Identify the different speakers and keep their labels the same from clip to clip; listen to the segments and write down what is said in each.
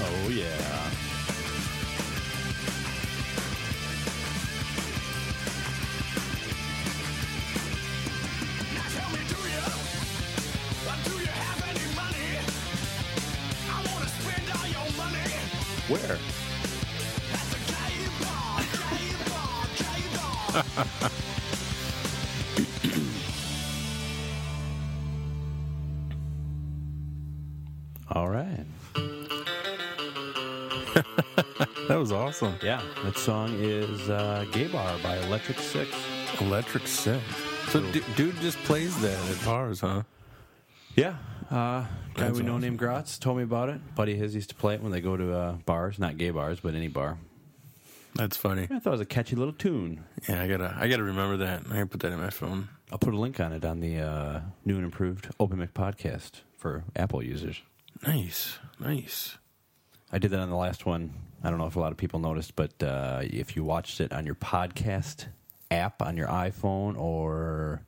Speaker 1: Oh yeah.
Speaker 2: Now tell me, do you? Do you have any money? I wanna spend all your money
Speaker 1: Where?
Speaker 2: at the gay bar, gay bar, gay bar.
Speaker 3: All right. that was awesome.
Speaker 1: Yeah.
Speaker 3: That song is uh, Gay Bar by Electric Six.
Speaker 1: Electric Six.
Speaker 3: So,
Speaker 1: So,
Speaker 3: du-
Speaker 1: dude just plays that at bars, huh?
Speaker 3: Yeah. Uh, guy
Speaker 1: That's
Speaker 3: we know
Speaker 1: awesome.
Speaker 3: named Gratz told me about it. Buddy his used to play it when they go to uh, bars, not gay bars, but any bar.
Speaker 1: That's funny.
Speaker 3: I thought it was a catchy little tune.
Speaker 1: Yeah, I gotta, I gotta remember that. I gotta put that in my phone.
Speaker 3: I'll put a link on it on the uh, new and improved Open Mic podcast for Apple users.
Speaker 1: Nice, nice.
Speaker 3: I did that on the last one. I don't know if a lot of people noticed, but uh, if you watched it on your podcast app on your iPhone or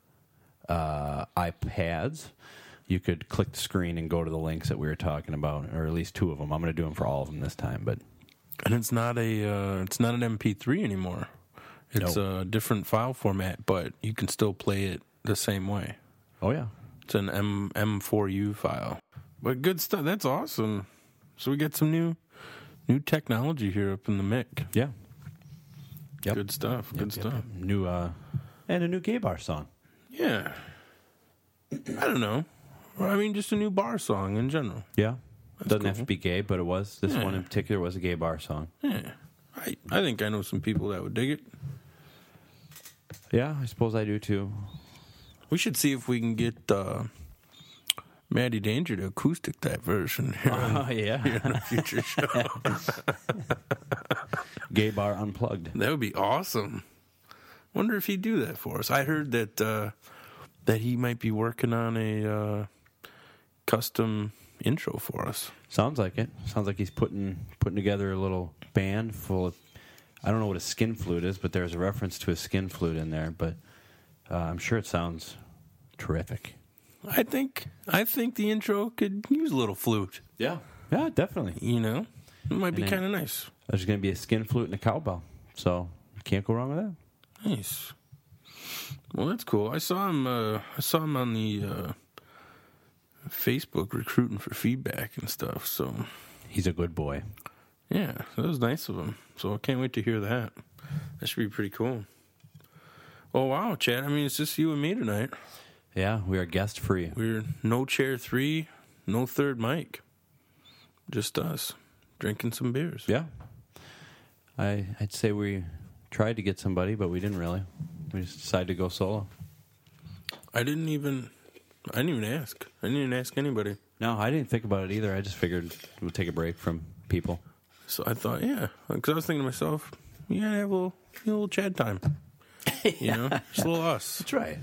Speaker 3: uh, iPads, you could click the screen and go to the links that we were talking about, or at least two of them. I'm going to do them for all of them this time, but
Speaker 1: And it's not a, uh, it's not an MP3 anymore. It's a different file format, but you can still play it the same way.
Speaker 3: oh yeah,
Speaker 1: It's an M M4U file. But good stuff. That's awesome. So we got some new, new technology here up in the mic.
Speaker 3: yeah, Yep.
Speaker 1: Good stuff. Good stuff.
Speaker 3: new uh, and a new gay bar song.
Speaker 1: Yeah. I don't know. Or, I mean, just a new bar song in general.
Speaker 3: Yeah, doesn't have to
Speaker 1: cool.
Speaker 3: be gay, but it was this
Speaker 1: Yeah.
Speaker 3: one in particular was a gay bar song.
Speaker 1: Yeah. I, I think I know some people that would dig it.
Speaker 3: Yeah, I suppose I do too.
Speaker 1: We should see if we can get uh, Maddie Danger to acoustic that version here on-
Speaker 3: Oh yeah,
Speaker 1: here on a future show.
Speaker 3: gay bar unplugged.
Speaker 1: that would be awesome. Wonder if he'd do that for us. I heard that uh, that he might be working on a uh, custom intro for us.
Speaker 3: Sounds like it. Sounds like he's putting putting together a little band full of. I don't know what a skin flute is, but there's a reference to a skin flute in there. But uh, I'm sure it sounds terrific.
Speaker 1: I think I think the intro could use a little flute.
Speaker 3: Yeah, yeah, definitely.
Speaker 1: You know, it might be
Speaker 3: And then-
Speaker 1: kind of nice.
Speaker 3: There's going to be a skin flute and a cowbell, so you can't go wrong with that.
Speaker 1: Nice. Well, that's cool. I saw him. Uh, I saw him on the uh, Facebook recruiting for feedback and stuff. So
Speaker 3: He's a good boy.
Speaker 1: yeah, that was nice of him. So I can't wait to hear that. That should be pretty cool. Oh wow, Chad! I mean, it's just you and me tonight.
Speaker 3: Yeah, we are guest free.
Speaker 1: We're no chair three, no third mic. Just us drinking some beers.
Speaker 3: Yeah, I I'd say we tried to get somebody, but we didn't really. We just decided to go solo.
Speaker 1: I didn't even. I didn't even ask. I didn't even ask anybody.
Speaker 3: No, I didn't think about it either. I just figured we'll take a break from people.
Speaker 1: So I thought, yeah, because I was thinking to myself, yeah, have a little, you know, a little Chad time. You know, just a little us.
Speaker 3: That's right.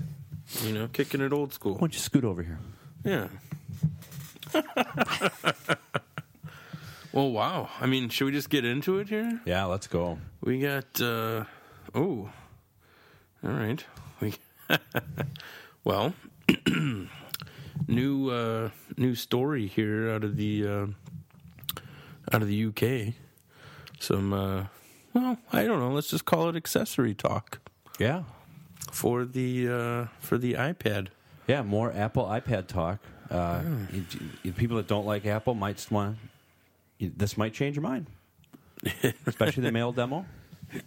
Speaker 1: You know, kicking it old
Speaker 3: Why
Speaker 1: school.
Speaker 3: don't you scoot over here?
Speaker 1: Yeah. well, wow. I mean, should we just get into it here?
Speaker 3: Yeah, let's go.
Speaker 1: We got. uh Oh, all right. We well, new uh new story here out of the uh, out of the UK. Some uh well, I don't know. Let's just call it accessory talk
Speaker 3: Yeah.
Speaker 1: for the uh for the iPad.
Speaker 3: Yeah, more Apple iPad talk. Uh, you- you- People that don't like Apple might want this might change your mind, especially the mail demo.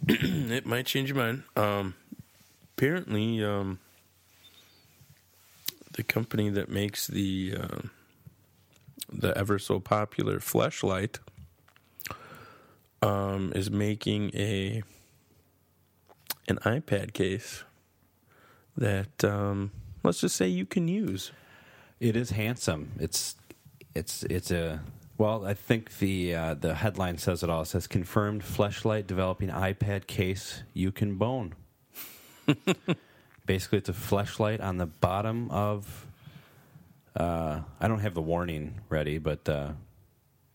Speaker 1: it might change your mind. Um, apparently, um, the company that makes the uh, the ever so popular flashlight um, is making a an iPad case that um, let's just say you can use.
Speaker 3: It is handsome. It's it's it's a well. I think the uh, the headline says it all. It says confirmed fleshlight developing iPad case you can bone. Basically, it's a fleshlight on the bottom of. Uh, I don't have the warning ready, but uh,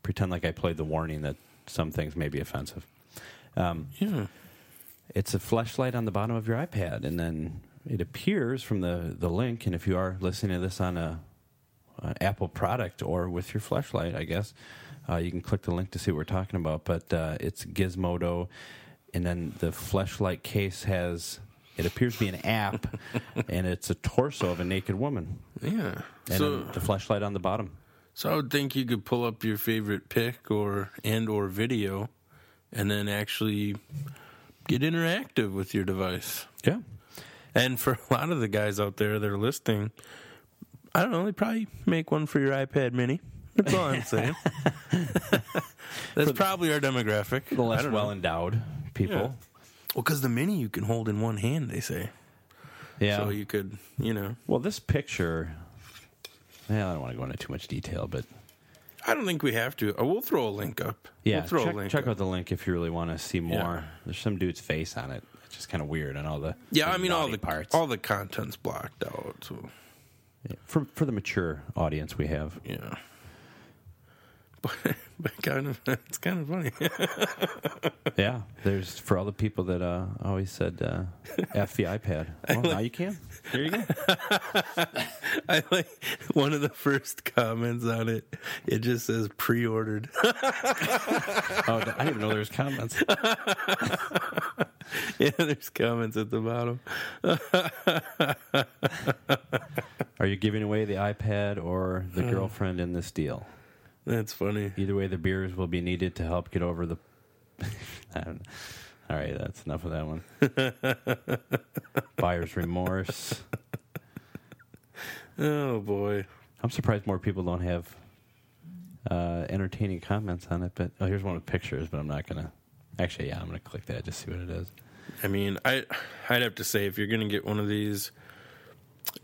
Speaker 3: pretend like I played the warning that some things may be offensive. Um,
Speaker 1: Yeah.
Speaker 3: it's a flashlight on the bottom of your iPad, and then it appears from the, the link. And if you are listening to this on a uh, Apple product or with your flashlight, I guess. Uh, you can click the link to see what we're talking about, but uh, it's Gizmodo, and then the flashlight case has it appears to be an app, and it's a torso of a naked woman,
Speaker 1: Yeah.
Speaker 3: and
Speaker 1: so
Speaker 3: then the flashlight on the bottom.
Speaker 1: so I would think you could pull up your favorite pic or and or video and then actually get interactive with your device.
Speaker 3: Yeah,
Speaker 1: And for a lot of the guys out there that are listening, I don't know, they probably make one for your iPad mini. That's all I'm saying. That's probably our demographic.
Speaker 3: the
Speaker 1: I
Speaker 3: less
Speaker 1: don't know.
Speaker 3: well endowed people.
Speaker 1: Well, because the mini you can hold in one hand, they say.
Speaker 3: Yeah.
Speaker 1: So you could, you know.
Speaker 3: well, this picture. Yeah, I don't want to go into too much detail, but
Speaker 1: I don't think we have to. Uh, we'll throw a link up.
Speaker 3: Yeah,
Speaker 1: we'll throw
Speaker 3: check,
Speaker 1: a link.
Speaker 3: check
Speaker 1: up.
Speaker 3: out the link if you really want to see more.
Speaker 1: Yeah.
Speaker 3: There's some dude's face on it. It's just kind of weird and all the
Speaker 1: yeah, I mean all
Speaker 3: naughty
Speaker 1: the
Speaker 3: parts
Speaker 1: all the content's blocked out. So
Speaker 3: Yeah, for for the mature audience we have.
Speaker 1: yeah, but, but kind of it's kind of funny.
Speaker 3: yeah, there's for all the people that uh, always said uh, "f the iPad." Well, now you can. There you go.
Speaker 1: I like one of the first comments on it. It just says pre-ordered.
Speaker 3: Oh, I didn't even know there was comments.
Speaker 1: yeah, there's comments at the bottom.
Speaker 3: Are you giving away the iPad or the
Speaker 1: Uh.
Speaker 3: girlfriend in this deal?
Speaker 1: That's funny.
Speaker 3: Either way, the beers will be needed to help get over the. I don't know. All right, that's enough of that one. Buyer's remorse.
Speaker 1: Oh boy.
Speaker 3: I'm surprised more people don't have uh, entertaining comments on it. But oh, here's one with pictures, but I'm not gonna. Actually, yeah, I'm gonna click that just see what it is.
Speaker 1: I mean, I I'd have to say if you're gonna get one of these,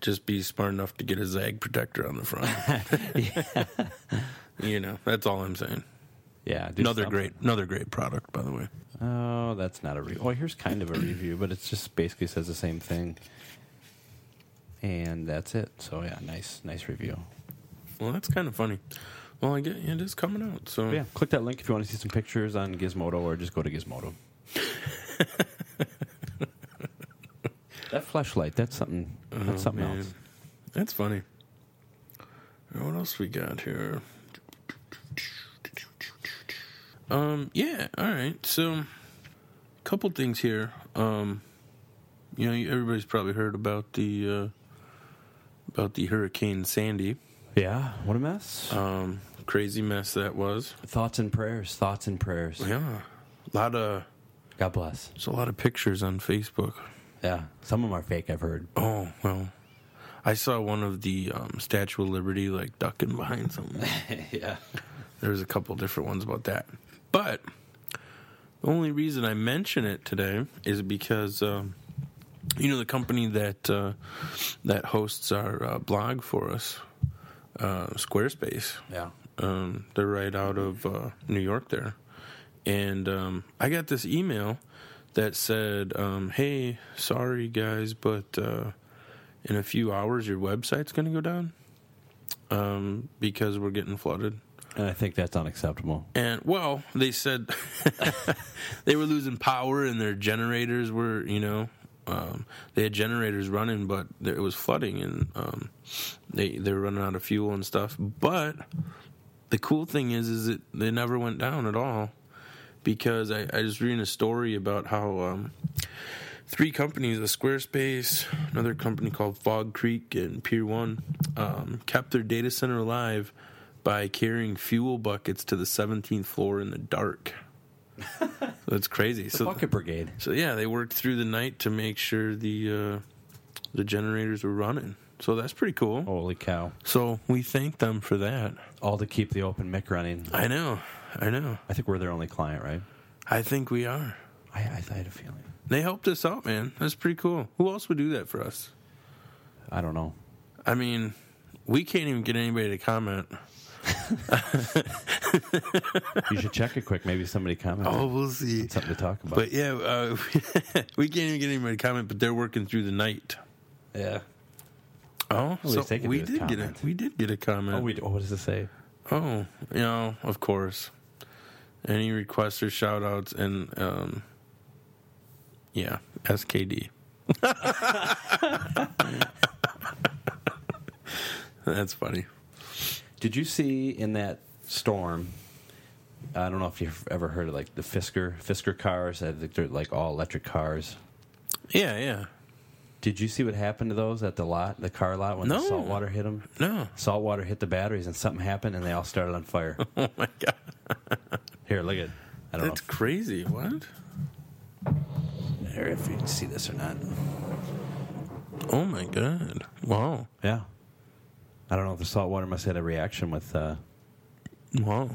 Speaker 1: just be smart enough to get a zag protector on the front. you know, that's all I'm saying.
Speaker 3: Yeah, do
Speaker 1: Another
Speaker 3: something.
Speaker 1: great, another great product, by the way.
Speaker 3: Oh, that's not a review. Oh, here's kind of a review, but it's just basically says the same thing. And that's it. So yeah, nice, nice review.
Speaker 1: Well, that's kind of funny. Well, I get it is coming out, so
Speaker 3: But yeah, click that link if you want to see some pictures on Gizmodo, or just go to Gizmodo. that flashlight, that's something. That's something
Speaker 1: Oh, man.
Speaker 3: else.
Speaker 1: That's funny. What else we got here? Um, yeah, all right. So, couple things here. Um, you know, everybody's probably heard about the uh, about the Hurricane Sandy.
Speaker 3: Yeah, what a mess.
Speaker 1: Um, crazy mess that was.
Speaker 3: Thoughts and prayers. Thoughts and prayers.
Speaker 1: Yeah, a lot of
Speaker 3: God bless.
Speaker 1: there's a lot of pictures on Facebook.
Speaker 3: Yeah, some of them are fake. I've heard.
Speaker 1: Oh well, I saw one of the um, Statue of Liberty like ducking behind something.
Speaker 3: yeah.
Speaker 1: There's a couple different ones about that. But the only reason I mention it today is because um, you know the company that uh, that hosts our uh, blog for us, uh, Squarespace.
Speaker 3: Yeah.
Speaker 1: Um, they're right out of uh, New York there, and um, I got this email that said, um, "Hey, sorry guys, but uh, in a few hours your website's going to go down um, because we're getting flooded."
Speaker 3: And I think that's unacceptable.
Speaker 1: And well, they said they were losing power and their generators were, you know, um, they had generators running, but there, it was flooding and um, they they were running out of fuel and stuff. But the cool thing is, is it they never went down at all because I, I just reading a story about how um, three companies, a Squarespace, another company called Fog Creek, and Pier One, um, kept their data center alive by carrying fuel buckets to the 17th floor in the dark. That's crazy.
Speaker 3: The
Speaker 1: so
Speaker 3: Bucket Brigade.
Speaker 1: so yeah, they worked through the night to make sure the uh, the generators were running. So that's pretty cool.
Speaker 3: Holy cow!
Speaker 1: So we thank them for that.
Speaker 3: All to keep the open mic running.
Speaker 1: I know, I know.
Speaker 3: I think we're their only client, right?
Speaker 1: I think we are.
Speaker 3: I, I, I had a feeling.
Speaker 1: They helped us out, man. That's pretty cool. Who else would do that for us?
Speaker 3: I don't know.
Speaker 1: I mean, we can't even get anybody to comment.
Speaker 3: You should check it quick. Maybe somebody commented.
Speaker 1: Oh, we'll see.
Speaker 3: something to talk about.
Speaker 1: But yeah, uh, we can't even get anybody to comment. But they're working through the night.
Speaker 3: yeah.
Speaker 1: Oh,
Speaker 3: least
Speaker 1: so
Speaker 3: they could
Speaker 1: we
Speaker 3: do a
Speaker 1: did get
Speaker 3: comment.
Speaker 1: a we did get a comment.
Speaker 3: Oh, we, oh, what does it say?
Speaker 1: Oh, you know, of course. Any requests or shout outs and um yeah, SKD. That's funny.
Speaker 3: Did you see in that storm? I don't know if you've ever heard of like the Fisker Fisker cars. I think they're like all electric cars.
Speaker 1: Yeah, yeah.
Speaker 3: Did you see what happened to those at the lot, the car lot, when
Speaker 1: No.
Speaker 3: the salt water hit them?
Speaker 1: No.
Speaker 3: Salt water hit the batteries, and something happened, and they all started on fire.
Speaker 1: Oh my god.
Speaker 3: Here, look at. I don't
Speaker 1: That's crazy. What?
Speaker 3: know if, here, if you can see this or not.
Speaker 1: Oh my god. Wow.
Speaker 3: Yeah, I don't know if the salt water must have had a reaction with. Uh,
Speaker 1: Wow.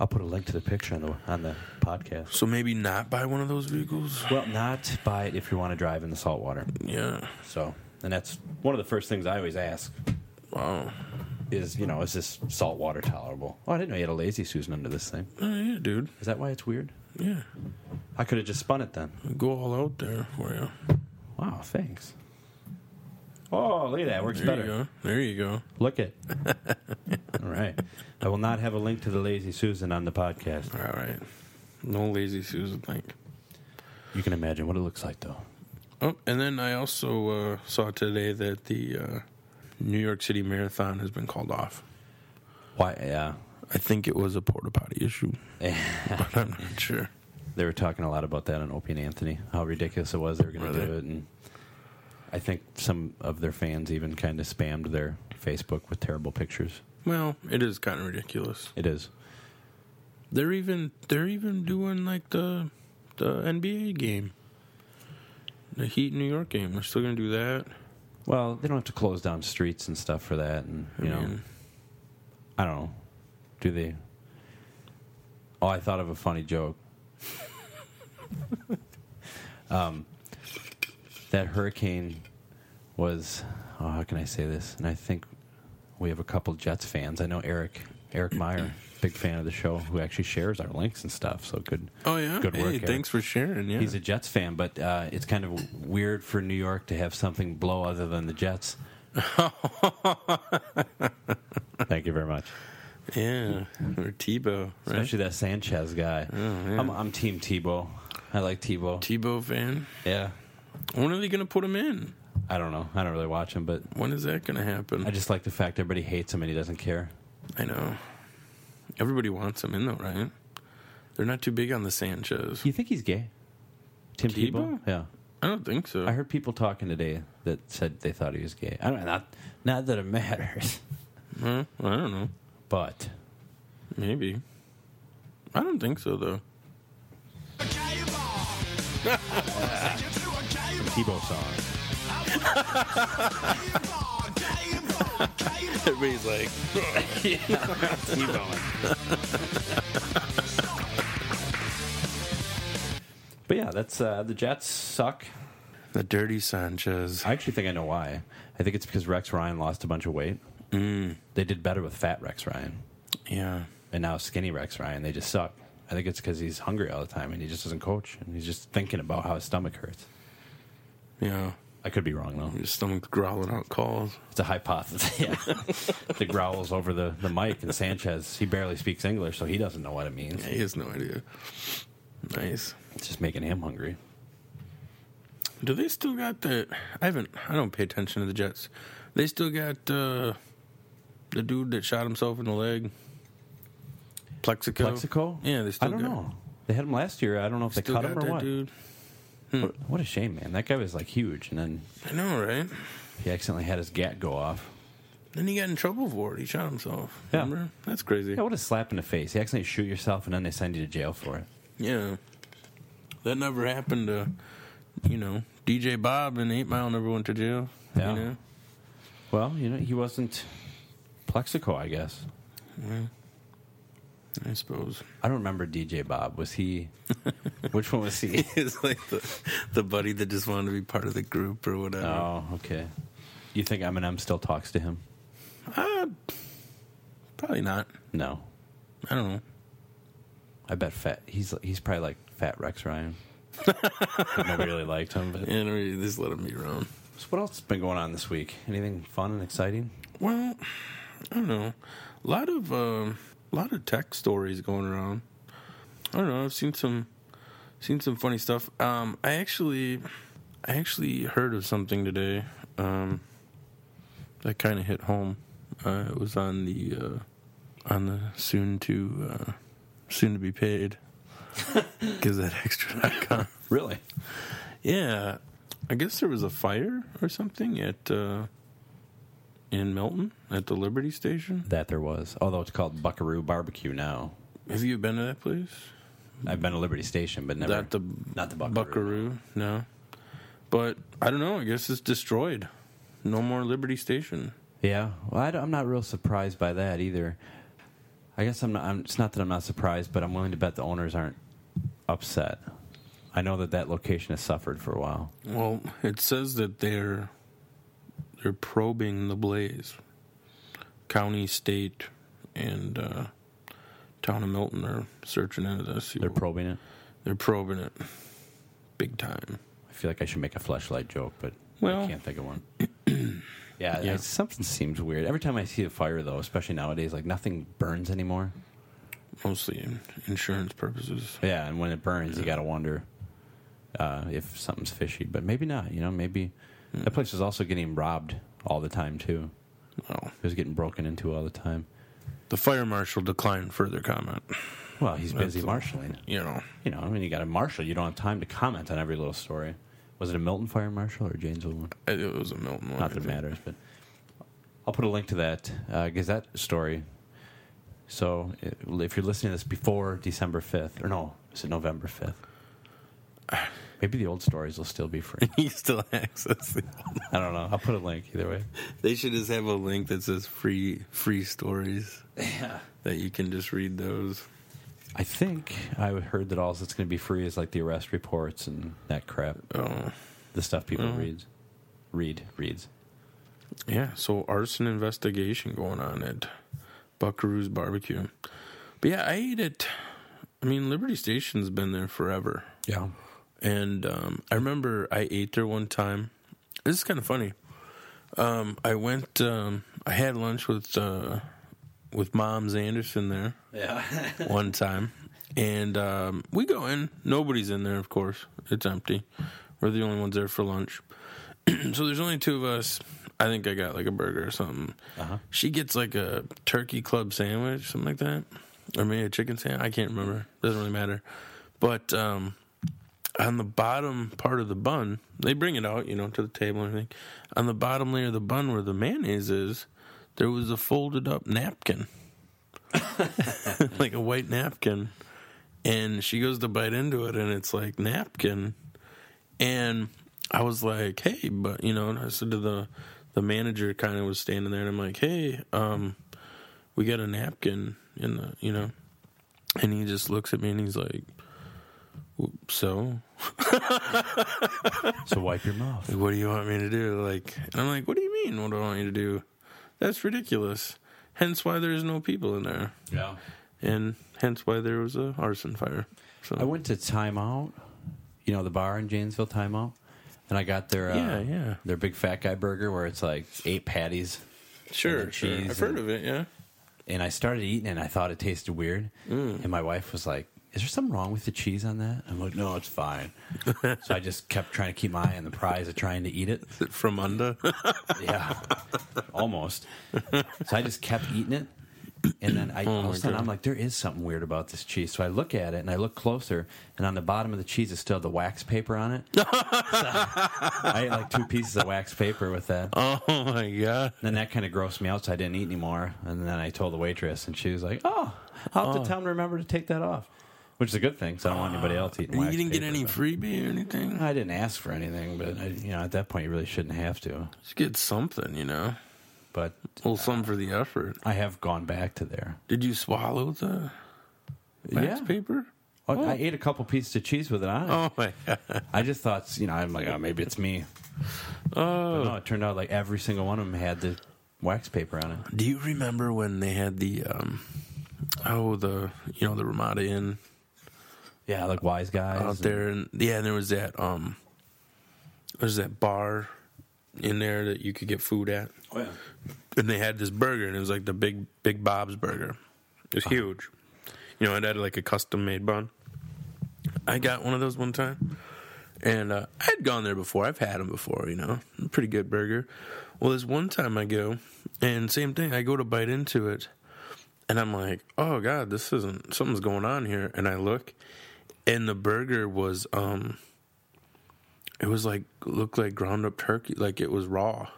Speaker 3: I'll put a link to the picture on the on the podcast.
Speaker 1: So maybe not buy one of those vehicles?
Speaker 3: Well, not buy it if you want to drive in the salt water.
Speaker 1: Yeah.
Speaker 3: So, and that's one of the first things I always ask
Speaker 1: Wow.
Speaker 3: is, you know, is this salt water tolerable? Oh, I didn't know you had a lazy Susan under this thing.
Speaker 1: Oh yeah, dude.
Speaker 3: Is that why it's weird?
Speaker 1: Yeah.
Speaker 3: I could have just spun it then.
Speaker 1: Go all out there for you.
Speaker 3: Wow, thanks. Oh, look at that. Works
Speaker 1: There
Speaker 3: better.
Speaker 1: you go. There you go.
Speaker 3: Look it. All right. I will not have a link to the lazy Susan on the podcast.
Speaker 1: All right. No lazy Susan think.
Speaker 3: You can imagine what it looks like, though.
Speaker 1: Oh, and then I also uh, saw today that the uh, New York City Marathon has been called off.
Speaker 3: Why? Yeah.
Speaker 1: I think it was a porta potty issue, but I'm not sure.
Speaker 3: they were talking a lot about that on Opie and Anthony, how ridiculous it was they were going
Speaker 1: Were
Speaker 3: to do
Speaker 1: they?
Speaker 3: it, and I think some of their fans even kind of spammed their Facebook with terrible pictures.
Speaker 1: Well, it is kind of ridiculous.
Speaker 3: It is.
Speaker 1: They're even they're even doing like the the NBA game, the Heat New York game. They're still gonna do that.
Speaker 3: Well, they don't have to close down streets and stuff for that, and you know,
Speaker 1: mean-
Speaker 3: I don't know. Do they? Oh, I thought of a funny joke. um, that hurricane was. Oh, how can I say this? And I think we have a couple Jets fans. I know Eric Eric Meyer, big fan of the show, who actually shares our links and stuff. So good.
Speaker 1: Oh yeah,
Speaker 3: Good work,
Speaker 1: Hey,
Speaker 3: Eric.
Speaker 1: thanks for sharing. Yeah,
Speaker 3: He's a Jets fan, but uh, it's kind of weird for New York to have something blow other than the Jets. Thank you very much.
Speaker 1: yeah, or Tebow, right?
Speaker 3: Especially that Sanchez guy. I'm, I'm Team Tebow. I like Tebow.
Speaker 1: Tebow fan.
Speaker 3: yeah.
Speaker 1: When are they gonna put him in?
Speaker 3: I don't know. I don't really watch him, but
Speaker 1: When is that gonna happen?
Speaker 3: I just like the fact everybody hates him and he doesn't care.
Speaker 1: I know. Everybody wants him in though, right? They're not too big on the Sanchez.
Speaker 3: You think he's gay? Tim Tebow?
Speaker 1: Tebow?
Speaker 3: Yeah.
Speaker 1: I don't think so.
Speaker 3: I heard people talking today that said they thought he was gay. I don't not not that it matters,
Speaker 1: Huh? I don't know.
Speaker 3: but
Speaker 1: Maybe. I don't think so though.
Speaker 2: A gay bar. I wanna take you to a gay bar.
Speaker 3: Tebow song.
Speaker 2: Gay bar, gay bar, gay bar.
Speaker 1: Everybody's like,
Speaker 3: But yeah, that's uh, the Jets suck.
Speaker 1: the dirty Sanchez.
Speaker 3: I actually think I know why. I think it's because Rex Ryan lost a bunch of weight. Mm. They did better with fat Rex Ryan,
Speaker 1: Yeah.
Speaker 3: and now skinny Rex Ryan. They just suck. I think it's because he's hungry all the time and he just doesn't coach and he's just thinking about how his stomach hurts.
Speaker 1: Yeah.
Speaker 3: I could be wrong though.
Speaker 1: Your stomach's growling out calls.
Speaker 3: It's a hypothesis. yeah, the growls over the, the mic and Sanchez. He barely speaks English, so he doesn't know what it means.
Speaker 1: Yeah, he has no idea. Nice.
Speaker 3: It's just making him hungry.
Speaker 1: Do they still got that? I haven't. I don't pay attention to the Jets. They still got uh, the dude that shot himself in the leg. Plexico.
Speaker 3: Plexico?
Speaker 1: Yeah, they still
Speaker 3: I don't
Speaker 1: got,
Speaker 3: know. They had him last year. I don't know if
Speaker 1: Still
Speaker 3: they cut
Speaker 1: got
Speaker 3: him or
Speaker 1: that
Speaker 3: what.
Speaker 1: dude.
Speaker 3: what. What a shame, man. That guy was like huge, and then
Speaker 1: I know, right?
Speaker 3: he accidentally had his gat go off.
Speaker 1: Then he got in trouble for it. He shot himself.
Speaker 3: Yeah.
Speaker 1: Remember? That's crazy.
Speaker 3: Yeah, what a slap in the face. You accidentally shoot yourself and then they send you to jail for it.
Speaker 1: Yeah. That never happened to, you know, DJ Bob and 8 Mile never went to jail.
Speaker 3: Yeah.
Speaker 1: You know?
Speaker 3: Well, you know, he wasn't Plexico, I guess.
Speaker 1: I suppose.
Speaker 3: I don't remember DJ Bob. Was he. which one was he?
Speaker 1: it's like the, the buddy that just wanted to be part of the group or whatever.
Speaker 3: Oh, okay. You think Eminem still talks to him?
Speaker 1: Uh, probably not.
Speaker 3: No.
Speaker 1: I don't know.
Speaker 3: I bet Fat. He's he's probably like Fat Rex Ryan. But Nobody really liked him. But
Speaker 1: You know, you just let him be around.
Speaker 3: So what else has been going on this week? Anything fun and exciting?
Speaker 1: Well, I don't know. A lot of um, a lot of tech stories going around. I don't know. I've seen some seen some funny stuff. Um, I actually I actually heard of something today um, that kind of hit home. Uh, it was on the uh, on the soon to uh, soon to be paid GazetteExtra.com.
Speaker 3: Really?
Speaker 1: Yeah, I guess there was a fire or something at uh, in Milton at the Liberty Station.
Speaker 3: That there was. Although it's called Buckaroo Barbecue now.
Speaker 1: Have you been to that place?
Speaker 3: I've been to Liberty Station, but never.
Speaker 1: Not the
Speaker 3: not the Buckaroo.
Speaker 1: Buckaroo. no. But I don't know. I guess it's destroyed. No more Liberty Station.
Speaker 3: Yeah, well, I am not real surprised by that either. I guess I'm not. I'm, it's not that I'm not surprised, but I'm willing to bet the owners aren't upset. I know that that location has suffered for a while.
Speaker 1: Well, it says that they're they're probing the blaze. County, state, and uh, town of Milton are searching into this.
Speaker 3: They're probing it.
Speaker 1: they're probing it big time.
Speaker 3: I feel like I should make a flashlight joke, but I
Speaker 1: Well-
Speaker 3: can't think of one. yeah,
Speaker 1: Yeah.
Speaker 3: I- something seems weird. Every time I see a fire, though, especially nowadays, like nothing burns anymore.
Speaker 1: Mostly in insurance purposes.
Speaker 3: Yeah, and when it burns, you got to wonder uh, if something's fishy. But maybe not. You know, maybe
Speaker 1: Hmm.
Speaker 3: that place was also getting robbed all the time too.
Speaker 1: Well,
Speaker 3: It was getting broken into all the time.
Speaker 1: the fire marshal declined further comment.
Speaker 3: Well, he's busy
Speaker 1: That's-
Speaker 3: marshaling.
Speaker 1: You know,
Speaker 3: You know, I mean, you got a marshal. You don't have time to comment on every little story. Was it a Milton fire marshal or a Janesville one?
Speaker 1: it, it was a Milton one.
Speaker 3: Not
Speaker 1: I
Speaker 3: that it
Speaker 1: think.
Speaker 3: matters, but I'll put a link to that uh, Gazette story. So i- if you're listening to this before December 5th, or no, is it November 5th? Maybe the old stories will still be free.
Speaker 1: You still access the
Speaker 3: I don't know. I'll put a link either way.
Speaker 1: They should just have a link that says free free stories. Yeah. That you can just read those.
Speaker 3: I think I heard that all that's going to be free is like the arrest reports and that crap,
Speaker 1: Oh.
Speaker 3: the stuff people reads, read, reads.
Speaker 1: Yeah, so arson investigation going on at Buckaroo's barbecue. But yeah, I ate it. I mean, Liberty Station's been there forever.
Speaker 3: Yeah.
Speaker 1: And um, I remember I ate there one time. This is kind of funny. Um, I went. Um, I had lunch with uh, with Mom's Anderson there. Yeah. one time, and um, we go in. Nobody's in there, of course. It's empty. We're the only ones there for lunch. so there's only two of us. I think I got like a burger or something.
Speaker 3: Uh-huh.
Speaker 1: She gets like a turkey club sandwich, something like that, or maybe a chicken sandwich. I can't remember. Doesn't really matter. But um, on the bottom part of the bun, they bring it out, you know, to the table and everything. On the bottom layer of the bun where the mayonnaise is, there was a folded up napkin, like a white napkin. And she goes to bite into it, and it's like napkin. And I was like, hey, but you know, and I said to the the manager, kind of was standing there, and I'm like, hey, um, we got a napkin in the, you know, and he just looks at me and he's like, "W- so
Speaker 3: So wipe your mouth.
Speaker 1: like, what do you want me to do? Like, and I'm like, what do you mean? What do I want you to do? That's ridiculous. Hence why there's no people in there,
Speaker 3: Yeah.
Speaker 1: and hence why there was a arson fire. So
Speaker 3: I went to Timeout, you know, the bar in Janesville, Timeout, and I got their uh,
Speaker 1: Yeah, yeah.
Speaker 3: their big fat guy burger where it's like eight patties,
Speaker 1: sure,
Speaker 3: and
Speaker 1: sure,
Speaker 3: cheese
Speaker 1: I've heard
Speaker 3: and-
Speaker 1: of it. Yeah,
Speaker 3: and I started eating and I thought it tasted weird, and my wife was like, "Is there something wrong with the cheese on that?" I'm like, "No, it's fine." so I just kept trying to keep my eye on the prize of trying to eat it.
Speaker 1: Is it from under.
Speaker 3: Yeah, almost. So I just kept eating it, and then I, all
Speaker 1: my
Speaker 3: of a sudden,
Speaker 1: God.
Speaker 3: I'm like, there is something weird about this cheese. So I look at it and I look closer, and on the bottom of the cheese is still the wax paper on it. So I ate like two pieces of wax paper with that.
Speaker 1: oh my god.
Speaker 3: Then that kind of grossed me out, so I didn't eat anymore. And then I told the waitress, and she was like, "Oh, I'll have to tell him to remember to take that off," which is a good thing. So I don't want anybody else eating.
Speaker 1: You
Speaker 3: wax
Speaker 1: didn't get
Speaker 3: paper,
Speaker 1: any
Speaker 3: but-
Speaker 1: freebie or anything.
Speaker 3: I didn't ask for anything, but I, you know, at that point, you really shouldn't have to.
Speaker 1: Just get something, you know.
Speaker 3: But
Speaker 1: A little something for the effort.
Speaker 3: I have gone back to there.
Speaker 1: Did you swallow the
Speaker 3: Yeah.
Speaker 1: wax paper?
Speaker 3: Oh, I ate a couple pieces of cheese with it on. it.
Speaker 1: Mm. Oh my god.
Speaker 3: I just thought, you know, I'm like, oh, maybe it's me. But
Speaker 1: Oh.
Speaker 3: no, it turned out like every single one of them had the wax paper on it.
Speaker 1: Do you remember when they had the um oh the you know the Ramada Inn
Speaker 3: Yeah, like wise guys
Speaker 1: out there and yeah and there was that um there's that bar in there that you could get food at
Speaker 3: Oh, yeah.
Speaker 1: and they had this burger and it was like the big big Bob's burger. It was huge. You know, it had like a custom made bun. I got one of those one time. And uh, I had gone there before. I've had them before, you know. Pretty good burger. Well, this one time I go And same thing, I go to bite into it, and I'm like, oh god, this isn't something's going on here. And I look, and the burger was um, it was like looked like ground up turkey, like it was raw.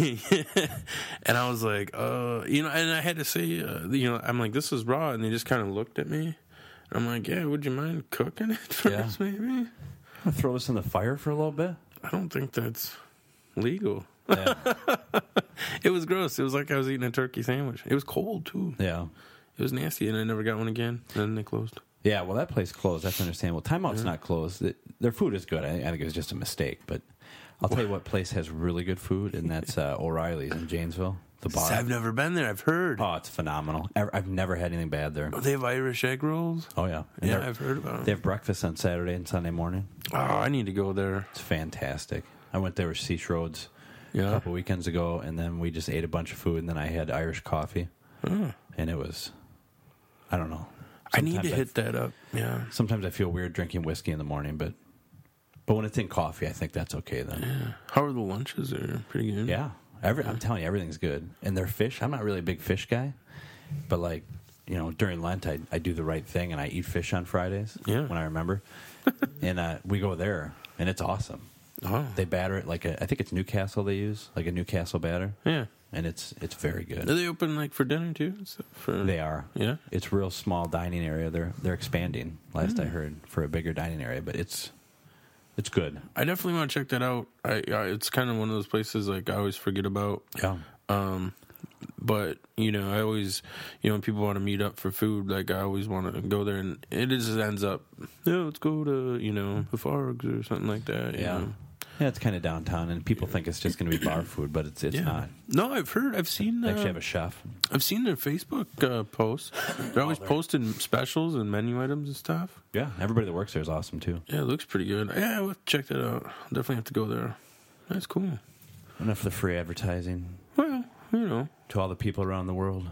Speaker 1: and I was like, uh, you know, and I had to say, uh, you know, I'm like, this is raw, and they just kind of looked at me. I'm like, yeah, would you mind cooking it for
Speaker 3: Yeah.
Speaker 1: us, maybe?
Speaker 3: Throw this in the fire for a little bit.
Speaker 1: I don't think that's legal.
Speaker 3: Yeah,
Speaker 1: It was gross. It was like I was eating a turkey sandwich. It was cold too.
Speaker 3: yeah,
Speaker 1: It was nasty, and I never got one again. And then they closed.
Speaker 3: yeah. Well, that place closed. That's understandable. Timeout's not closed. Th- Their food is good. I, I think it was just a mistake. But I'll tell you what place has really good food, and that's uh, O'Reilly's in Janesville. The bar.
Speaker 1: I've never been there. I've heard
Speaker 3: Oh, it's phenomenal. Ever- I've never had anything bad there.
Speaker 1: Oh, they have Irish egg rolls.
Speaker 3: Oh yeah, And
Speaker 1: Yeah,
Speaker 3: they're-
Speaker 1: I've heard about
Speaker 3: They
Speaker 1: them.
Speaker 3: have breakfast on Saturday and Sunday morning.
Speaker 1: Oh, I need to go there.
Speaker 3: It's fantastic. I went there with Cease Roads a
Speaker 1: Yeah,
Speaker 3: couple weekends ago, and then we just ate a bunch of food, and then I had Irish coffee,
Speaker 1: Hmm.
Speaker 3: and it was, I don't know.
Speaker 1: I need to
Speaker 3: Sometimes
Speaker 1: hit that up. Yeah,
Speaker 3: Sometimes I feel weird drinking whiskey in the morning, but but when it's in coffee, I think that's okay then.
Speaker 1: how are the lunches there? Pretty good.
Speaker 3: Yeah, every I'm telling you, everything's good. And their fish, I'm not really a big fish guy, but like you know, during Lent, I I do the right thing and I eat fish on Fridays
Speaker 1: Yeah.
Speaker 3: when I remember, and uh, we go there, and it's awesome.
Speaker 1: Oh,
Speaker 3: They batter it like a, I think it's Newcastle they use like a Newcastle batter,
Speaker 1: yeah.
Speaker 3: and it's it's very
Speaker 1: Are
Speaker 3: good.
Speaker 1: they open like for dinner too? Is that For
Speaker 3: They are.
Speaker 1: Yeah.
Speaker 3: it's real small dining area. They're they're expanding. Last I heard for a bigger dining area, but it's it's good.
Speaker 1: I definitely want to check that out. I, I it's kind of one of those places like I always forget about.
Speaker 3: Yeah,
Speaker 1: Um, but you know, I always, you know, when people want to meet up for food, like I always want to go there, and it just ends up, yeah, let's go to you know the Fargs or something like that. you
Speaker 3: yeah,
Speaker 1: know.
Speaker 3: yeah. It's kind of downtown, and people think it's just going to be bar food, but it's it's
Speaker 1: yeah.
Speaker 3: not.
Speaker 1: No, I've heard, I've seen,
Speaker 3: They
Speaker 1: uh,
Speaker 3: actually have a chef.
Speaker 1: I've seen their Facebook uh, posts. They're always posting specials and menu items and stuff.
Speaker 3: Yeah, everybody that works there is awesome too.
Speaker 1: Yeah, it looks pretty good. Yeah, we'll check that out. Definitely have to go there. That's cool.
Speaker 3: Enough of the free advertising
Speaker 1: Well, you know,
Speaker 3: to all the people around the world.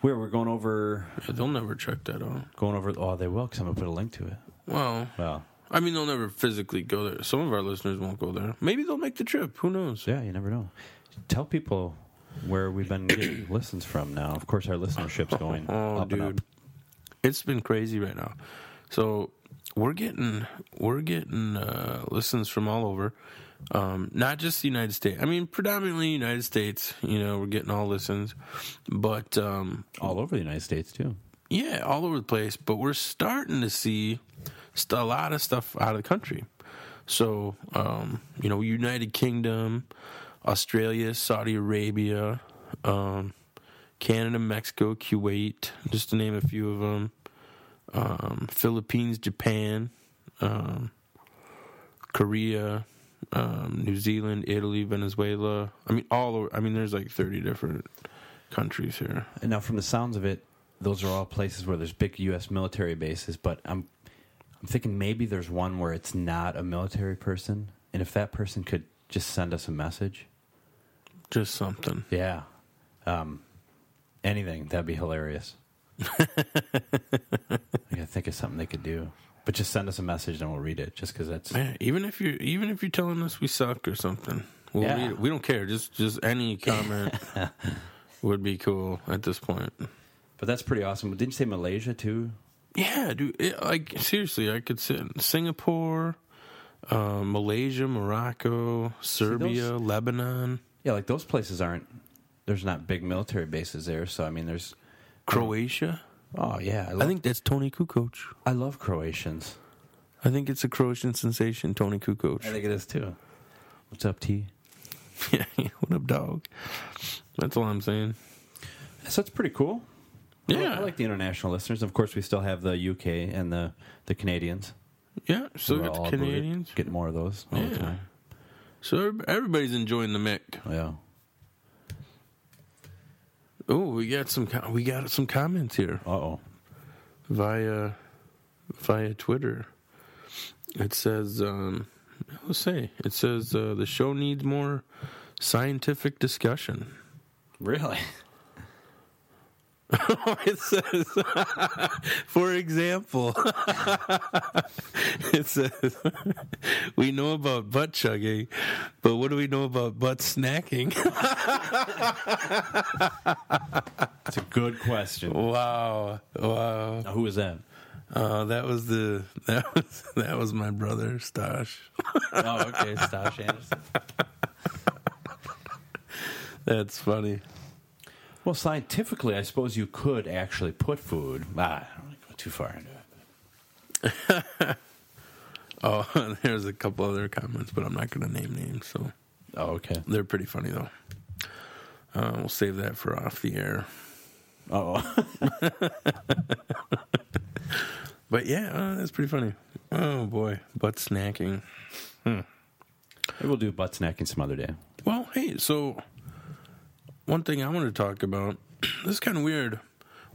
Speaker 3: Where we're going over,
Speaker 1: they'll never check that out.
Speaker 3: going over. Oh, they will because I'm gonna put a link to it.
Speaker 1: Well,
Speaker 3: Well,
Speaker 1: I mean, they'll never physically go there. Some of our listeners won't go there. Maybe they'll make the trip. Who knows?
Speaker 3: yeah, you never know. Tell people where we've been getting listens from now. Of course, our listenership's going
Speaker 1: Oh,
Speaker 3: up and
Speaker 1: dude,
Speaker 3: up.
Speaker 1: it's been crazy right now. So we're getting we're getting uh, listens from all over, um, not just the United States. I mean, predominantly United States. You know, we're getting all listens, but um,
Speaker 3: all over the United States too.
Speaker 1: yeah, all over the place. But we're starting to see st- a lot of stuff out of the country. So, um, you know, United Kingdom, Australia, Saudi Arabia, um, Canada, Mexico, Kuwait, just to name a few of them. Um, Philippines, Japan, um, Korea, um, New Zealand, Italy, Venezuela. I mean, all over. I mean, there's like 30 different countries here.
Speaker 3: And now, from the sounds of it, those are all places where there's big U.S. military bases. But I'm, I'm thinking maybe there's one where it's not a military person, and if that person could just send us a message,
Speaker 1: Just something.
Speaker 3: yeah, um, anything that'd be hilarious. I gotta think of something they could do, but just send us a message and we'll read it. Just because that's
Speaker 1: Yeah, even if you're even if you're telling us we suck or something, we'll
Speaker 3: Yeah.
Speaker 1: read it. we don't care. Just just any comment would be cool at this point.
Speaker 3: but that's pretty awesome. But didn't you say Malaysia too?
Speaker 1: Yeah, dude. It, like seriously, I could sit in Singapore, uh, Malaysia, Morocco, Serbia, Lebanon,
Speaker 3: Yeah, like those places aren't. There's not big military bases there, so I mean, there's.
Speaker 1: Croatia.
Speaker 3: Oh yeah, I,
Speaker 1: I
Speaker 3: love,
Speaker 1: think that's Tony Kukoc.
Speaker 3: I love Croatians.
Speaker 1: I think it's a Croatian sensation, Tony
Speaker 3: I
Speaker 1: Kukoc.
Speaker 3: think it is too. What's up, T?
Speaker 1: Yeah, what up, dog? That's all I'm saying.
Speaker 3: So that's pretty cool. I li-
Speaker 1: Yeah,
Speaker 3: I like the international listeners. Of course, we still have the UK and the the Canadians.
Speaker 1: yeah. So
Speaker 3: We're
Speaker 1: get
Speaker 3: all
Speaker 1: the
Speaker 3: about it.
Speaker 1: Canadians.
Speaker 3: Get more of those. All
Speaker 1: Yeah.
Speaker 3: the time.
Speaker 1: So everyb- everybody's enjoying the mic.
Speaker 3: Yeah.
Speaker 1: Oh, we got some co- we got some comments here
Speaker 3: Uh oh.
Speaker 1: via via Twitter. It says, um, let's say it says uh, the show needs more scientific discussion.
Speaker 3: Really?
Speaker 1: Oh, it says, for example, it says, we know about butt chugging, but what do we know about butt snacking?
Speaker 3: That's a good question.
Speaker 1: wow, wow.
Speaker 3: Now, who is that?
Speaker 1: Uh, that was the that was that was my brother Stash.
Speaker 3: Oh, okay, Stash Anderson.
Speaker 1: That's funny.
Speaker 3: Well, scientifically, I suppose you could actually put food. Ah, I don't want to go too far into it.
Speaker 1: Oh, there's a couple other comments, but I'm not going to name names. So
Speaker 3: Oh, okay.
Speaker 1: they're pretty funny though. Uh, we'll save that for off the air.
Speaker 3: Oh,
Speaker 1: But yeah, uh, that's pretty funny. Oh boy, butt snacking.
Speaker 3: we'll do butt snacking some other day.
Speaker 1: Well, hey, so one thing I want to talk about. This is kind of weird.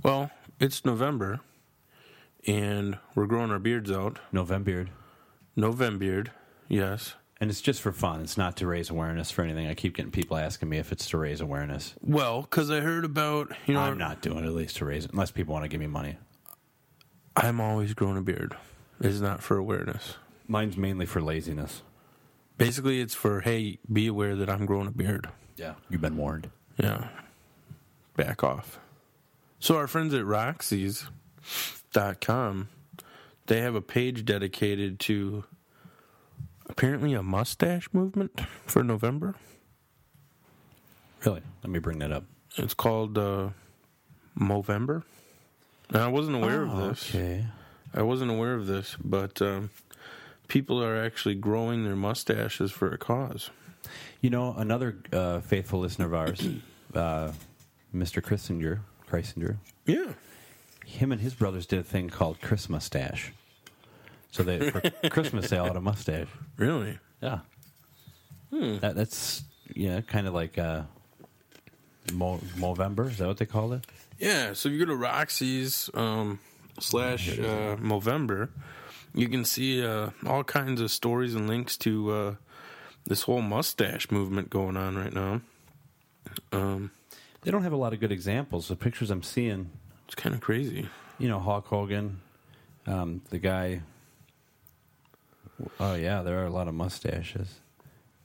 Speaker 1: Well, it's November, and we're growing our beards out.
Speaker 3: Novembeard.
Speaker 1: November beard, yes.
Speaker 3: And it's just for fun. It's not to raise awareness for anything. I keep getting people asking me if it's to raise awareness.
Speaker 1: Well, because I heard about you know
Speaker 3: I'm not doing it, at least to raise it, unless people want to give me money.
Speaker 1: I'm always growing a beard. It's not for awareness.
Speaker 3: Mine's mainly for laziness.
Speaker 1: Basically, it's for hey, be aware that I'm growing a beard.
Speaker 3: Yeah. You've been warned.
Speaker 1: Yeah. Back off. So our friends at Roxy's.com, they have a page dedicated to apparently a mustache movement for November.
Speaker 3: Really? Let me bring that up.
Speaker 1: It's called uh, Movember. And I wasn't aware of this.
Speaker 3: Oh, Okay.
Speaker 1: I wasn't aware of this, but um, people are actually growing their mustaches for a cause.
Speaker 3: You know, another uh, faithful listener of ours, uh, Mr. Christinger, Christinger,
Speaker 1: Yeah.
Speaker 3: him and his brothers did a thing called Christmas Dash. So they for Christmas they all had a mustache.
Speaker 1: Really?
Speaker 3: Yeah. That, that's yeah, kind of like uh, Mo- Movember. Is that what they call it?
Speaker 1: Yeah, so if you go to Roxy's um, slash uh, Movember, you can see uh, all kinds of stories and links to uh, this whole mustache movement going on right now.
Speaker 3: They don't have a lot of good examples. The pictures I'm seeing,
Speaker 1: It's kind of crazy.
Speaker 3: you know, Hulk Hogan, um, the guy. Oh yeah, there are a lot of mustaches.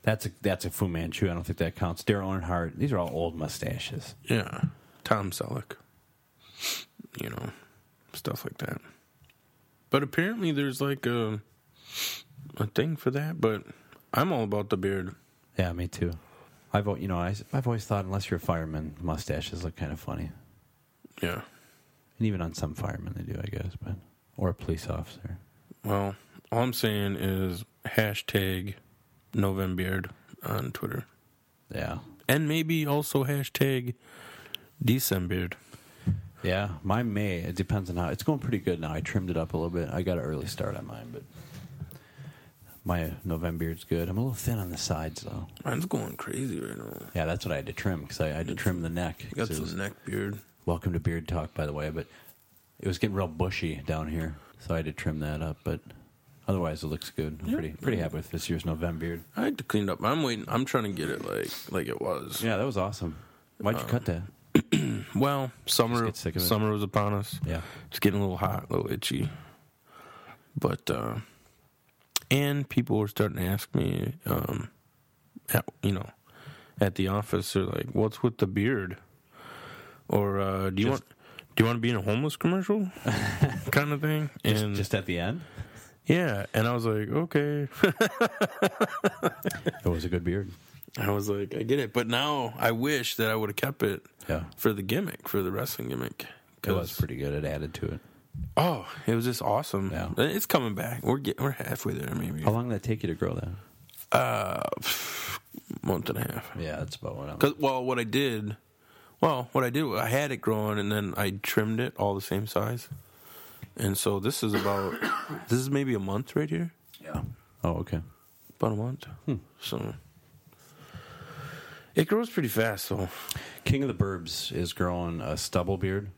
Speaker 3: That's a that's a Fu Manchu. I don't think that counts. Daryl Earnhardt. These are all old mustaches.
Speaker 1: Yeah, Tom Selleck, you know, stuff like that. But apparently, there's like a a thing for that. But I'm all about the beard.
Speaker 3: Yeah, me too. I've al- you know I, have always thought unless you're a fireman, mustaches look kind of funny,
Speaker 1: Yeah.
Speaker 3: and even on some firemen they do, I guess. But or a police officer.
Speaker 1: Well, all I'm saying is hashtag Novembeard on Twitter.
Speaker 3: Yeah,
Speaker 1: And maybe also hashtag Decembeard.
Speaker 3: yeah. My May it depends on how it's going. Pretty good now. I trimmed it up a little bit. I got an early start on mine, but my November beard's good. I'm a little thin on the sides though.
Speaker 1: Mine's going crazy right now.
Speaker 3: Yeah, that's what I had to trim because I, I had to trim the neck.
Speaker 1: I got
Speaker 3: 'cause it was-
Speaker 1: some neck beard.
Speaker 3: welcome to beard talk, by the way, but it was getting real bushy down here, so I had to trim that up. But otherwise, it looks good. I'm pretty pretty happy with this year's November beard.
Speaker 1: I had to clean it up. I'm waiting. I'm trying to get it like like it was.
Speaker 3: Yeah, that was awesome. Uh, Why'd you cut that?
Speaker 1: Well, summer
Speaker 3: get sick of it.
Speaker 1: summer was upon us.
Speaker 3: Yeah,
Speaker 1: It's getting a little hot, a little itchy. But uh and people were starting to ask me, um at, you know, at the office, they're like, "What's with the beard?" Or uh, do you
Speaker 3: Just-
Speaker 1: want do you want to be in a homeless commercial, kind of thing? And
Speaker 3: just at the end.
Speaker 1: yeah, and I was like, okay,
Speaker 3: It was a good beard.
Speaker 1: I was like, I get it. But now I wish that I would have kept it
Speaker 3: Yeah,
Speaker 1: for the gimmick, for the wrestling gimmick.
Speaker 3: it was
Speaker 1: 'Cause-
Speaker 3: pretty good. It added to it.
Speaker 1: Oh, it was just awesome.
Speaker 3: Yeah.
Speaker 1: It's coming back. We're get, we're halfway there, maybe.
Speaker 3: How long did that take you to grow that?
Speaker 1: Uh, month and a half.
Speaker 3: Yeah, that's about what. I'm,
Speaker 1: Cause well, what I did, well, what I did, I had it growing, and then I trimmed it all the same size, and so this is about, this is maybe a month right here,
Speaker 3: yeah. Oh, okay.
Speaker 1: about a month.
Speaker 3: Hmm.
Speaker 1: So it grows pretty fast, so
Speaker 3: King of the Burbs is growing a stubble beard.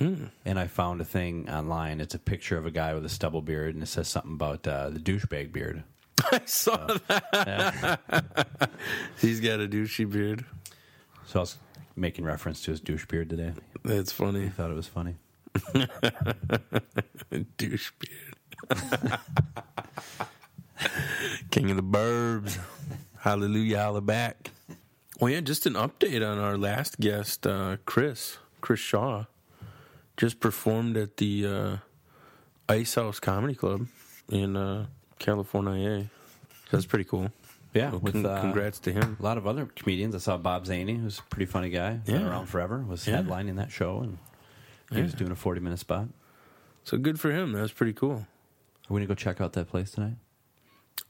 Speaker 3: And I found a thing online. It's a picture of a guy with a stubble beard, and it says something about uh, the douchebag beard.
Speaker 1: I saw
Speaker 3: Oh.
Speaker 1: that. He's got a douchey beard.
Speaker 3: So I was making reference to his douche beard today.
Speaker 1: That's funny.
Speaker 3: I thought it was funny.
Speaker 1: Douche beard. King of the burbs. Hallelujah, holla back. Well, yeah, just an update on our last guest, uh, Chris, Chris Shaw. Just performed at the uh, Ice House Comedy Club in uh, California. That's pretty cool.
Speaker 3: Yeah,
Speaker 1: So
Speaker 3: with
Speaker 1: con-
Speaker 3: uh,
Speaker 1: congrats to him.
Speaker 3: A lot of other comedians. I saw Bob Zaney, who's a pretty funny guy, been
Speaker 1: Yeah.
Speaker 3: around forever, was
Speaker 1: Yeah.
Speaker 3: headlining that show, and he was
Speaker 1: Yeah.
Speaker 3: doing a forty-minute spot.
Speaker 1: So good for him. That's pretty cool.
Speaker 3: Are we gonna go check out that place tonight?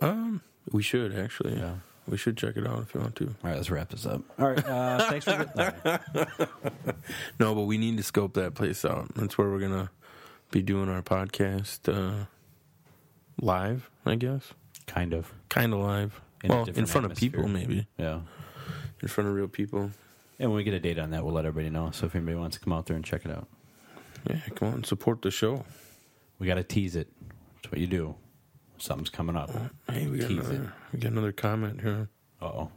Speaker 1: Um, we should actually.
Speaker 3: Yeah.
Speaker 1: We should check it out if you want to.
Speaker 3: All right, let's wrap this up. All right, uh, thanks for. no.
Speaker 1: No, but we need to scope that place out. That's where we're gonna be doing our podcast uh, live, I guess.
Speaker 3: Kind of.
Speaker 1: Kind of live.
Speaker 3: In a
Speaker 1: well, in
Speaker 3: different
Speaker 1: front
Speaker 3: atmosphere.
Speaker 1: of people, maybe.
Speaker 3: Yeah.
Speaker 1: In front of real people.
Speaker 3: And when we get a date on that, we'll let everybody know. So if anybody wants to come out there and check it out,
Speaker 1: Yeah, come on, support the show.
Speaker 3: we got to tease it. That's what you do. Something's coming up.
Speaker 1: Hey, we got
Speaker 3: Tease
Speaker 1: another. We got another comment here.
Speaker 3: Uh oh.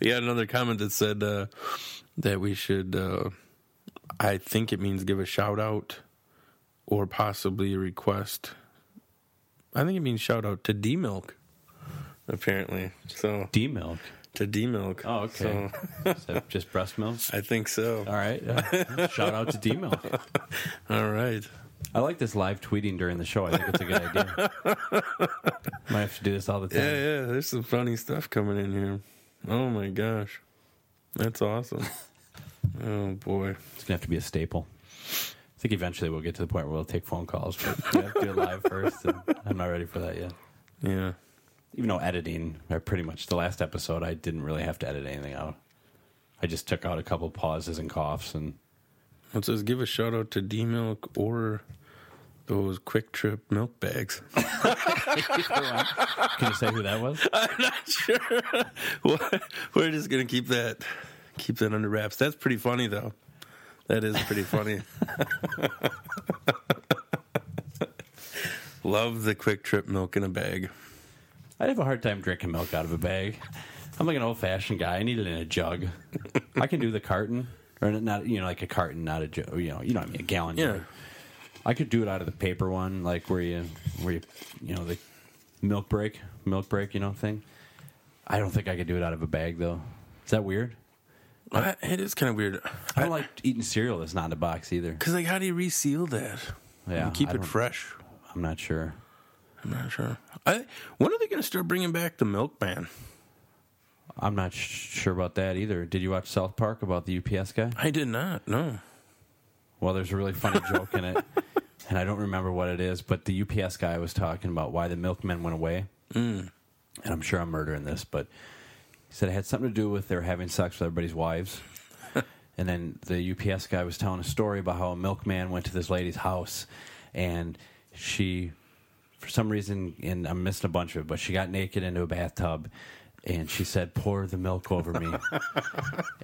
Speaker 1: We got another comment that said uh, that we should. Uh, I think it means give a shout out, or possibly a request. I think it means shout out to D Milk. Apparently, so
Speaker 3: D milk.
Speaker 1: to D Milk.
Speaker 3: Oh, okay. Is that just breast milk?
Speaker 1: I think so.
Speaker 3: All right. yeah. Shout out to D milk.
Speaker 1: All right.
Speaker 3: I like this live tweeting during the show. I think it's a good idea. Might have to do this all the time.
Speaker 1: Yeah, yeah. There's some funny stuff coming in here. Oh my gosh, that's awesome. oh boy.
Speaker 3: It's gonna have to be a staple. I think eventually we'll get to the point where we'll take phone calls, but we have to do it live first. And I'm not ready for that yet.
Speaker 1: Yeah.
Speaker 3: Even though editing, I pretty much the last episode, I didn't really have to edit anything out. I just took out a couple pauses and coughs, and
Speaker 1: It says give a shout out to D Milk or those Quick Trip milk bags.
Speaker 3: can you say who that was?
Speaker 1: I'm not sure. What- We're just gonna keep that keep that under wraps. That's pretty funny though. That is pretty funny. Love the Quick Trip milk in a bag.
Speaker 3: I have a hard time drinking milk out of a bag. I'm like an old fashioned guy. I need it in a jug. I can do the carton, or not, you know, like a carton, not a jug. You know, you know what I mean, a gallon.
Speaker 1: Yeah.
Speaker 3: jug. I could do it out of the paper one, like where you, where you, you know, the milk break, milk break, you know, thing. I don't think I could do it out of a bag though. Is that weird?
Speaker 1: I, it is kind of weird.
Speaker 3: I don't like eating cereal that's not in a box either.
Speaker 1: Cause like, how do you reseal that?
Speaker 3: Yeah,
Speaker 1: And keep
Speaker 3: I
Speaker 1: it
Speaker 3: don't-
Speaker 1: fresh.
Speaker 3: I'm not sure.
Speaker 1: I'm not sure. I when are they gonna start bringing back the milkman?
Speaker 3: I'm not sh- sure about that either. Did you watch South Park about the UPS guy?
Speaker 1: I did not. No.
Speaker 3: Well, there's a really funny joke in it, and I don't remember what it is, but the UPS guy was talking about why the milkmen went away. Mm. And I'm sure I'm murdering this, but he said it had something to do with they were having sex with everybody's wives. and then the UPS guy was telling a story about how a milkman went to this lady's house, and she, for some reason, and I'm missing a bunch of it, but she got naked into a bathtub. And she said, "Pour the milk over me."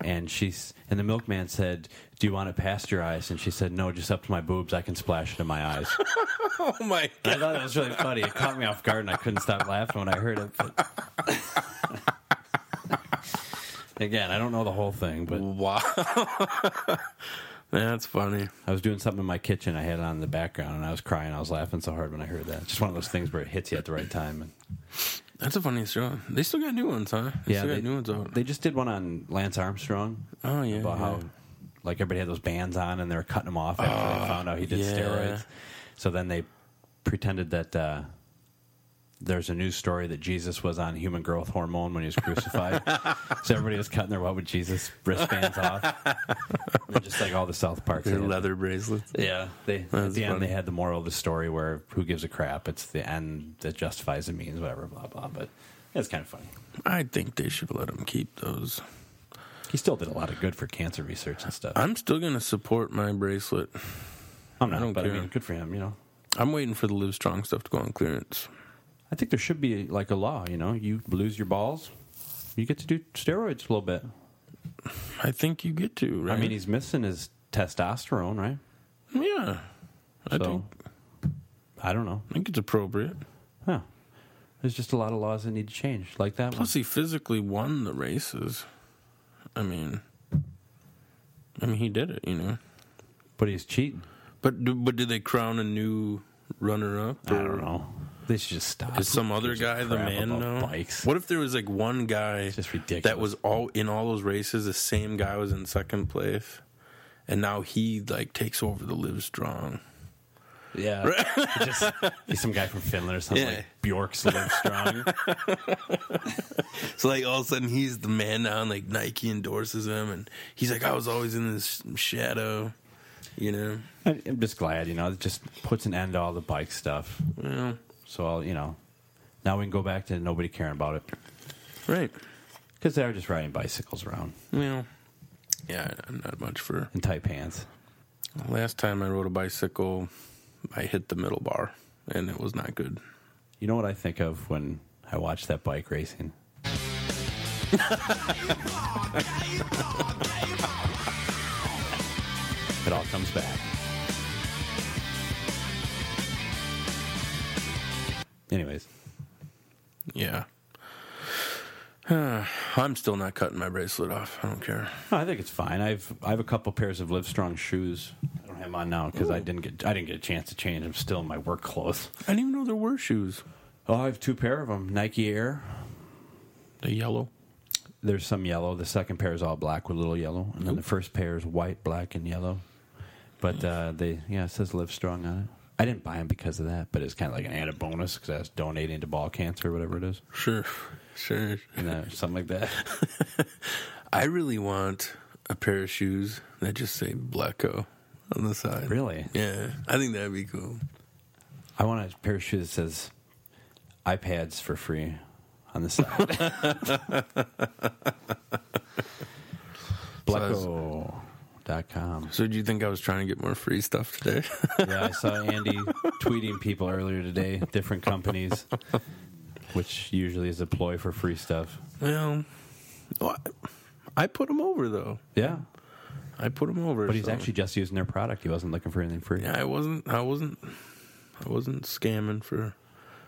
Speaker 3: and she's and the milkman said, "Do you want it past your eyes?" And she said, "No, just up to my boobs. I can splash it in my eyes."
Speaker 1: Oh my
Speaker 3: I thought that was really funny. It caught me off guard, and I couldn't stop laughing when I heard it. But... Again, I don't know the whole thing, but
Speaker 1: Wow. That's funny.
Speaker 3: I was doing something in my kitchen. I had it on in the background, and I was crying. I was laughing so hard when I heard that. Just one of those things where it hits you at the right time. And
Speaker 1: That's a funny show. They still got new ones, huh? They still
Speaker 3: they,
Speaker 1: got new ones out.
Speaker 3: they just did one on Lance Armstrong
Speaker 1: oh yeah.
Speaker 3: about how
Speaker 1: yeah.
Speaker 3: like everybody had those bands on and they were cutting them off after they found out he did
Speaker 1: yeah.
Speaker 3: steroids. So then they pretended that uh, there's a news story that Jesus was on human growth hormone when he was crucified. so everybody was cutting their what would Jesus wristbands off, And just like all the South Park.
Speaker 1: Their
Speaker 3: they had-
Speaker 1: leather bracelets.
Speaker 3: Yeah, they at the
Speaker 1: That's
Speaker 3: end
Speaker 1: funny.
Speaker 3: they had the moral of the story where who gives a crap? It's the end that justifies the means, whatever, blah blah. But it's kind of funny.
Speaker 1: I think they should let them keep those.
Speaker 3: He still did a lot of good for cancer research and stuff.
Speaker 1: I'm still gonna support my bracelet.
Speaker 3: I'm not,
Speaker 1: I don't
Speaker 3: but I
Speaker 1: care.
Speaker 3: mean, good for him, you know.
Speaker 1: I'm waiting for the Live Strong stuff to go on clearance.
Speaker 3: I think there should be like a law, you know, you lose your balls, you get to do steroids a little bit.
Speaker 1: I think you get to. Right?
Speaker 3: I mean, he's missing his testosterone, right?
Speaker 1: yeah. I
Speaker 3: so,
Speaker 1: think
Speaker 3: I don't know.
Speaker 1: I think it's appropriate.
Speaker 3: Huh. There's just a lot of laws that need to change, like that
Speaker 1: Plus, he physically won the races. I mean, I mean he did it, you know.
Speaker 3: But he's cheating.
Speaker 1: But do, but did they crown a new runner up?
Speaker 3: I don't know. They should just stop.
Speaker 1: Is some
Speaker 3: Who
Speaker 1: other
Speaker 3: gives a
Speaker 1: guy the
Speaker 3: crap
Speaker 1: man
Speaker 3: about
Speaker 1: now?
Speaker 3: Bikes.
Speaker 1: What if there was like one guy
Speaker 3: just
Speaker 1: that
Speaker 3: ridiculous.
Speaker 1: was all in all those races? The same guy was in second place, and now he like takes over the live strong.
Speaker 3: Yeah. He just, he's some guy from Finland or something.
Speaker 1: Yeah.
Speaker 3: Like Bjork's Livestrong.
Speaker 1: So like all of a sudden he's the man now, and like Nike endorses him, and he's like, I was always in this shadow, you know.
Speaker 3: I- I'm just glad, you know, it just puts an end to all the bike stuff.
Speaker 1: Yeah,
Speaker 3: So, I'll, you know, now we can go back to nobody caring about it
Speaker 1: right.
Speaker 3: because they're just riding bicycles around
Speaker 1: Well, yeah, I'm not much for.
Speaker 3: in tight pants.
Speaker 1: Last time I rode a bicycle, I hit the middle bar, and it was not good.
Speaker 3: You know what I think of when I watch that bike racing? it all comes back. Anyways,
Speaker 1: Yeah. I'm still not cutting my bracelet off. I don't care.
Speaker 3: no, I think it's fine. I've I have a couple pairs of Livestrong shoes. I don't have them on now because I didn't get I didn't get a chance to change. I'm still in my work clothes.
Speaker 1: I didn't even know there were shoes.
Speaker 3: Oh, I have two pair of them. Nike Air.
Speaker 1: The yellow.
Speaker 3: There's some yellow. The second pair is all black with a little yellow, and then the first pair is white, black, and yellow. But uh, they, yeah, it says "Live Strong" on it. I didn't buy them because of that, but it's kind of like an added bonus because I was donating to ball cancer or whatever it is,
Speaker 1: Sure. Sure.
Speaker 3: and uh, something like that.
Speaker 1: I really want a pair of shoes that just say Blacko on the side.
Speaker 3: Really,
Speaker 1: Yeah. I think that'd be cool.
Speaker 3: I want a pair of shoes that says "iPads for free" on the side. Blacko.com.
Speaker 1: So, do you think I was trying to get more free stuff today?
Speaker 3: Yeah, I saw Andy tweeting people earlier today, different companies, which usually is a ploy for free stuff.
Speaker 1: well, well, I put him over, though.
Speaker 3: Yeah,
Speaker 1: I put him over.
Speaker 3: but he's
Speaker 1: so-
Speaker 3: actually just using their product. He wasn't looking for anything free.
Speaker 1: Yeah, I wasn't. I wasn't. I wasn't scamming for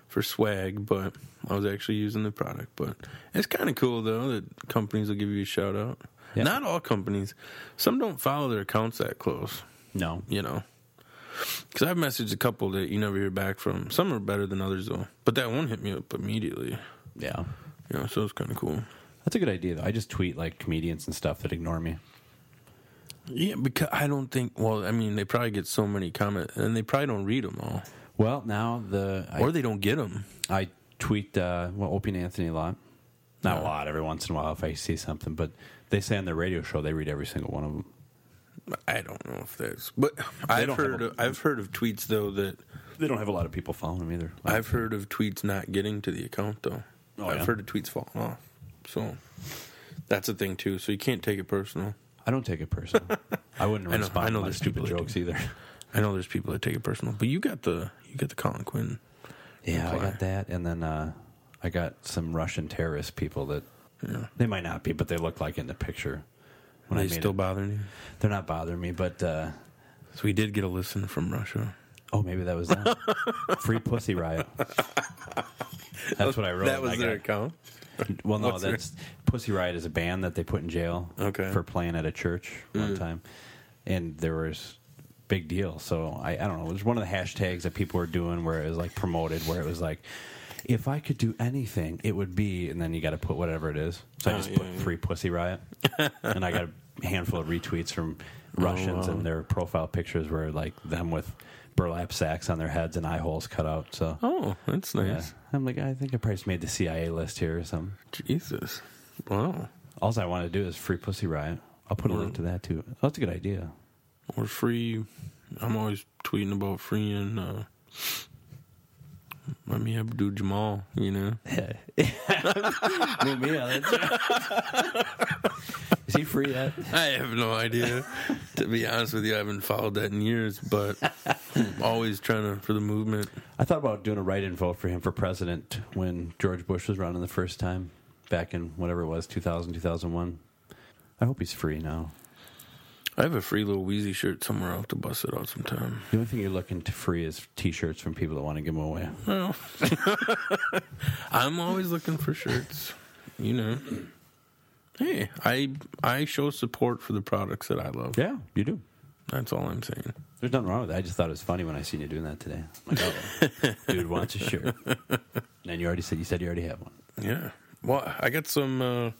Speaker 1: for swag, but I was actually using the product. But it's kind of cool though that companies will give you a shout out.
Speaker 3: Yeah.
Speaker 1: Not all companies. Some don't follow their accounts that close.
Speaker 3: No,
Speaker 1: You know. Because I've messaged a couple that you never hear back from. Some are better than others, though. But that one hit me up immediately.
Speaker 3: yeah,
Speaker 1: You know, so it's kind of cool.
Speaker 3: that's a good idea. though. I just tweet like comedians and stuff that ignore me.
Speaker 1: Yeah, because I don't think. Well, I mean, they probably get so many comments, and they probably don't read them all,
Speaker 3: Well, now the I,
Speaker 1: or they don't get them.
Speaker 3: I tweet uh, well Opie and Anthony a lot. Not a
Speaker 1: Yeah.
Speaker 3: lot. Every once in a while, if I see something, but they say on their radio show they read every single one of them.
Speaker 1: I don't know if that's, but I've
Speaker 3: don't have
Speaker 1: heard
Speaker 3: a-
Speaker 1: of, I've heard of tweets though that
Speaker 3: They don't have a lot of people following them either.
Speaker 1: I've heard of tweets not getting to the account though.
Speaker 3: Oh,
Speaker 1: I've
Speaker 3: yeah?
Speaker 1: heard of tweets falling off, so that's a thing too. So you can't take it personal.
Speaker 3: I don't take it personal. I wouldn't
Speaker 1: I know-
Speaker 3: respond
Speaker 1: I know
Speaker 3: to my
Speaker 1: there's
Speaker 3: stupid
Speaker 1: people that do.
Speaker 3: jokes either.
Speaker 1: I know there's people that take it personal, but you got the you got the Colin Quinn.
Speaker 3: Yeah, I
Speaker 1: reply.
Speaker 3: got that, and then uh, I got some Russian terrorist people that
Speaker 1: Yeah.
Speaker 3: they might not be, but they look like in the picture. When
Speaker 1: Are
Speaker 3: I
Speaker 1: they
Speaker 3: made
Speaker 1: still
Speaker 3: it.
Speaker 1: bothering you?
Speaker 3: they're not bothering me, but uh,
Speaker 1: So we did get a listen from Russia.
Speaker 3: oh, maybe that was them. free pussy riot. That's what I wrote.
Speaker 1: That was
Speaker 3: I got-
Speaker 1: their account.
Speaker 3: well, no,
Speaker 1: what's their-
Speaker 3: that's pussy riot is a band that they put in jail
Speaker 1: Okay. Mm.
Speaker 3: for playing at a church one time, and there was big deal. So I, I don't know. It was one of the hashtags that people were doing where it was like promoted, where it was like. If I could do anything, it would be, and then you got to put whatever it is. So I
Speaker 1: Oh,
Speaker 3: just
Speaker 1: yeah,
Speaker 3: put
Speaker 1: yeah.
Speaker 3: free pussy riot, and I got a handful of retweets from Russians,
Speaker 1: Oh, wow.
Speaker 3: and their profile pictures were like them with burlap sacks on their heads and eye holes cut out. So
Speaker 1: Oh, that's
Speaker 3: yeah.
Speaker 1: nice.
Speaker 3: I'm like, I think I probably just made the CIA list here or something.
Speaker 1: Jesus, wow,
Speaker 3: All I want to do is free Pussy Riot. I'll put a link to that too. That's a good idea.
Speaker 1: or free. I'm always tweeting about freeing. Uh, let me Abdul Jamal. You know.
Speaker 3: Is he free yet?
Speaker 1: I have no idea. to be honest with you, I haven't followed that in years, but I'm always trying to for the movement.
Speaker 3: I thought about doing a write-in vote for him for president when George Bush was running the first time back in whatever it was, 2000, 2001. I hope he's free now.
Speaker 1: I have a free little Wheezy shirt somewhere. I'll have to bust it out sometime.
Speaker 3: The only thing you're looking to free is T-shirts from people that want to give them away.
Speaker 1: Well, I'm always looking for shirts. You know, Hey, I I show support for the products that I love.
Speaker 3: Yeah, you do.
Speaker 1: That's all I'm saying.
Speaker 3: There's nothing wrong with that. I just thought it was funny when I seen you doing that today. I'm like, oh, dude wants a shirt. And then you already said you said you already have one.
Speaker 1: Yeah. Well, I got some. Uh,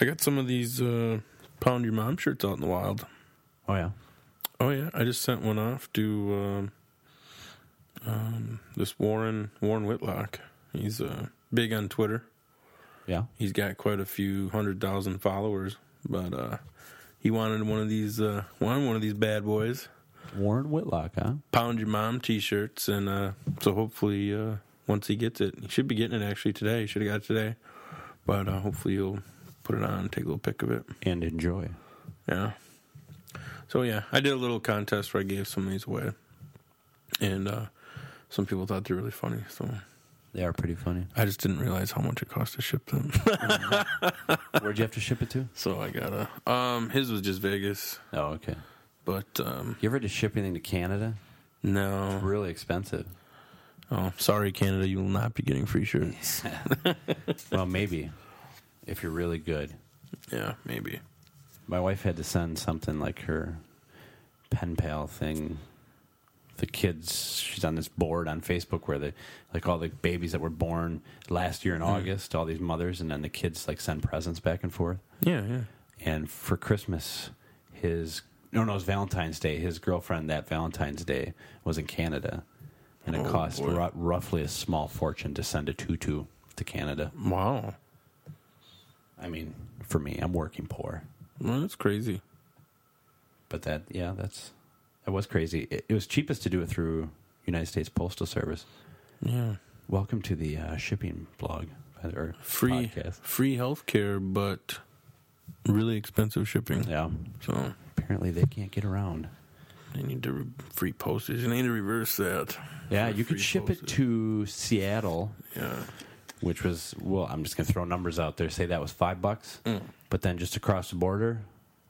Speaker 1: I got some of these uh, pound your mom shirts out in the wild.
Speaker 3: Oh yeah.
Speaker 1: Oh yeah, I just sent one off to um, um, this Warren Warren Whitlock. He's uh, big on Twitter.
Speaker 3: Yeah.
Speaker 1: He's got quite a few hundred thousand followers, but uh, he wanted one of these uh, wanted one of these bad boys.
Speaker 3: Warren Whitlock, huh?
Speaker 1: Pound your mom T-shirts, and uh, so hopefully uh, once he gets it, he should be getting it actually today. He should have got it today, but uh, hopefully you'll put it on, take a little pic of it.
Speaker 3: And enjoy.
Speaker 1: Yeah. So yeah, I did a little contest where I gave some of these away, and uh, some people thought they were really funny. So
Speaker 3: They are pretty funny.
Speaker 1: I just didn't realize how much it cost to ship them.
Speaker 3: Where'd you have to ship it to?
Speaker 1: so I gotta. Um, his was just Vegas,
Speaker 3: Oh, okay.
Speaker 1: but um,
Speaker 3: You ever had to ship anything to Canada?
Speaker 1: no.
Speaker 3: Really expensive.
Speaker 1: Oh, sorry, Canada, you will not be getting free shirts.
Speaker 3: Well, maybe if you're really good.
Speaker 1: Yeah, maybe.
Speaker 3: My wife had to send something like her pen pal thing. The kids, she's on this board on Facebook where they, like all the babies that were born last year in August, all these mothers, and then the kids like send presents back and forth.
Speaker 1: Yeah, yeah.
Speaker 3: And for Christmas, his no, no, it was Valentine's Day. His girlfriend that Valentine's Day was in Canada, and it
Speaker 1: Oh,
Speaker 3: cost
Speaker 1: boy.
Speaker 3: ru- roughly a small fortune to send a tutu to Canada.
Speaker 1: Wow,
Speaker 3: I mean, for me, I'm working poor.
Speaker 1: well, that's crazy.
Speaker 3: But that, yeah, that's that was crazy. It, it was cheapest to do it through United States Postal Service.
Speaker 1: Yeah,
Speaker 3: Welcome to the uh, shipping blog uh, or
Speaker 1: free
Speaker 3: podcast.
Speaker 1: free healthcare, but really expensive shipping.
Speaker 3: Yeah,
Speaker 1: So
Speaker 3: apparently they can't get around.
Speaker 1: they need to re- free postage. They need to reverse that.
Speaker 3: Yeah,
Speaker 1: For
Speaker 3: you could
Speaker 1: free
Speaker 3: ship it
Speaker 1: postage.
Speaker 3: to Seattle,
Speaker 1: Yeah.
Speaker 3: which was well. I'm just gonna throw numbers out there. Say that was five bucks,
Speaker 1: Mm.
Speaker 3: but then just across the border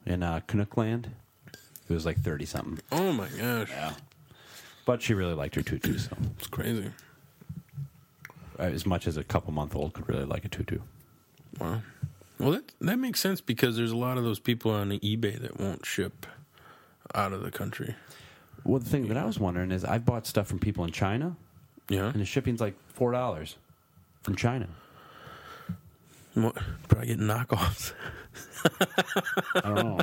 Speaker 3: in uh, Canuck Land, it was like thirty something.
Speaker 1: Oh my gosh,
Speaker 3: Yeah, but she really liked her tutu, so
Speaker 1: it's crazy.
Speaker 3: uh, as much as a couple month old could really like a tutu.
Speaker 1: Wow. Well, that that makes sense because there's a lot of those people on eBay that won't ship out of the country.
Speaker 3: Well, the thing that I was wondering is, I've bought stuff from people in China,
Speaker 1: Yeah.
Speaker 3: and the shipping's like four dollars from China.
Speaker 1: Mo- Probably get knockoffs.
Speaker 3: I don't know.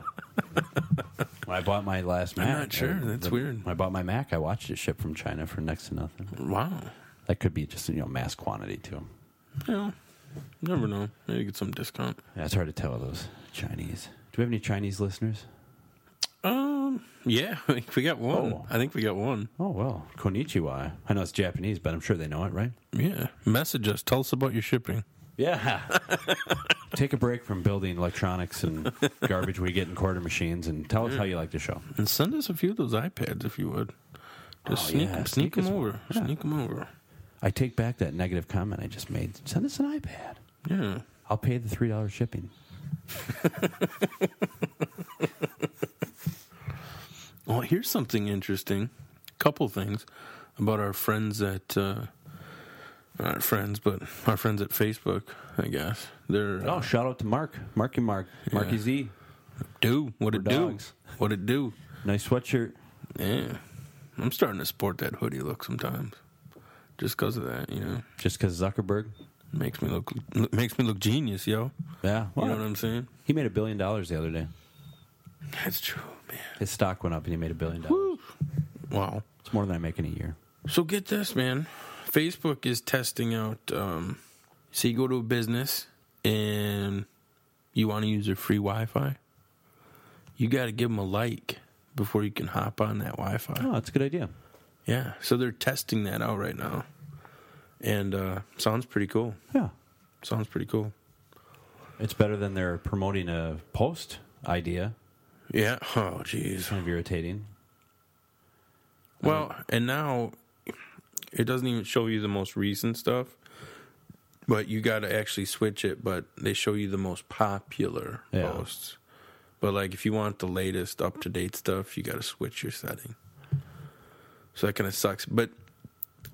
Speaker 3: when I bought my last Mac,
Speaker 1: I'm not sure.
Speaker 3: uh,
Speaker 1: That's
Speaker 3: the-
Speaker 1: weird.
Speaker 3: When I bought my Mac, I watched it ship from China for next to nothing.
Speaker 1: Wow.
Speaker 3: That could be just you know mass quantity too.
Speaker 1: Yeah. Never know. Maybe get some discount.
Speaker 3: Yeah, it's hard to tell with those Chinese. Do we have any Chinese listeners?
Speaker 1: Um. Yeah. I think we got one.
Speaker 3: Oh.
Speaker 1: I think we got one.
Speaker 3: Oh well, konnichiwa. I know it's Japanese, but I'm sure they know it, right?
Speaker 1: Yeah. Message us. Tell us about your shipping.
Speaker 3: Yeah. Take a break from building electronics and garbage we get in quarter machines, and tell us how you like the show.
Speaker 1: And send us a few of those iPads if you would. Just
Speaker 3: Oh,
Speaker 1: sneak,
Speaker 3: yeah,
Speaker 1: sneak,
Speaker 3: sneak us
Speaker 1: them
Speaker 3: one.
Speaker 1: over.
Speaker 3: Yeah.
Speaker 1: Sneak them over.
Speaker 3: I take back that negative comment I just made. Send us an iPad.
Speaker 1: Yeah.
Speaker 3: I'll pay the three dollars shipping.
Speaker 1: Well, here's something interesting. Couple things about our friends at uh, not our friends, but our friends at Facebook. I guess they're
Speaker 3: Oh,
Speaker 1: uh,
Speaker 3: shout out to Mark, Marky Mark, Marky
Speaker 1: Yeah.
Speaker 3: Z.
Speaker 1: do what it
Speaker 3: We're
Speaker 1: do,
Speaker 3: dogs.
Speaker 1: what it do.
Speaker 3: Nice sweatshirt.
Speaker 1: Yeah, I'm starting to sport that hoodie look sometimes, just because of that. You know,
Speaker 3: Just because Zuckerberg.
Speaker 1: makes me look makes me look genius, yo.
Speaker 3: Yeah, well,
Speaker 1: You know what I'm saying?
Speaker 3: he made a billion dollars the other day.
Speaker 1: That's true, man.
Speaker 3: His stock went up, and he made a billion dollars.
Speaker 1: Wow.
Speaker 3: It's more than I make in a year.
Speaker 1: So get this, man. Facebook is testing out. Um, so you go to a business and you want to use their free Wi-Fi. You got to give them a like before you can hop on that Wi-Fi.
Speaker 3: Oh, that's a good idea.
Speaker 1: Yeah. So they're testing that out right now, and uh, sounds pretty cool.
Speaker 3: Yeah,
Speaker 1: Sounds pretty cool.
Speaker 3: it's better than they're promoting a post idea.
Speaker 1: Yeah. Oh, jeez.
Speaker 3: It's kind of irritating.
Speaker 1: Well, and now it doesn't even show you the most recent stuff, but you got to actually switch it. But they show you the most popular
Speaker 3: Yeah.
Speaker 1: posts. But like, if you want the latest up to date stuff, you got to switch your setting. So that kind of sucks. But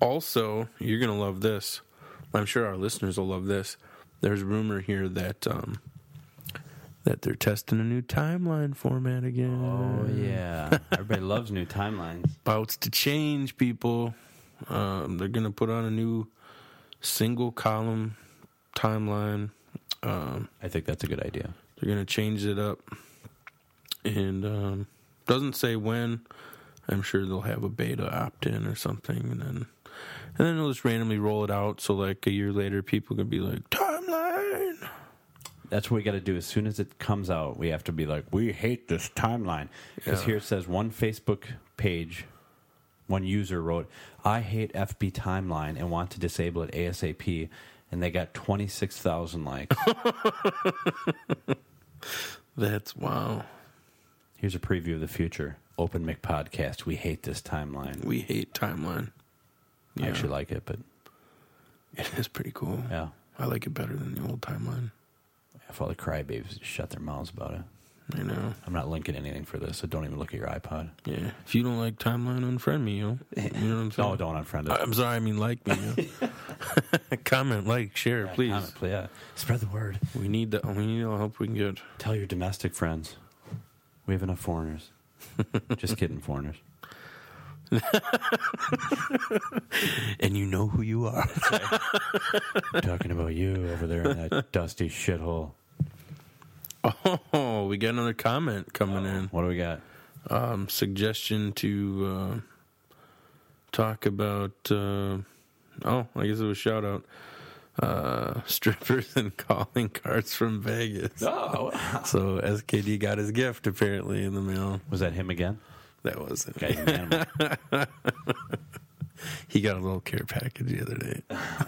Speaker 1: also, you're gonna love this. I'm sure our listeners will love this. There's rumor here that um, that they're testing a new timeline format again.
Speaker 3: Oh yeah, everybody loves new timelines.
Speaker 1: Bouts to change, people. Um, they're gonna put on a new single column timeline. Um,
Speaker 3: I think that's a good idea.
Speaker 1: they're gonna change it up, and um, doesn't say when. I'm sure they'll have a beta opt in or something, and then and then they'll just randomly roll it out. So like a year later, people could be like timeline.
Speaker 3: That's what we got to do. As soon as it comes out, we have to be like, we hate this timeline. Because
Speaker 1: Yeah.
Speaker 3: here it says one Facebook page, one user wrote, I hate FB timeline and want to disable it ASAP. And they got 26,000 likes.
Speaker 1: That's wow.
Speaker 3: Here's a preview of the future Open Mic Podcast. We hate this timeline.
Speaker 1: We hate timeline.
Speaker 3: I actually like it, but
Speaker 1: it is pretty cool.
Speaker 3: yeah.
Speaker 1: I like it better than the old timeline.
Speaker 3: If all the crybabies shut their mouths about it.
Speaker 1: I know.
Speaker 3: I'm not linking anything for this, so don't even look at your iPod.
Speaker 1: Yeah. If you don't like timeline, unfriend me, yo. You know what I'm saying?
Speaker 3: No, don't unfriend
Speaker 1: I-
Speaker 3: us.
Speaker 1: I'm sorry. I mean, like me. Yo. Comment, like, share, please.
Speaker 3: Comment, please. Yeah. Spread the word.
Speaker 1: We need the we need all the help we can get.
Speaker 3: Tell your domestic friends. We have enough foreigners. Just kidding, foreigners.
Speaker 1: And you know who you are.
Speaker 3: Talking about you over there in that dusty shithole.
Speaker 1: oh, we got another comment coming in.
Speaker 3: What do we got?
Speaker 1: Um, suggestion to uh, talk about. Uh, oh, I guess it was shout out. Uh, strippers and calling cards from Vegas.
Speaker 3: Oh,
Speaker 1: So SKD got his gift apparently in the mail.
Speaker 3: was that him again?
Speaker 1: That wasn't.
Speaker 3: Guy's an animal.
Speaker 1: He got a little care package the other day.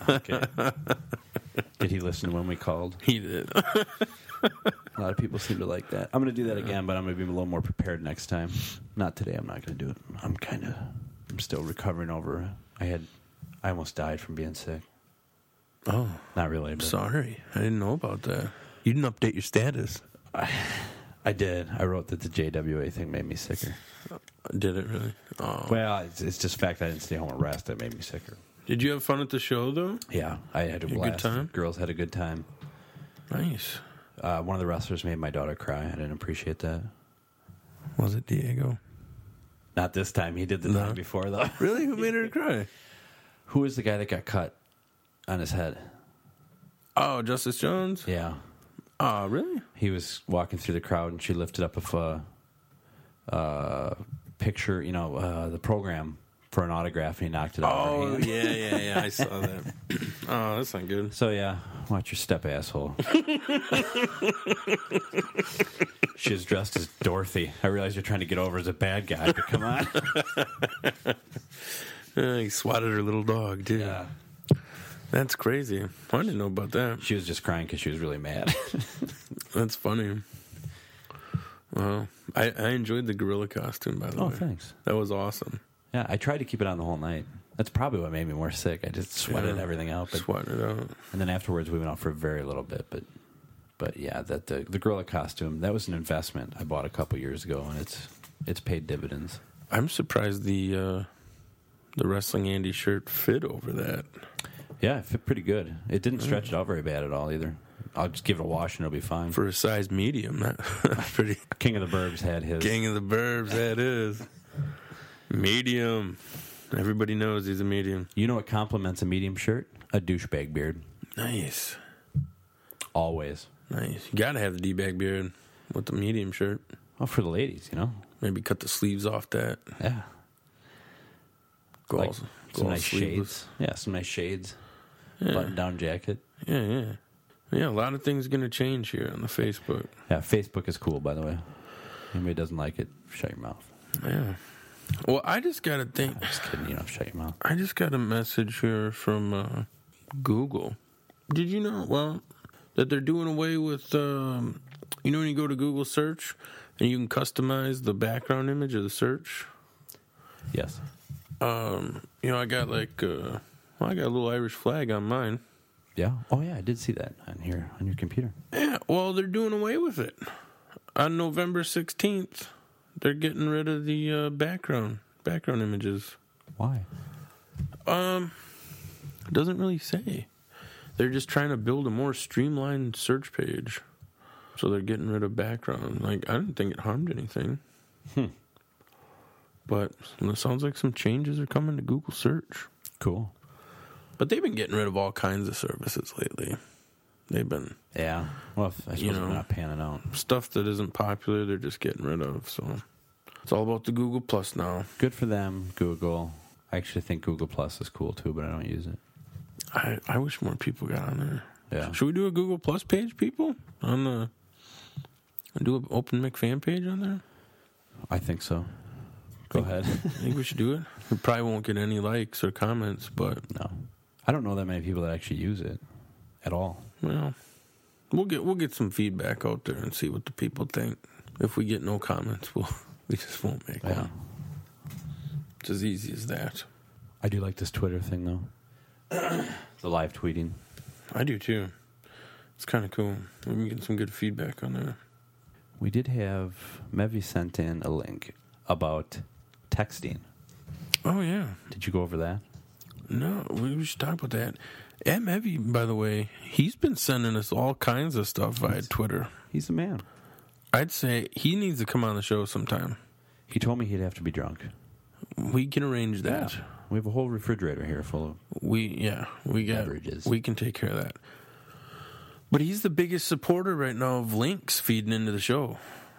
Speaker 3: Okay. Did he listen when we called?
Speaker 1: He did.
Speaker 3: A lot of people seem to like that. I'm going to do that again, but I'm going to be a little more prepared next time. Not today. I'm not going to do it. I'm kind of. I'm still recovering over. I had. I almost died from being sick.
Speaker 1: Oh,
Speaker 3: Not really. But
Speaker 1: sorry. I didn't know about that. You didn't update your status.
Speaker 3: I did. I wrote that the JWA thing made me sicker.
Speaker 1: Did it really? Oh.
Speaker 3: Well, it's, it's just the fact that I didn't stay home and rest that made me sicker.
Speaker 1: Did you have fun at the show though?
Speaker 3: Yeah, I had a
Speaker 1: good
Speaker 3: blast.
Speaker 1: time?
Speaker 3: Girls had a good time.
Speaker 1: Nice.
Speaker 3: Uh, one of the wrestlers made my daughter cry. I didn't appreciate that.
Speaker 1: Was it Diego?
Speaker 3: Not this time. He did the
Speaker 1: No.
Speaker 3: time before though.
Speaker 1: Really? Who made her cry?
Speaker 3: Who was the guy that got cut on his head?
Speaker 1: Oh, Justice Jones?
Speaker 3: Yeah,
Speaker 1: Oh, really?
Speaker 3: he was walking through the crowd and she lifted up a f- uh, uh, picture, you know, uh, the program for an autograph, and he knocked it out. of her
Speaker 1: Oh,
Speaker 3: hand.
Speaker 1: yeah, yeah, yeah. I saw that. oh, that's not good.
Speaker 3: So yeah, watch your step, asshole. she was dressed as Dorothy. I realize you're trying to get over as a bad guy, but come on.
Speaker 1: Yeah, he swatted her little dog, dude.
Speaker 3: Yeah.
Speaker 1: That's crazy. I didn't know about that.
Speaker 3: She was just crying because she was really mad.
Speaker 1: That's funny. Well, I, I enjoyed the gorilla costume by the
Speaker 3: Oh,
Speaker 1: way.
Speaker 3: thanks.
Speaker 1: That was awesome.
Speaker 3: yeah, I tried to keep it on the whole night. That's probably what made me more sick. I just sweated
Speaker 1: Yeah.
Speaker 3: everything out, but,
Speaker 1: Sweating it out.
Speaker 3: and then afterwards we went out for a very little bit. But but yeah, that the the gorilla costume that was an investment I bought a couple years ago, and it's it's paid dividends.
Speaker 1: I'm surprised the uh, the wrestling Andy shirt fit over that.
Speaker 3: Yeah, it fit pretty good. It didn't stretch it out very bad at all either. I'll just give it a wash and it'll be fine.
Speaker 1: For a size medium, that- that's pretty
Speaker 3: King of the Burbs had his.
Speaker 1: gang of the burbs that is. Medium. Everybody knows he's a medium.
Speaker 3: You know what compliments a medium shirt? A douchebag beard.
Speaker 1: Nice.
Speaker 3: Always.
Speaker 1: Nice. You gotta have the D bag beard with the medium shirt.
Speaker 3: Well, for the ladies, you know?
Speaker 1: Maybe cut the sleeves off that.
Speaker 3: Yeah.
Speaker 1: Go
Speaker 3: Like
Speaker 1: all,
Speaker 3: some
Speaker 1: go all
Speaker 3: nice
Speaker 1: sleeveless.
Speaker 3: shades. Yeah, some nice shades. Button down jacket.
Speaker 1: Yeah, yeah. Yeah, a lot of things gonna change here on the Facebook.
Speaker 3: Yeah, Facebook is cool, by the way. Anybody doesn't like it, shut your mouth.
Speaker 1: Yeah. Well, I just got a thing.
Speaker 3: Just kidding, you don't have to shut your mouth.
Speaker 1: I just got a message here from uh, Google. Did you know? Well, that they're doing away with. Um, you know, when you go to Google search and you can customize the background image of the search.
Speaker 3: Yes.
Speaker 1: Um, you know, I got like, uh, well, I got a little Irish flag on mine.
Speaker 3: Yeah. Oh, yeah, I did see that on here on your computer.
Speaker 1: Yeah, well, they're doing away with it. On November 16th, they're getting rid of the uh, background background images.
Speaker 3: Why?
Speaker 1: Um it doesn't really say. They're just trying to build a more streamlined search page. So they're getting rid of background. Like I didn't think it harmed anything. But it sounds like some changes are coming to Google search.
Speaker 3: Cool.
Speaker 1: But they've been getting rid of all kinds of services lately. They've been
Speaker 3: Yeah. Well, if, I suppose
Speaker 1: You
Speaker 3: if
Speaker 1: know.
Speaker 3: they're not panning out.
Speaker 1: stuff that isn't popular, they're just getting rid of. So it's all about the Google Plus now.
Speaker 3: Good for them, Google. I actually think Google Plus is cool too, but I don't use it.
Speaker 1: I, I wish more people got on there.
Speaker 3: Yeah.
Speaker 1: Should we do a Google Plus page, people? On the do an open mic fan page on there?
Speaker 3: I think so. Go ahead.
Speaker 1: I think we should do it. We probably won't get any likes or comments, but
Speaker 3: no. I don't know that many people that actually use it at all.
Speaker 1: well, we'll get we'll get some feedback out there and see what the people think. If we get no comments, we'll we just won't make
Speaker 3: Yeah.
Speaker 1: one. It's as easy as that.
Speaker 3: I do like this Twitter thing though. the live tweeting.
Speaker 1: I do too. It's kind of cool. We've been getting some good feedback on there.
Speaker 3: We did have Mevi sent in a link about texting.
Speaker 1: Oh yeah.
Speaker 3: Did you go over that?
Speaker 1: No, we we should talk about that. M. Evie, by the way, he's been sending us all kinds of stuff via Twitter.
Speaker 3: He's a man.
Speaker 1: I'd say he needs to come on the show sometime.
Speaker 3: He told me he'd have to be drunk.
Speaker 1: We can arrange that.
Speaker 3: We have a whole refrigerator here full of
Speaker 1: We yeah, we got
Speaker 3: Beverages.
Speaker 1: we can take care of that. But he's the biggest supporter right now of links feeding into the show.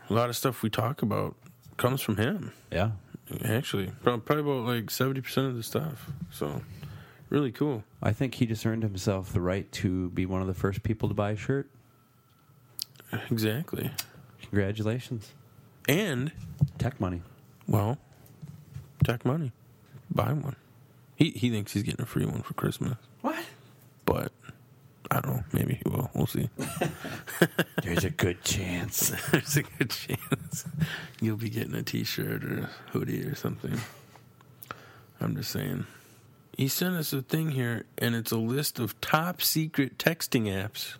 Speaker 1: A lot of stuff we talk about comes from him.
Speaker 3: Yeah.
Speaker 1: Actually, Prob- probably about like seventy percent of the stuff. So, really cool.
Speaker 3: I think he just earned himself the right to be one of the first people to buy a shirt.
Speaker 1: Exactly.
Speaker 3: Congratulations.
Speaker 1: And
Speaker 3: Tech money.
Speaker 1: well, tech money, buy one. He he thinks he's getting a free one for Christmas,
Speaker 3: What?
Speaker 1: but I don't know. Maybe he will. We'll see.
Speaker 3: There's a good chance.
Speaker 1: There's a good chance you'll be getting a T-shirt or a hoodie or something. I'm just saying. He sent us a thing here, and it's a list of top secret texting apps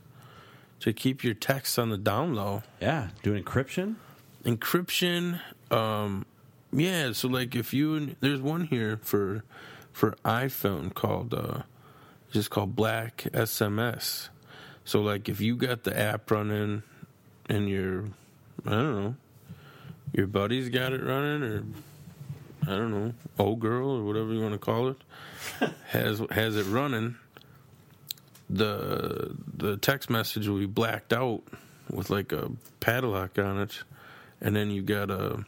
Speaker 1: to keep your texts on the down low.
Speaker 3: Yeah. Doing encryption?
Speaker 1: encryption um yeah so like if you and there's one here for for iphone called uh it's just called black sms so like if you got the app running and your i don't know your buddy's got it running or i don't know old girl or whatever you want to call it has has it running the the text message will be blacked out with like a padlock on it and then you got a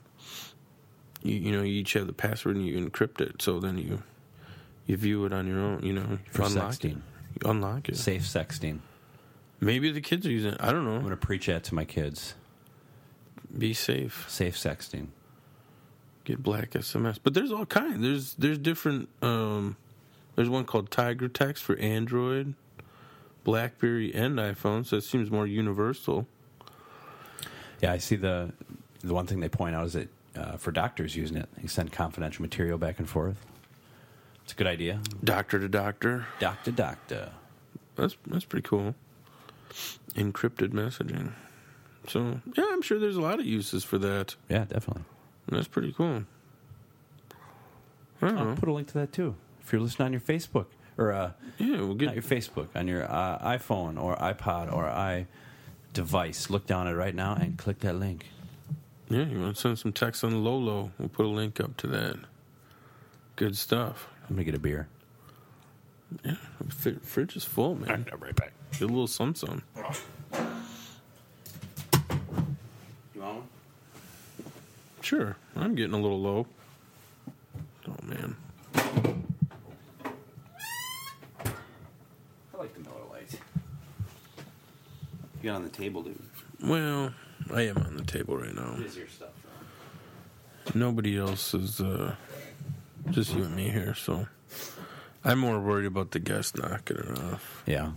Speaker 1: you, you know you each have the password and you encrypt it so then you you view it on your own you know
Speaker 3: For
Speaker 1: unlock it
Speaker 3: sexting.
Speaker 1: you unlock it
Speaker 3: Safe sexting.
Speaker 1: maybe the kids are using it i don't
Speaker 3: I'm
Speaker 1: know
Speaker 3: going to preach that to my kids.
Speaker 1: be safe
Speaker 3: Safe sexting.
Speaker 1: get black SMS. But there's all kinds. There's there's different. Um, there's one called Tiger Text for Android, BlackBerry, and iPhone. So it seems more universal.
Speaker 3: Yeah, I see the the one thing they point out is that uh, for doctors using it, you send confidential material back and forth. It's a good idea.
Speaker 1: Doctor to doctor.
Speaker 3: Doctor, doctor.
Speaker 1: That's that's pretty cool. Encrypted messaging. So yeah, I'm sure there's a lot of uses for that.
Speaker 3: Yeah, definitely.
Speaker 1: That's pretty cool. I don't
Speaker 3: I'll
Speaker 1: know.
Speaker 3: put a link to that too. If you're listening on your Facebook or uh,
Speaker 1: Yeah, we'll
Speaker 3: not your
Speaker 1: get.
Speaker 3: Facebook, on your uh, iPhone or iPod or i device, look down at it right now and click that link.
Speaker 1: Yeah, you want to send some text on Lolo? We'll put a link up to that. Good stuff.
Speaker 3: I'm gonna get a beer.
Speaker 1: Yeah, fr- fridge is full, man.
Speaker 4: I'll be right back.
Speaker 1: Get a little some some.
Speaker 3: You want one?
Speaker 1: Sure, I'm getting a little low. Oh man,
Speaker 3: I like the Miller Lite. You got on the table, dude.
Speaker 1: well, I am on the table right now.
Speaker 3: What is your stuff?
Speaker 1: Nobody else is, uh, just you and me here. So I'm more worried about the guests knocking it off.
Speaker 3: Yeah,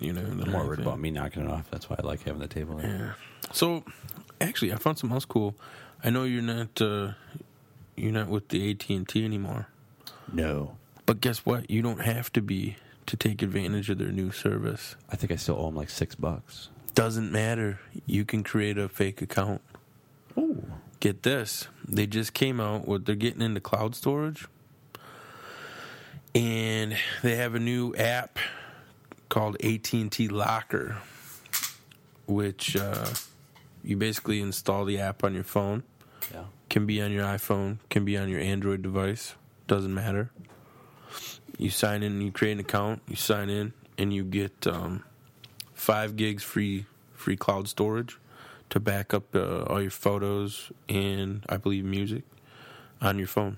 Speaker 1: You know, than
Speaker 3: I'm more worried
Speaker 1: anything.
Speaker 3: about me knocking it off. That's why I like having the table. There.
Speaker 1: Yeah. So, actually, I found something else cool. I know you're not, uh, you're not with the AT and T anymore.
Speaker 3: No.
Speaker 1: But guess what? You don't have to be to take advantage of their new service.
Speaker 3: I think I still owe him like six bucks.
Speaker 1: Doesn't matter. You can create a fake account.
Speaker 3: Oh.
Speaker 1: Get this. They just came out with they're getting into cloud storage. And they have a new app called AT&T Locker. which uh, you basically install the app on your phone.
Speaker 3: Yeah.
Speaker 1: Can be on your iPhone, can be on your Android device. Doesn't matter. You sign in, you create an account, you sign in, and you get um, five gigs free free cloud storage to back up uh, all your photos and I believe music on your phone.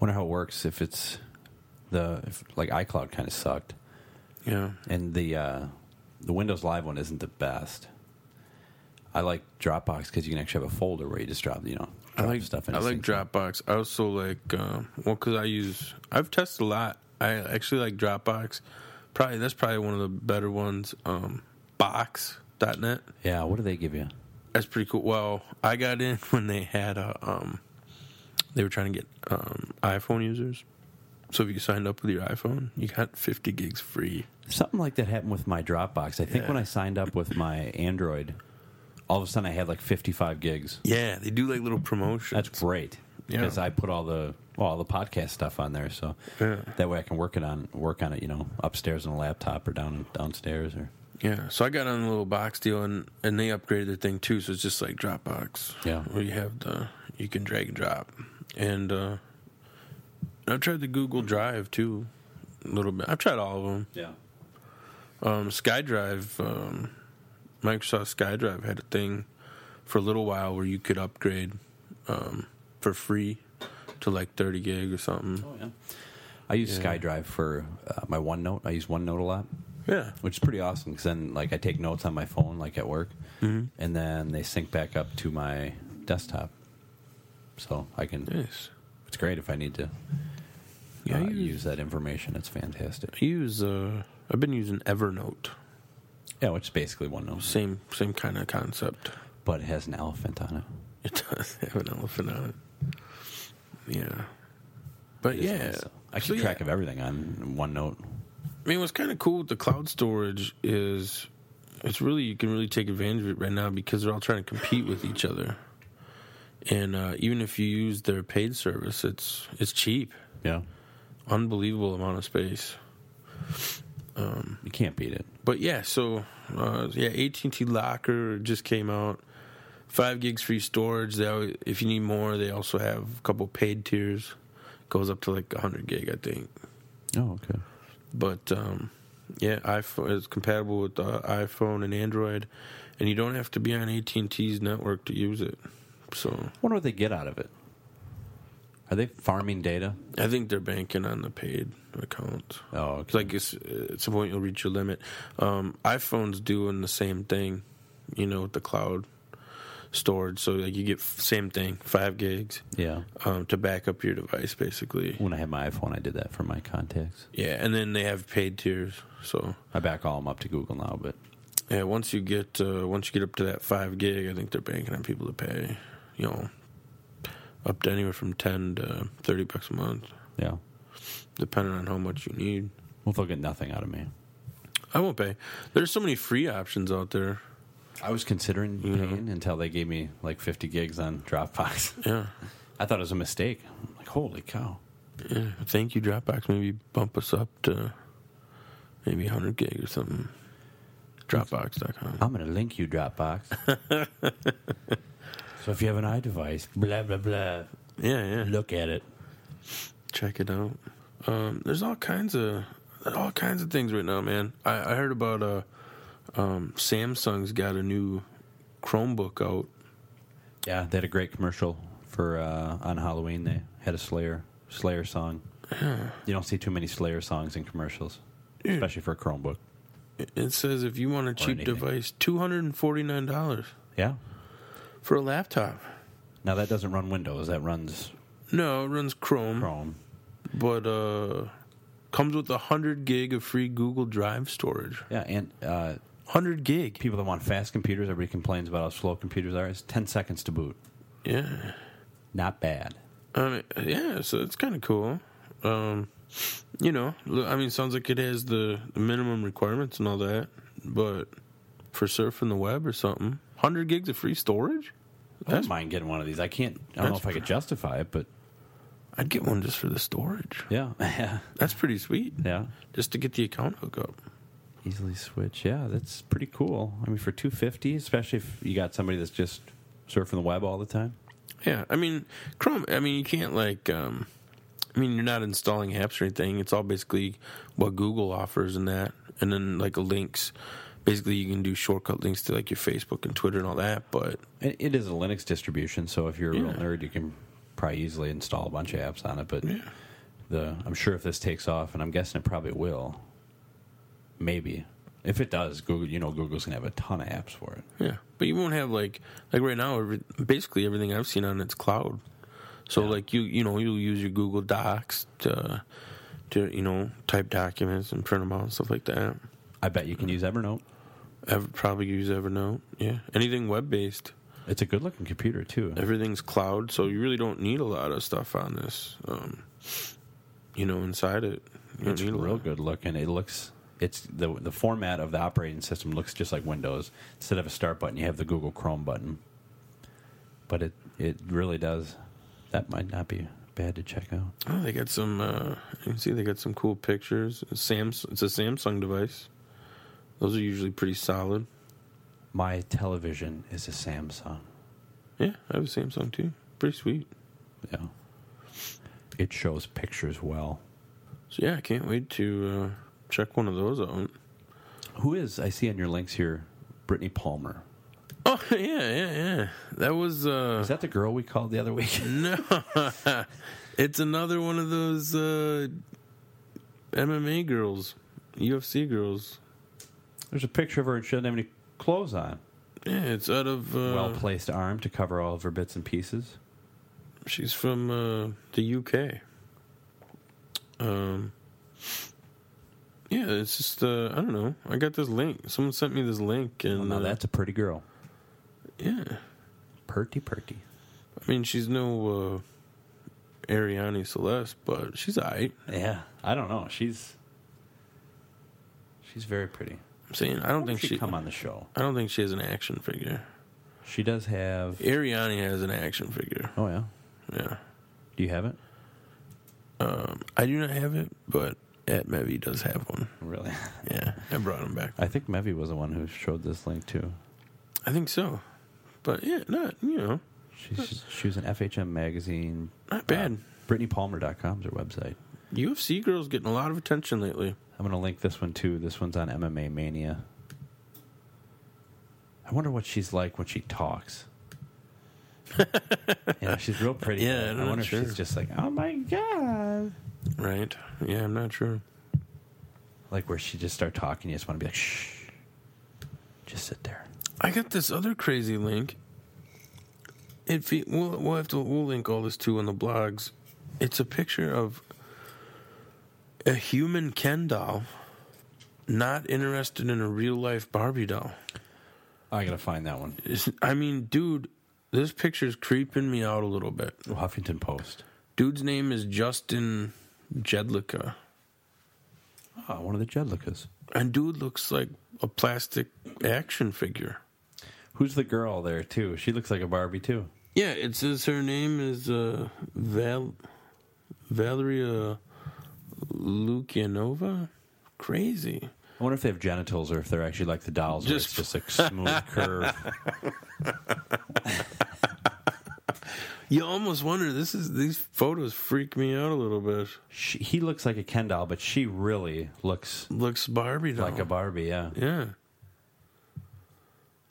Speaker 3: Wonder how it works if it's the if, like iCloud kind of sucked,
Speaker 1: Yeah.
Speaker 3: and the uh, the Windows Live one isn't the best. I like Dropbox because you can actually have a folder where you just drop, you know,
Speaker 1: I
Speaker 3: drop
Speaker 1: like
Speaker 3: stuff.
Speaker 1: I like
Speaker 3: sync.
Speaker 1: Dropbox. I also like um, well because I use I've tested a lot. I actually like Dropbox. Probably that's probably one of the better ones. Um, Box.net.
Speaker 3: Yeah, what do they give you?
Speaker 1: That's pretty cool. Well, I got in when they had a um, they were trying to get um, iPhone users. So if you signed up with your iPhone, you got 50 gigs free.
Speaker 3: Something like that happened with my Dropbox. I think
Speaker 1: Yeah.
Speaker 3: when I signed up with my Android, all of a sudden I had like 55 gigs.
Speaker 1: Yeah, they do like little promotions.
Speaker 3: That's great
Speaker 1: Yeah.
Speaker 3: because I put all the well, all the podcast stuff on there, so
Speaker 1: Yeah.
Speaker 3: that way I can work it on work on it, you know, upstairs on a laptop or down downstairs or
Speaker 1: Yeah, so I got on a little box deal, and and they upgraded their thing too. So it's just like Dropbox.
Speaker 3: Yeah.
Speaker 1: where you have the you can drag and drop, and uh, I've tried the Google Drive too, a little bit. I've tried all of them.
Speaker 3: yeah.
Speaker 1: Um, SkyDrive, um, Microsoft SkyDrive had a thing for a little while where you could upgrade um, for free to like thirty gig or something.
Speaker 3: Oh yeah. I use SkyDrive for uh, my OneNote. I use OneNote a lot,
Speaker 1: Yeah,
Speaker 3: which is pretty awesome because then like I take notes on my phone, like at work,
Speaker 1: Mm-hmm.
Speaker 3: and then they sync back up to my desktop, so I can.
Speaker 1: nice.
Speaker 3: It's great if I need to
Speaker 1: Yeah,
Speaker 3: uh,
Speaker 1: I use,
Speaker 3: use that information. It's fantastic.
Speaker 1: I use. Uh, I've been using Evernote.
Speaker 3: Yeah, which is basically OneNote,
Speaker 1: Same same kind of concept.
Speaker 3: but it has an elephant on it.
Speaker 1: It does have an elephant on it. Yeah. But
Speaker 3: It is
Speaker 1: yeah.
Speaker 3: nice, though. I
Speaker 1: So,
Speaker 3: keep track
Speaker 1: yeah.
Speaker 3: of everything on OneNote.
Speaker 1: I mean, what's kind of cool with the cloud storage is it's really, you can really take advantage of it right now because they're all trying to compete with each other. And uh, even if you use their paid service, it's it's cheap.
Speaker 3: Yeah,
Speaker 1: Unbelievable amount of space.
Speaker 3: you can't beat it.
Speaker 1: But yeah, so uh, yeah, AT and T Locker just came out. Five gigs free storage. They always, if you need more, they also have a couple paid tiers. Goes up to like 100 gig, I think.
Speaker 3: Oh, okay.
Speaker 1: But um, yeah, iPhone is compatible with uh, iPhone and Android, and you don't have to be on AT and T's network to use it. So
Speaker 3: wonder what they get out of it. Are they farming data?
Speaker 1: I think they're banking on the paid account.
Speaker 3: Oh,
Speaker 1: It's like it's, at some point you'll reach your limit. Um, iPhone's doing the same thing, you know, with the cloud storage. So like you get f- same thing, five gigs
Speaker 3: yeah.
Speaker 1: um, to back up your device, basically.
Speaker 3: When I had my iPhone, I did that for my contacts.
Speaker 1: Yeah, and then they have paid tiers. So
Speaker 3: I back all them up to Google now, but
Speaker 1: yeah, once you get uh, once you get up to that five gig, I think they're banking on people to pay, you know, up to anywhere from ten to thirty bucks a month,
Speaker 3: yeah.
Speaker 1: depending on how much you need.
Speaker 3: Well, they'll get nothing out of me.
Speaker 1: I won't pay. There's so many free options out there.
Speaker 3: I was considering paying until they gave me like 50 gigs on Dropbox.
Speaker 1: Yeah.
Speaker 3: I thought it was a mistake. I'm like, holy cow.
Speaker 1: Yeah, thank you, Dropbox. Maybe bump us up to maybe 100 gig or something. Dropbox.com.
Speaker 3: I'm going to link you, Dropbox. so if you have an iDevice, blah, blah, blah,
Speaker 1: Yeah, yeah.
Speaker 3: look at it.
Speaker 1: Check it out. Um, there's all kinds of all kinds of things right now, man. I, I heard about uh, um, Samsung's got a new Chromebook out.
Speaker 3: Yeah, they had a great commercial for uh, on Halloween. They had a Slayer Slayer song. you don't see too many Slayer songs in commercials, especially for a Chromebook.
Speaker 1: It- It says if you want a cheap
Speaker 3: anything.
Speaker 1: device, $249
Speaker 3: Yeah.
Speaker 1: for a laptop.
Speaker 3: Now that doesn't run Windows. That runs
Speaker 1: No, it runs Chrome,
Speaker 3: Chrome.
Speaker 1: but uh, comes with 100 gig of free Google Drive storage.
Speaker 3: Yeah, and uh,
Speaker 1: 100 gig.
Speaker 3: people that want fast computers, everybody complains about how slow computers are. It's ten seconds to boot.
Speaker 1: Yeah.
Speaker 3: Not bad.
Speaker 1: I mean, yeah, so it's kind of cool. Um, you know, look, I mean, sounds like it has the, the minimum requirements and all that, but for surfing the web or something, hundred gigs of free storage.
Speaker 3: I
Speaker 1: That's,
Speaker 3: don't mind getting one of these. I can't. I don't know
Speaker 1: that's
Speaker 3: if I could justify it, but
Speaker 1: I'd get one just for the storage.
Speaker 3: yeah, yeah,
Speaker 1: That's pretty sweet.
Speaker 3: yeah.
Speaker 1: Just to get the account hook up.
Speaker 3: easily switch. Yeah, that's pretty cool. I mean, for two fifty, especially if you got somebody that's just surfing the web all the time.
Speaker 1: Yeah, I mean Chrome. I mean you can't like. Um, I mean you're not installing apps or anything. It's all basically what Google offers and that, and then like links. Basically, you can do shortcut links to like your Facebook and Twitter and all that. But
Speaker 3: It, it is a Linux distribution, so if you're a real
Speaker 1: Yeah.
Speaker 3: nerd, you can probably easily install a bunch of apps on it. But the I'm sure if this takes off, and I'm guessing it probably will, maybe if it does, Google, you know, Google's gonna have a ton of apps for it.
Speaker 1: yeah, but you won't have like like right now. Every, basically, everything I've seen on it's cloud. So like you you know you'll use your Google Docs to to you know type documents and print them out and stuff like that.
Speaker 3: I bet you can use Evernote.
Speaker 1: Ever, probably use Evernote. Yeah, anything web based.
Speaker 3: It's a good looking computer too.
Speaker 1: everything's cloud, so you really don't need a lot of stuff on this. Um, you know, inside it, you don't
Speaker 3: It's
Speaker 1: need a
Speaker 3: real
Speaker 1: lot.
Speaker 3: good looking. It looks it's the the format of the operating system looks just like Windows. Instead of a start button, you have the Google Chrome button. But it it really does. That might not be bad to check out.
Speaker 1: Oh, they got some. Uh, you can see they got some cool pictures. Samsung. It's a Samsung device. Those are usually pretty solid.
Speaker 3: My television is a Samsung.
Speaker 1: Yeah, I have a Samsung too. Pretty sweet.
Speaker 3: Yeah. It shows pictures well.
Speaker 1: So yeah, I can't wait to uh, check one of those out.
Speaker 3: Who is I see on your links here Brittany Palmer.
Speaker 1: Oh yeah, yeah, yeah. That was. Uh,
Speaker 3: Is that the girl we called the other week?
Speaker 1: Mm-hmm. no, it's another one of those uh, MMA girls, UFC girls.
Speaker 3: There's a picture of her and she doesn't have any clothes on.
Speaker 1: Yeah, it's out of. Uh,
Speaker 3: Well placed arm to cover all of her bits and pieces.
Speaker 1: she's from uh, the UK. Um, yeah, it's just uh, I don't know. I got this link. Someone sent me this link, and
Speaker 3: Well, now
Speaker 1: uh,
Speaker 3: that's a pretty girl.
Speaker 1: yeah.
Speaker 3: Perty perty.
Speaker 1: I mean, she's no uh, Ariane Celeste, but she's alright.
Speaker 3: Yeah, I don't know. She's she's very pretty.
Speaker 1: I'm saying I don't
Speaker 3: Why
Speaker 1: think
Speaker 3: she
Speaker 1: she.
Speaker 3: come on the show.
Speaker 1: I don't think she has an action figure.
Speaker 3: She does have.
Speaker 1: Ariane has an action figure.
Speaker 3: Oh yeah,
Speaker 1: Yeah.
Speaker 3: do you have it?
Speaker 1: Um, I do not have it, but at Mevy does have one.
Speaker 3: Really?
Speaker 1: Yeah, I brought him back.
Speaker 3: I think Mevy was the one who showed this link too.
Speaker 1: I think so, but yeah, not you know,
Speaker 3: She's she was in FHM magazine. Uh,
Speaker 1: not bad.
Speaker 3: BrittanyPalmer.com is her website.
Speaker 1: UFC girls getting a lot of attention lately.
Speaker 3: I'm gonna link this one too. This one's on MMA Mania. I wonder what she's like when she talks. yeah, she's real pretty.
Speaker 1: Yeah, I'm
Speaker 3: I
Speaker 1: not
Speaker 3: wonder
Speaker 1: sure.
Speaker 3: if she's just like, oh my god.
Speaker 1: Right? Yeah, I'm not sure.
Speaker 3: like where she just start talking. You just want to be like, shh, just sit there.
Speaker 1: I got this other crazy link. It fe- we'll, we'll have to we'll link all this too on the blogs. It's a picture of a human Ken doll, not interested in a real life Barbie doll.
Speaker 3: I gotta find that one.
Speaker 1: It's- I mean, dude, this picture's creeping me out a little bit.
Speaker 3: Huffington Post.
Speaker 1: Dude's name is Justin Jedlicka.
Speaker 3: Oh, one of the Jedlicas.
Speaker 1: And dude looks like a plastic action figure.
Speaker 3: Who's the girl there too? She looks like a Barbie too.
Speaker 1: Yeah, it says her name is uh, Val- Valeria Lukianova. Crazy.
Speaker 3: I wonder if they have genitals or if they're actually like the dolls.
Speaker 1: Just-
Speaker 3: Just, it's just like smooth curve.
Speaker 1: You almost wonder. This is these photos freak me out a little bit.
Speaker 3: She, he looks like a Ken doll, but she really looks
Speaker 1: Looks Barbie doll.
Speaker 3: like a Barbie. Yeah,
Speaker 1: yeah.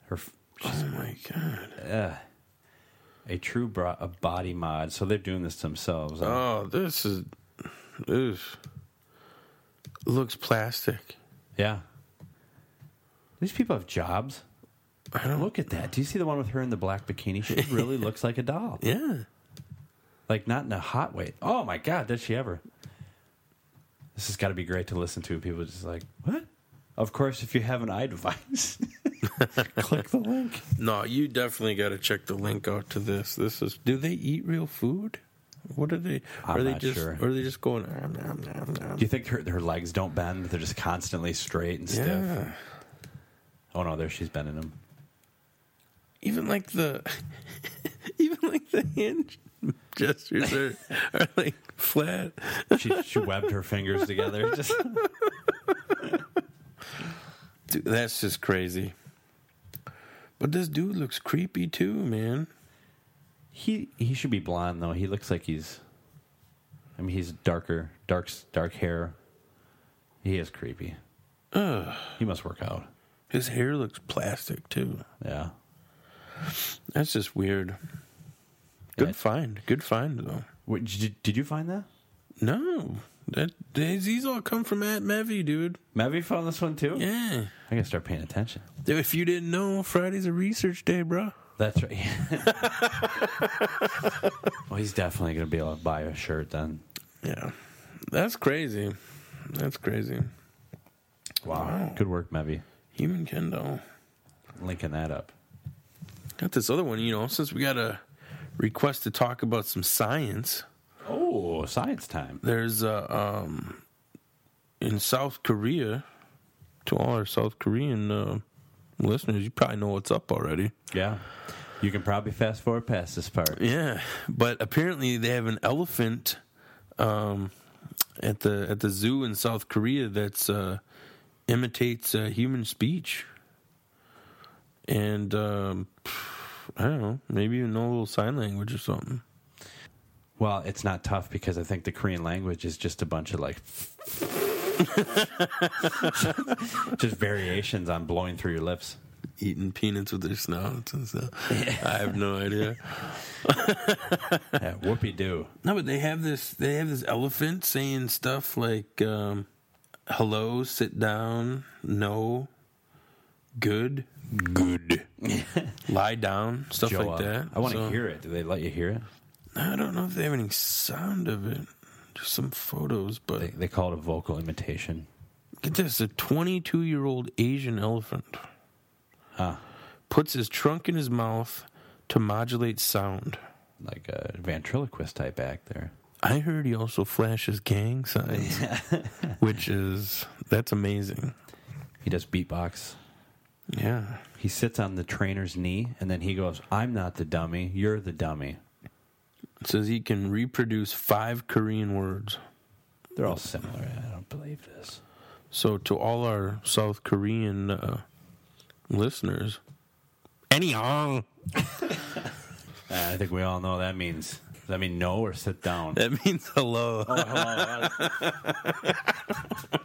Speaker 3: her f-
Speaker 1: Oh my god.
Speaker 3: a true bra- a body mod. So they're doing this themselves.
Speaker 1: Oh, this is. Oof. Looks plastic.
Speaker 3: yeah, these people have jobs.
Speaker 1: I don't.
Speaker 3: Look at that. Do you see the one with her in the black bikini? She really looks like a doll.
Speaker 1: Yeah.
Speaker 3: Like not in a hot way. Oh my god, did she ever? This has got to be great to listen to. People just like, "What?" Of course, if you have an iDevice, click the link.
Speaker 1: No, you definitely got to check the link out to this. This is. Do they eat real food? What are they?
Speaker 3: I'm
Speaker 1: are they
Speaker 3: not
Speaker 1: just?
Speaker 3: sure.
Speaker 1: Or are they just going? Nom, nom, nom, nom.
Speaker 3: Do you think her, her legs don't bend? They're just constantly straight and stiff.
Speaker 1: Yeah.
Speaker 3: Oh no, there she's bending them.
Speaker 1: Even like the. even like the hand gestures are, are like flat.
Speaker 3: She, she webbed her fingers together. Just
Speaker 1: Dude, that's just crazy. But this dude looks creepy too, man.
Speaker 3: He he should be blonde though. He looks like he's. I mean, he's darker, dark dark hair. He is creepy. He must work out.
Speaker 1: His hair looks plastic too.
Speaker 3: Yeah.
Speaker 1: That's just weird. Good
Speaker 3: Yeah.
Speaker 1: find. Good find though.
Speaker 3: Wait, did, you- did you find that?
Speaker 1: No. That these these all come from Matt Mevy, dude.
Speaker 3: Mavi found this one too.
Speaker 1: Yeah.
Speaker 3: I gotta start paying attention.
Speaker 1: Dude, if you didn't know, Friday's a research day, bro.
Speaker 3: That's right. well, he's definitely gonna be able to buy a shirt then.
Speaker 1: Yeah. That's crazy. That's crazy.
Speaker 3: Wow. Good work, Mavi.
Speaker 1: Human Kendo.
Speaker 3: Linking that up.
Speaker 1: Got this other one, you know, since we got a request to talk about some science.
Speaker 3: Oh, science time.
Speaker 1: there's uh, um in South Korea to all our South Korean uh, listeners, you probably know what's up already.
Speaker 3: Yeah. You can probably fast forward past this part.
Speaker 1: Yeah, but apparently they have an elephant um at the at the zoo in South Korea that's uh imitates uh, human speech. And um I don't know, maybe even know a little sign language or something.
Speaker 3: Well, it's not tough because I think the Korean language is just a bunch of like just variations on blowing through your lips.
Speaker 1: Eating peanuts with their snouts and stuff. I have no idea.
Speaker 3: Yeah, whoopee doo.
Speaker 1: No, but they have this. They have this elephant saying stuff like um, "Hello, sit down, no, good, good, lie down," stuff
Speaker 3: Joe,
Speaker 1: like
Speaker 3: uh,
Speaker 1: that.
Speaker 3: I want to
Speaker 1: So,
Speaker 3: hear it. Do they let you hear it?
Speaker 1: I don't know if they have any sound of it. Just some photos, but
Speaker 3: They, they call it a vocal imitation.
Speaker 1: get this: a 22-year-old Asian elephant
Speaker 3: Huh.
Speaker 1: puts his trunk in his mouth to modulate sound.
Speaker 3: Like a ventriloquist type act there.
Speaker 1: I heard he also flashes gang signs, which is that's amazing.
Speaker 3: He does beatbox.
Speaker 1: Yeah.
Speaker 3: He sits on the trainer's knee and then he goes, I'm not the dummy. You're the dummy.
Speaker 1: It says he can reproduce five Korean words.
Speaker 3: They're all similar. I don't believe this.
Speaker 1: So to all our South Korean uh, listeners, anyong
Speaker 3: Uh, I think we all know that means. Does that mean no or sit down? Oh,
Speaker 1: that means hello.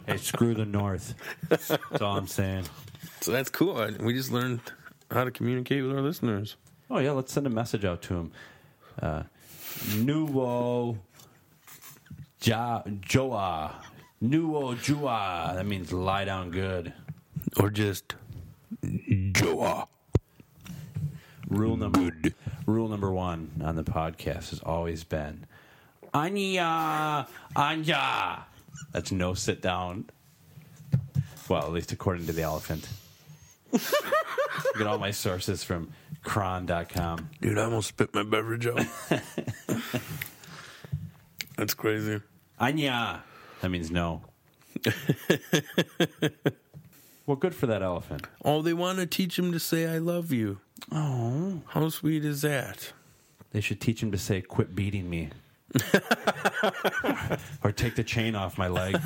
Speaker 3: hey, screw the North. That's all I'm saying.
Speaker 1: So that's cool. I- We just learned how to communicate with our listeners.
Speaker 3: Oh yeah, let's send a message out to him. Uh, Nuo ja, Joa Nuo Jua. That means lie down good.
Speaker 1: Or just Joa.
Speaker 3: Rule number rule number one on the podcast has always been Anya Anya. That's no sit down. Well, at least according to the elephant. Get all my sources from cron.com.
Speaker 1: Dude, I almost spit my beverage out. that's crazy.
Speaker 3: Anya. That means no. well, good for that elephant.
Speaker 1: All they want to teach him to say "I love you." Oh, how sweet is that?
Speaker 3: They should teach him to say, quit beating me. or take the chain off my leg.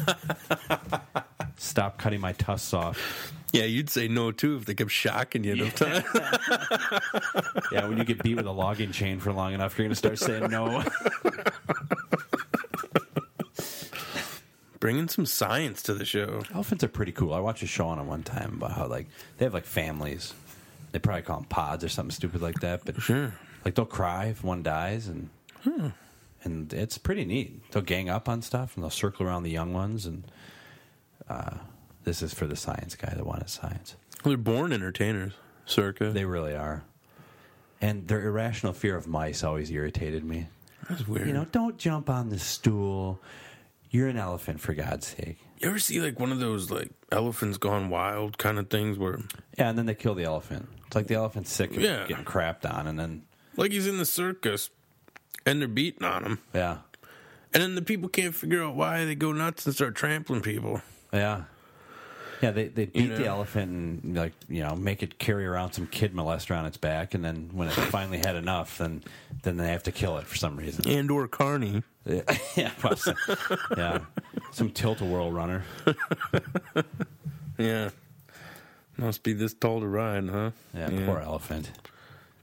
Speaker 3: Stop cutting my tusks off.
Speaker 1: Yeah, you'd say no too if they kept shocking you enough times.
Speaker 3: Yeah, when you get beat with a logging chain for long enough, you're going to start saying no.
Speaker 1: bringing some science to the show.
Speaker 3: Elephants are pretty cool. I watched a show on them one time about how like they have like families. They probably call them pods or something stupid like that. But
Speaker 1: Sure.
Speaker 3: like they'll cry if one dies, and and it's pretty neat. They'll gang up on stuff and they'll circle around the young ones. And uh, this is for the science guy that wanted science.
Speaker 1: They're born entertainers, circa.
Speaker 3: They really are. And their irrational fear of mice always irritated me.
Speaker 1: That's weird.
Speaker 3: You know, don't jump on the stool. You're an elephant, for God's sake.
Speaker 1: you ever see like one of those like elephants gone wild kind of things where
Speaker 3: Yeah, and then they kill the elephant. It's like the elephant's sick of
Speaker 1: Yeah.
Speaker 3: getting crapped on, and then
Speaker 1: like he's in the circus and they're beating on him,
Speaker 3: yeah,
Speaker 1: and then the people can't figure out why they go nuts and start trampling people.
Speaker 3: yeah, yeah. They they beat
Speaker 1: know.
Speaker 3: the elephant and like you know make it carry around some kid molester on its back, and then when it finally had enough, then then they have to kill it for some reason.
Speaker 1: And or Carney,
Speaker 3: yeah, well, some- yeah. Some tilt a whirl runner.
Speaker 1: yeah. Must be this tall to ride, huh?
Speaker 3: Yeah, poor elephant.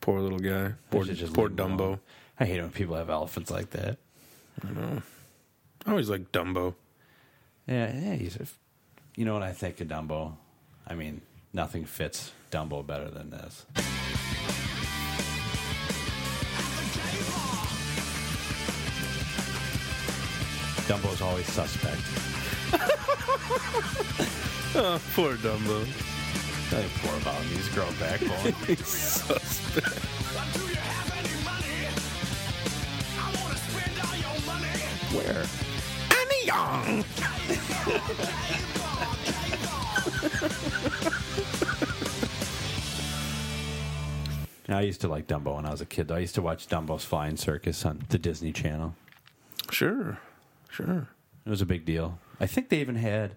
Speaker 1: Poor little guy. Poor,
Speaker 3: I should just
Speaker 1: poor
Speaker 3: leave him alone.
Speaker 1: Dumbo.
Speaker 3: I hate when people have elephants like that.
Speaker 1: I always like Dumbo.
Speaker 3: Yeah, yeah. He's a, you know what I think of Dumbo? I mean, nothing fits Dumbo better than this. Dumbo's always suspect.
Speaker 1: Oh, poor Dumbo.
Speaker 3: Really poor about him. He's grown backbone.
Speaker 1: He's suspect.
Speaker 2: Do you have any money? I wanna spend all your money.
Speaker 3: Where? I used to like Dumbo when I was a kid. though. I used to watch Dumbo's Flying Circus on the Disney Channel.
Speaker 1: Sure, sure.
Speaker 3: It was a big deal. I think they even had.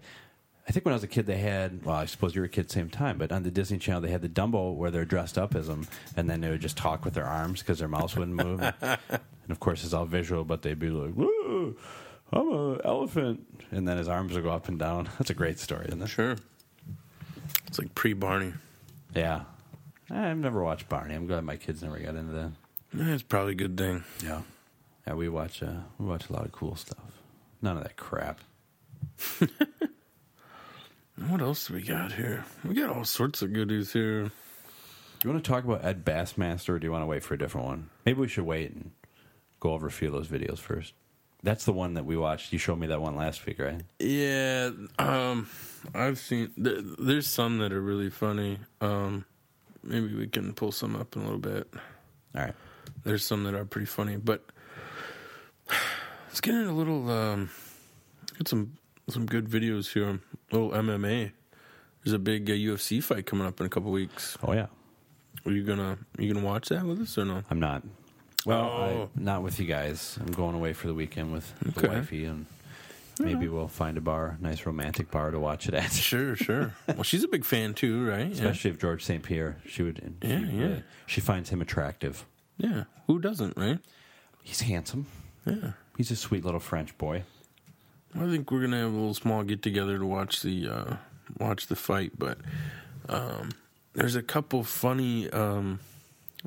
Speaker 3: I think when I was a kid, they had. Well, I suppose you were a kid same time, but on the Disney Channel, they had the Dumbo where they're dressed up as them, and then they would just talk with their arms because their mouths wouldn't move. and of course, it's all visual, but they'd be like, "Whoa, "I'm an elephant," and then his arms would go up and down. That's a great story, isn't it?
Speaker 1: Sure. It's like pre Barney.
Speaker 3: Yeah, I've never watched Barney. I'm glad my kids never got into that.
Speaker 1: That's probably a good thing.
Speaker 3: Yeah, yeah. We watch. Uh, we watch a lot of cool stuff. None of that crap.
Speaker 1: What else do we got here? We got all sorts of goodies here.
Speaker 3: Do you want to talk about Ed Bassmaster, or do you want to wait for a different one? Maybe we should wait and go over a few of those videos first. That's the one that we watched. You showed me that one last week, right?
Speaker 1: Yeah, um, I've seen. There, there's some that are really funny. Um, maybe we can pull some up in a little bit.
Speaker 3: All right.
Speaker 1: There's some that are pretty funny, but let's get in a little. Um, get some some good videos here. little MMA. There's a big uh, UFC fight coming up in a couple weeks.
Speaker 3: Oh yeah,
Speaker 1: Are you gonna you gonna watch that with us or no?
Speaker 3: I'm not. Well,
Speaker 1: Oh.
Speaker 3: I, not with you guys. I'm going away for the weekend with the
Speaker 1: Okay.
Speaker 3: wifey, and maybe we'll find a bar, nice romantic bar to watch it at.
Speaker 1: Sure, sure. well, she's a big fan too, right? Yeah.
Speaker 3: Especially if George St. Pierre, she would.
Speaker 1: Yeah,
Speaker 3: she,
Speaker 1: yeah.
Speaker 3: She finds him attractive.
Speaker 1: Yeah. Who doesn't, right?
Speaker 3: He's handsome.
Speaker 1: Yeah.
Speaker 3: He's a sweet little French boy.
Speaker 1: I think we're gonna have a little small get together to watch the uh, watch the fight, but um, there's a couple funny um,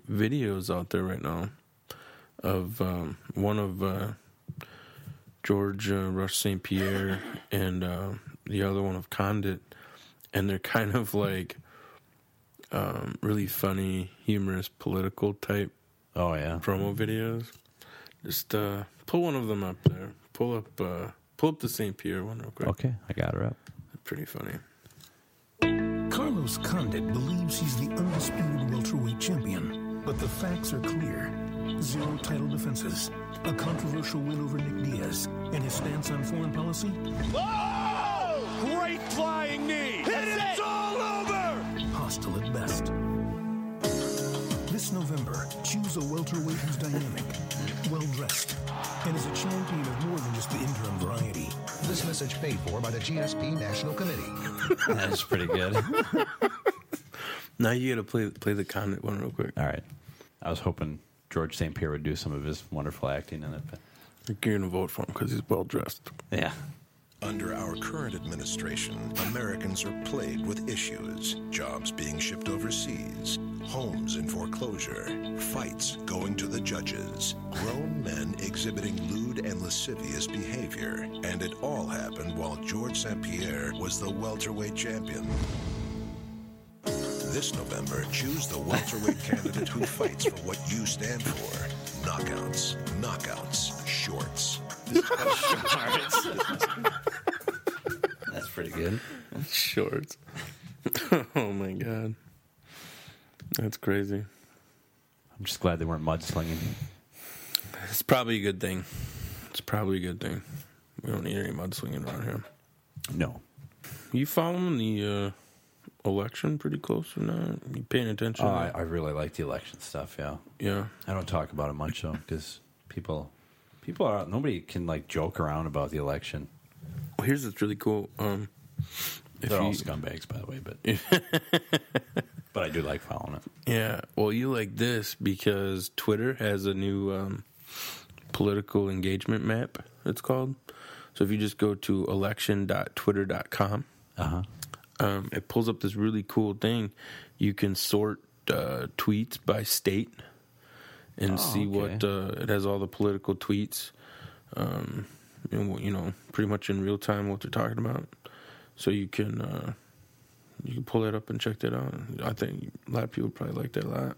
Speaker 1: videos out there right now of um, one of uh, George uh, Rush St Pierre and uh, the other one of Condit, and they're kind of like um, really funny, humorous, political type
Speaker 3: Oh yeah.
Speaker 1: promo videos. Just uh, pull one of them up there. Pull up, uh, pull up the St. Pierre one real quick.
Speaker 3: Okay, I got her up.
Speaker 1: Pretty funny.
Speaker 4: Carlos Condit believes he's the undisputed welterweight champion, but the facts are clear. Zero title defenses, a controversial win over Nick Diaz, and his stance on foreign policy?
Speaker 2: Great flying knee. it's all over.
Speaker 4: Hostile at best. This November, choose a welterweight who's dynamic, well dressed, and is a champion of more than just the interim variety.
Speaker 5: This message paid for by the GSP National Committee.
Speaker 3: That's pretty good.
Speaker 1: Now you gotta play play the Condit one real quick.
Speaker 3: All right. I was hoping George St. Pierre would do some of his wonderful acting in it. But
Speaker 1: You're gonna vote for him because he's well dressed.
Speaker 3: yeah.
Speaker 6: Under our current administration, Americans are plagued with issues jobs being shipped overseas, homes in foreclosure, fights going to the judges, grown men exhibiting lewd and lascivious behavior. And it all happened while George St. Pierre was the welterweight champion. This November, choose the welterweight candidate who fights for what you stand for. Knockouts, knockouts, shorts.
Speaker 3: That's pretty good.
Speaker 1: Shorts. oh my god, that's crazy.
Speaker 3: I'm just glad they weren't mudslinging.
Speaker 1: It's probably a good thing. It's probably a good thing. We don't need any mudslinging around here.
Speaker 3: No.
Speaker 1: You following the uh, election pretty close or not? You paying attention?
Speaker 3: Oh, I, I really like the election stuff, yeah.
Speaker 1: yeah.
Speaker 3: I don't talk about it much, though, because people, people are, nobody can, like, joke around about the election.
Speaker 1: Well, here's what's really cool. Um, if
Speaker 3: They're all
Speaker 1: you-
Speaker 3: scumbags, by the way, but. but I do like following it.
Speaker 1: Yeah. Well, you like this because Twitter has a new um, political engagement map, it's called. So if you just go to election.twitter.com,
Speaker 3: Uh huh.
Speaker 1: um, it pulls up this really cool thing. You can sort uh, tweets by state and see what uh, it has. All the political tweets, um, and what- you know, pretty much in real time what they're talking about. So you can uh, you can pull that up and check that out. I think a lot of people probably like that a lot.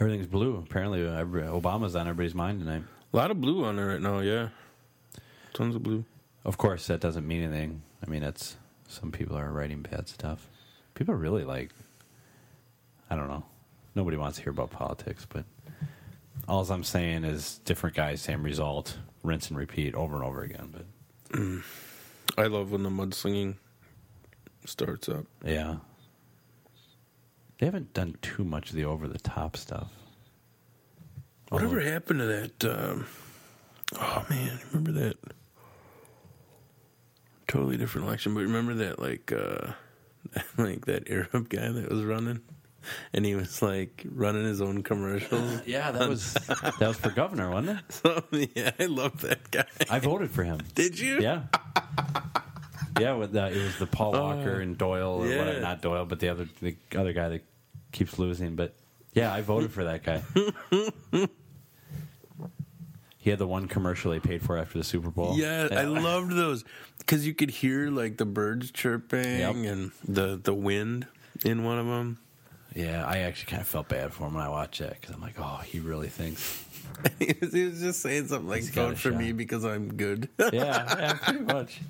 Speaker 3: Everything's blue. Apparently, uh, every, Obama's on everybody's mind tonight.
Speaker 1: A lot of blue on there right now. Yeah, tons of blue.
Speaker 3: Of course, that doesn't mean anything. I mean, that's some people are writing bad stuff. People are really like, I don't know. Nobody wants to hear about politics, but all I'm saying is different guys, same result, rinse and repeat over and over again. But
Speaker 1: I love when the mudslinging starts up.
Speaker 3: yeah, they haven't done too much of the over the top stuff.
Speaker 1: Whatever happened to that? Um, oh man, remember that? Totally different election, but remember that like uh, like that Arab guy that was running, and he was like running his own commercials.
Speaker 3: Yeah, that was that was for governor, wasn't it?
Speaker 1: So, yeah, I love that guy.
Speaker 3: I voted for him.
Speaker 1: Did you?
Speaker 3: Yeah. Yeah, with uh, it was the Paul Walker and Doyle, or
Speaker 1: yeah.
Speaker 3: whatever, not Doyle, but the other the other guy that keeps losing. But yeah, I voted for that guy. he had the one commercial they paid for after the Super Bowl.
Speaker 1: Yeah, I loved those because you could hear like the birds chirping
Speaker 3: Yep.
Speaker 1: and the the wind in one of them.
Speaker 3: yeah. I actually kind of felt bad for him when I watched that because I'm like, oh, he really thinks.
Speaker 1: he, was, he was just saying something like,
Speaker 3: got
Speaker 1: "Vote
Speaker 3: a
Speaker 1: for
Speaker 3: shot.
Speaker 1: me because I'm good.
Speaker 3: Yeah, yeah, pretty much.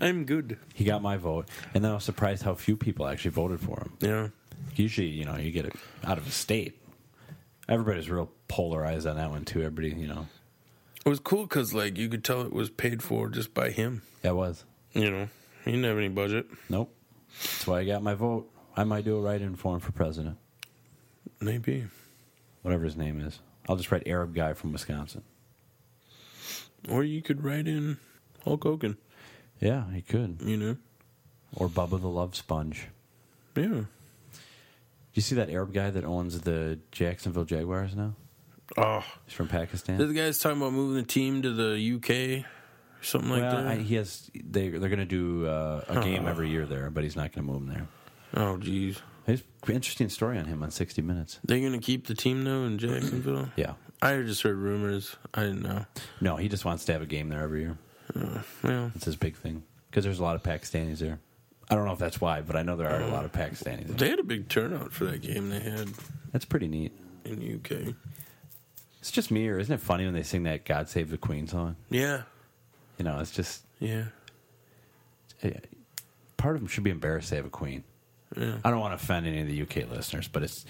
Speaker 1: I'm good."
Speaker 3: He got my vote, and then I was surprised how few people actually voted for him.
Speaker 1: Yeah.
Speaker 3: usually you know you get it out of the state everybody's real polarized on that one too everybody you know
Speaker 1: It was cool because like you could tell it was paid for just by him.
Speaker 3: that was
Speaker 1: You know, he didn't have any budget.
Speaker 3: nope that's why i got my vote i might do a write-in for him for president
Speaker 1: Maybe
Speaker 3: whatever his name is i'll just write arab guy from wisconsin
Speaker 1: or you could write in Hulk Hogan.
Speaker 3: yeah he could
Speaker 1: You know,
Speaker 3: or bubba the love sponge
Speaker 1: yeah.
Speaker 3: do you see that arab guy that owns the jacksonville jaguars now
Speaker 1: Oh,
Speaker 3: he's from pakistan
Speaker 1: this guy's talking about moving the team to the UK, or something like
Speaker 3: well,
Speaker 1: that.
Speaker 3: I, he has they, they're going to do uh, a game every year there but he's not going to move him there
Speaker 1: oh, geez.
Speaker 3: There's an interesting story on him on 60 minutes
Speaker 1: They're gonna keep the team though in Jacksonville.
Speaker 3: yeah
Speaker 1: I just heard rumors. I didn't know.
Speaker 3: No, he just wants to have a game there every year.
Speaker 1: Well,
Speaker 3: It's his big thing because there's a lot of Pakistanis there. I don't know if that's why, but I know there are a lot of Pakistanis. There.
Speaker 1: they had a big turnout for that game they had
Speaker 3: That's pretty neat.
Speaker 1: in the UK.
Speaker 3: It's just me, or isn't it funny when they sing that "God Save the Queen" song?
Speaker 1: Yeah,
Speaker 3: You know, it's just
Speaker 1: yeah,
Speaker 3: eh, part of them should be embarrassed they have a queen.
Speaker 1: yeah.
Speaker 3: I don't want to offend any of the UK listeners, but it's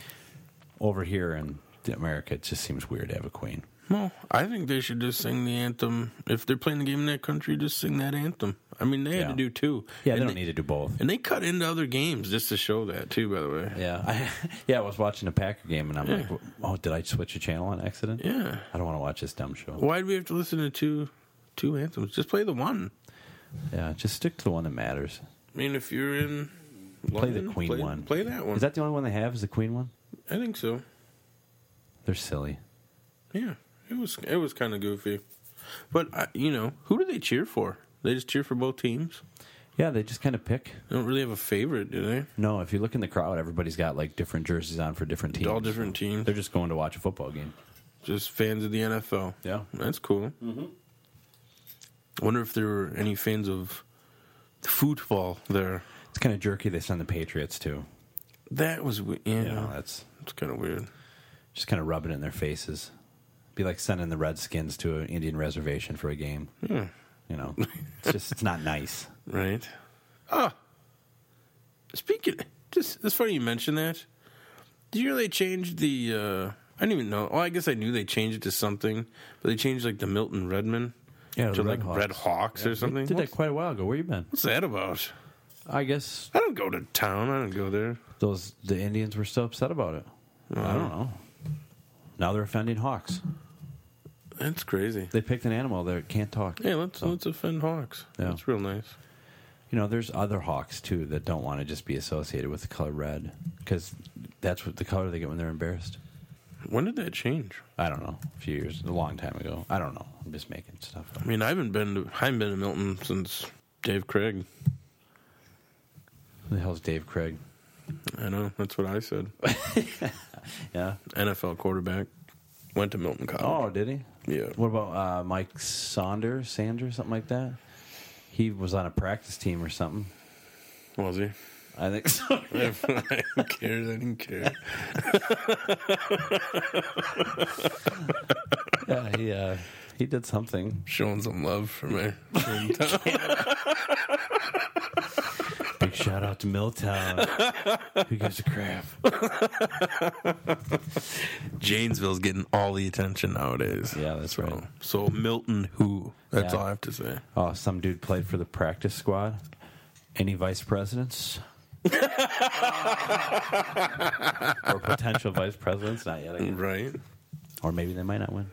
Speaker 3: over here in America. It just seems weird to have a queen.
Speaker 1: Well, I think they should just sing the anthem. If they're playing the game in that country, just sing that anthem. I mean, they had
Speaker 3: Yeah.
Speaker 1: to do two.
Speaker 3: Yeah, they
Speaker 1: and
Speaker 3: don't need to do both.
Speaker 1: And they cut into other games just to show that too. By the way,
Speaker 3: Yeah, I, yeah. I was watching a Packer game, and I'm
Speaker 1: Yeah.
Speaker 3: like, "Oh, did I switch a channel on accident?
Speaker 1: yeah.
Speaker 3: I don't want to watch this dumb show."
Speaker 1: Why do we have to listen to two, two anthems? Just play the one.
Speaker 3: Yeah, just stick to the one that matters.
Speaker 1: I mean, if you're in,
Speaker 3: Play the
Speaker 1: London,
Speaker 3: Queen
Speaker 1: play,
Speaker 3: one.
Speaker 1: Play that one.
Speaker 3: Is that the only one they have? Is the Queen one?
Speaker 1: I think so.
Speaker 3: They're silly.
Speaker 1: Yeah, it was it was kind of goofy, but I, you know, who do they cheer for? They just cheer for both teams.
Speaker 3: Yeah, they just kind of pick.
Speaker 1: They don't really have a favorite, do they?
Speaker 3: No, if you look in the crowd, everybody's got like different jerseys on for different teams.
Speaker 1: All different teams.
Speaker 3: They're just going to watch a football game.
Speaker 1: Just fans of the NFL.
Speaker 3: Yeah.
Speaker 1: That's cool. Wonder if there were any fans of football there.
Speaker 3: It's kind of jerky. They send the Patriots too.
Speaker 1: That was we- yeah,
Speaker 3: You know, that's
Speaker 1: it's kind of weird.
Speaker 3: just kind of rubbing it in their faces. Be like sending the Redskins to an Indian reservation for a game.
Speaker 1: Hmm.
Speaker 3: You know, it's just it's not nice.
Speaker 1: Right. Ah. Speaking just it's funny you mentioned that. Did you know they changed the uh I didn't even know. Well, I guess I knew they changed it to something, but they changed like the Milton Redman
Speaker 3: Yeah,
Speaker 1: to
Speaker 3: the
Speaker 1: like
Speaker 3: Red Hawks.
Speaker 1: Red Hawks or something.
Speaker 3: Did that
Speaker 1: What's,
Speaker 3: quite a while ago. Where you been?
Speaker 1: what's that about?
Speaker 3: I guess
Speaker 1: I don't go to town. I don't go there.
Speaker 3: those the Indians were so upset about it.
Speaker 1: Uh-huh.
Speaker 3: I don't know. Now they're offending hawks.
Speaker 1: That's crazy.
Speaker 3: They picked an animal that can't talk.
Speaker 1: Hey, let's
Speaker 3: So,
Speaker 1: let's offend Hawks.
Speaker 3: Oh. Yeah.
Speaker 1: That's real nice.
Speaker 3: you know, there's other hawks too that don't want to just be associated with the color red because that's what the color they get when they're embarrassed.
Speaker 1: When did that change?
Speaker 3: I don't know, a few years, a long time ago. I don't know. I'm just making stuff up.
Speaker 1: I mean, I haven't been to I haven't been to Milton since Dave Craig.
Speaker 3: Who the hell's Dave Craig?
Speaker 1: I know. That's what I said.
Speaker 3: Yeah.
Speaker 1: NFL quarterback. Went to Milton
Speaker 3: Oh,
Speaker 1: College.
Speaker 3: did he?
Speaker 1: Yeah.
Speaker 3: What about uh, Mike Saunders, Sanders, something like that? He was on a practice team or something.
Speaker 1: Was he?
Speaker 3: I think so.
Speaker 1: I didn't care. I didn't care.
Speaker 3: yeah, he, uh, he did something.
Speaker 1: Showing some love for me.
Speaker 3: Big shout out to Milltown. Who gives a crap?
Speaker 1: Janesville's getting all the attention nowadays.
Speaker 3: Yeah, that's
Speaker 1: so,
Speaker 3: right.
Speaker 1: So Milton, who? That's
Speaker 3: Yeah.
Speaker 1: all I have to say.
Speaker 3: Oh, some dude played for the practice squad. Any vice presidents? or potential vice presidents? Not yet. I guess.
Speaker 1: Right.
Speaker 3: Or maybe they might not win.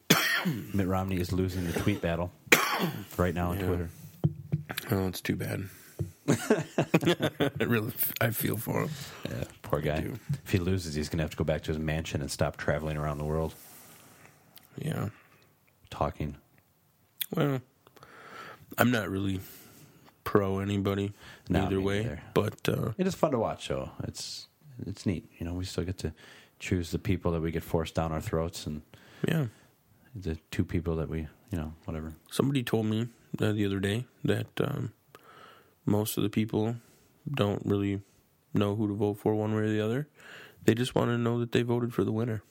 Speaker 3: Mitt Romney is losing the tweet battle right now on
Speaker 1: Yeah.
Speaker 3: Twitter.
Speaker 1: Oh, it's too bad. I really, I feel for him.
Speaker 3: Yeah, poor guy.
Speaker 1: do.
Speaker 3: If he loses, he's going to have to go back to his mansion and stop traveling around the world
Speaker 1: Yeah.
Speaker 3: talking.
Speaker 1: Well, I'm not really pro anybody
Speaker 3: No,
Speaker 1: either
Speaker 3: me
Speaker 1: way,
Speaker 3: neither.
Speaker 1: but uh,
Speaker 3: It is fun to watch, though. It's it's neat. You know, we still get to choose the people that we get forced down our throats and
Speaker 1: yeah.
Speaker 3: the two people that we, you know, whatever.
Speaker 1: Somebody told me uh, the other day that um, most of the people don't really know who to vote for one way or the other. They just want to know that they voted for the winner.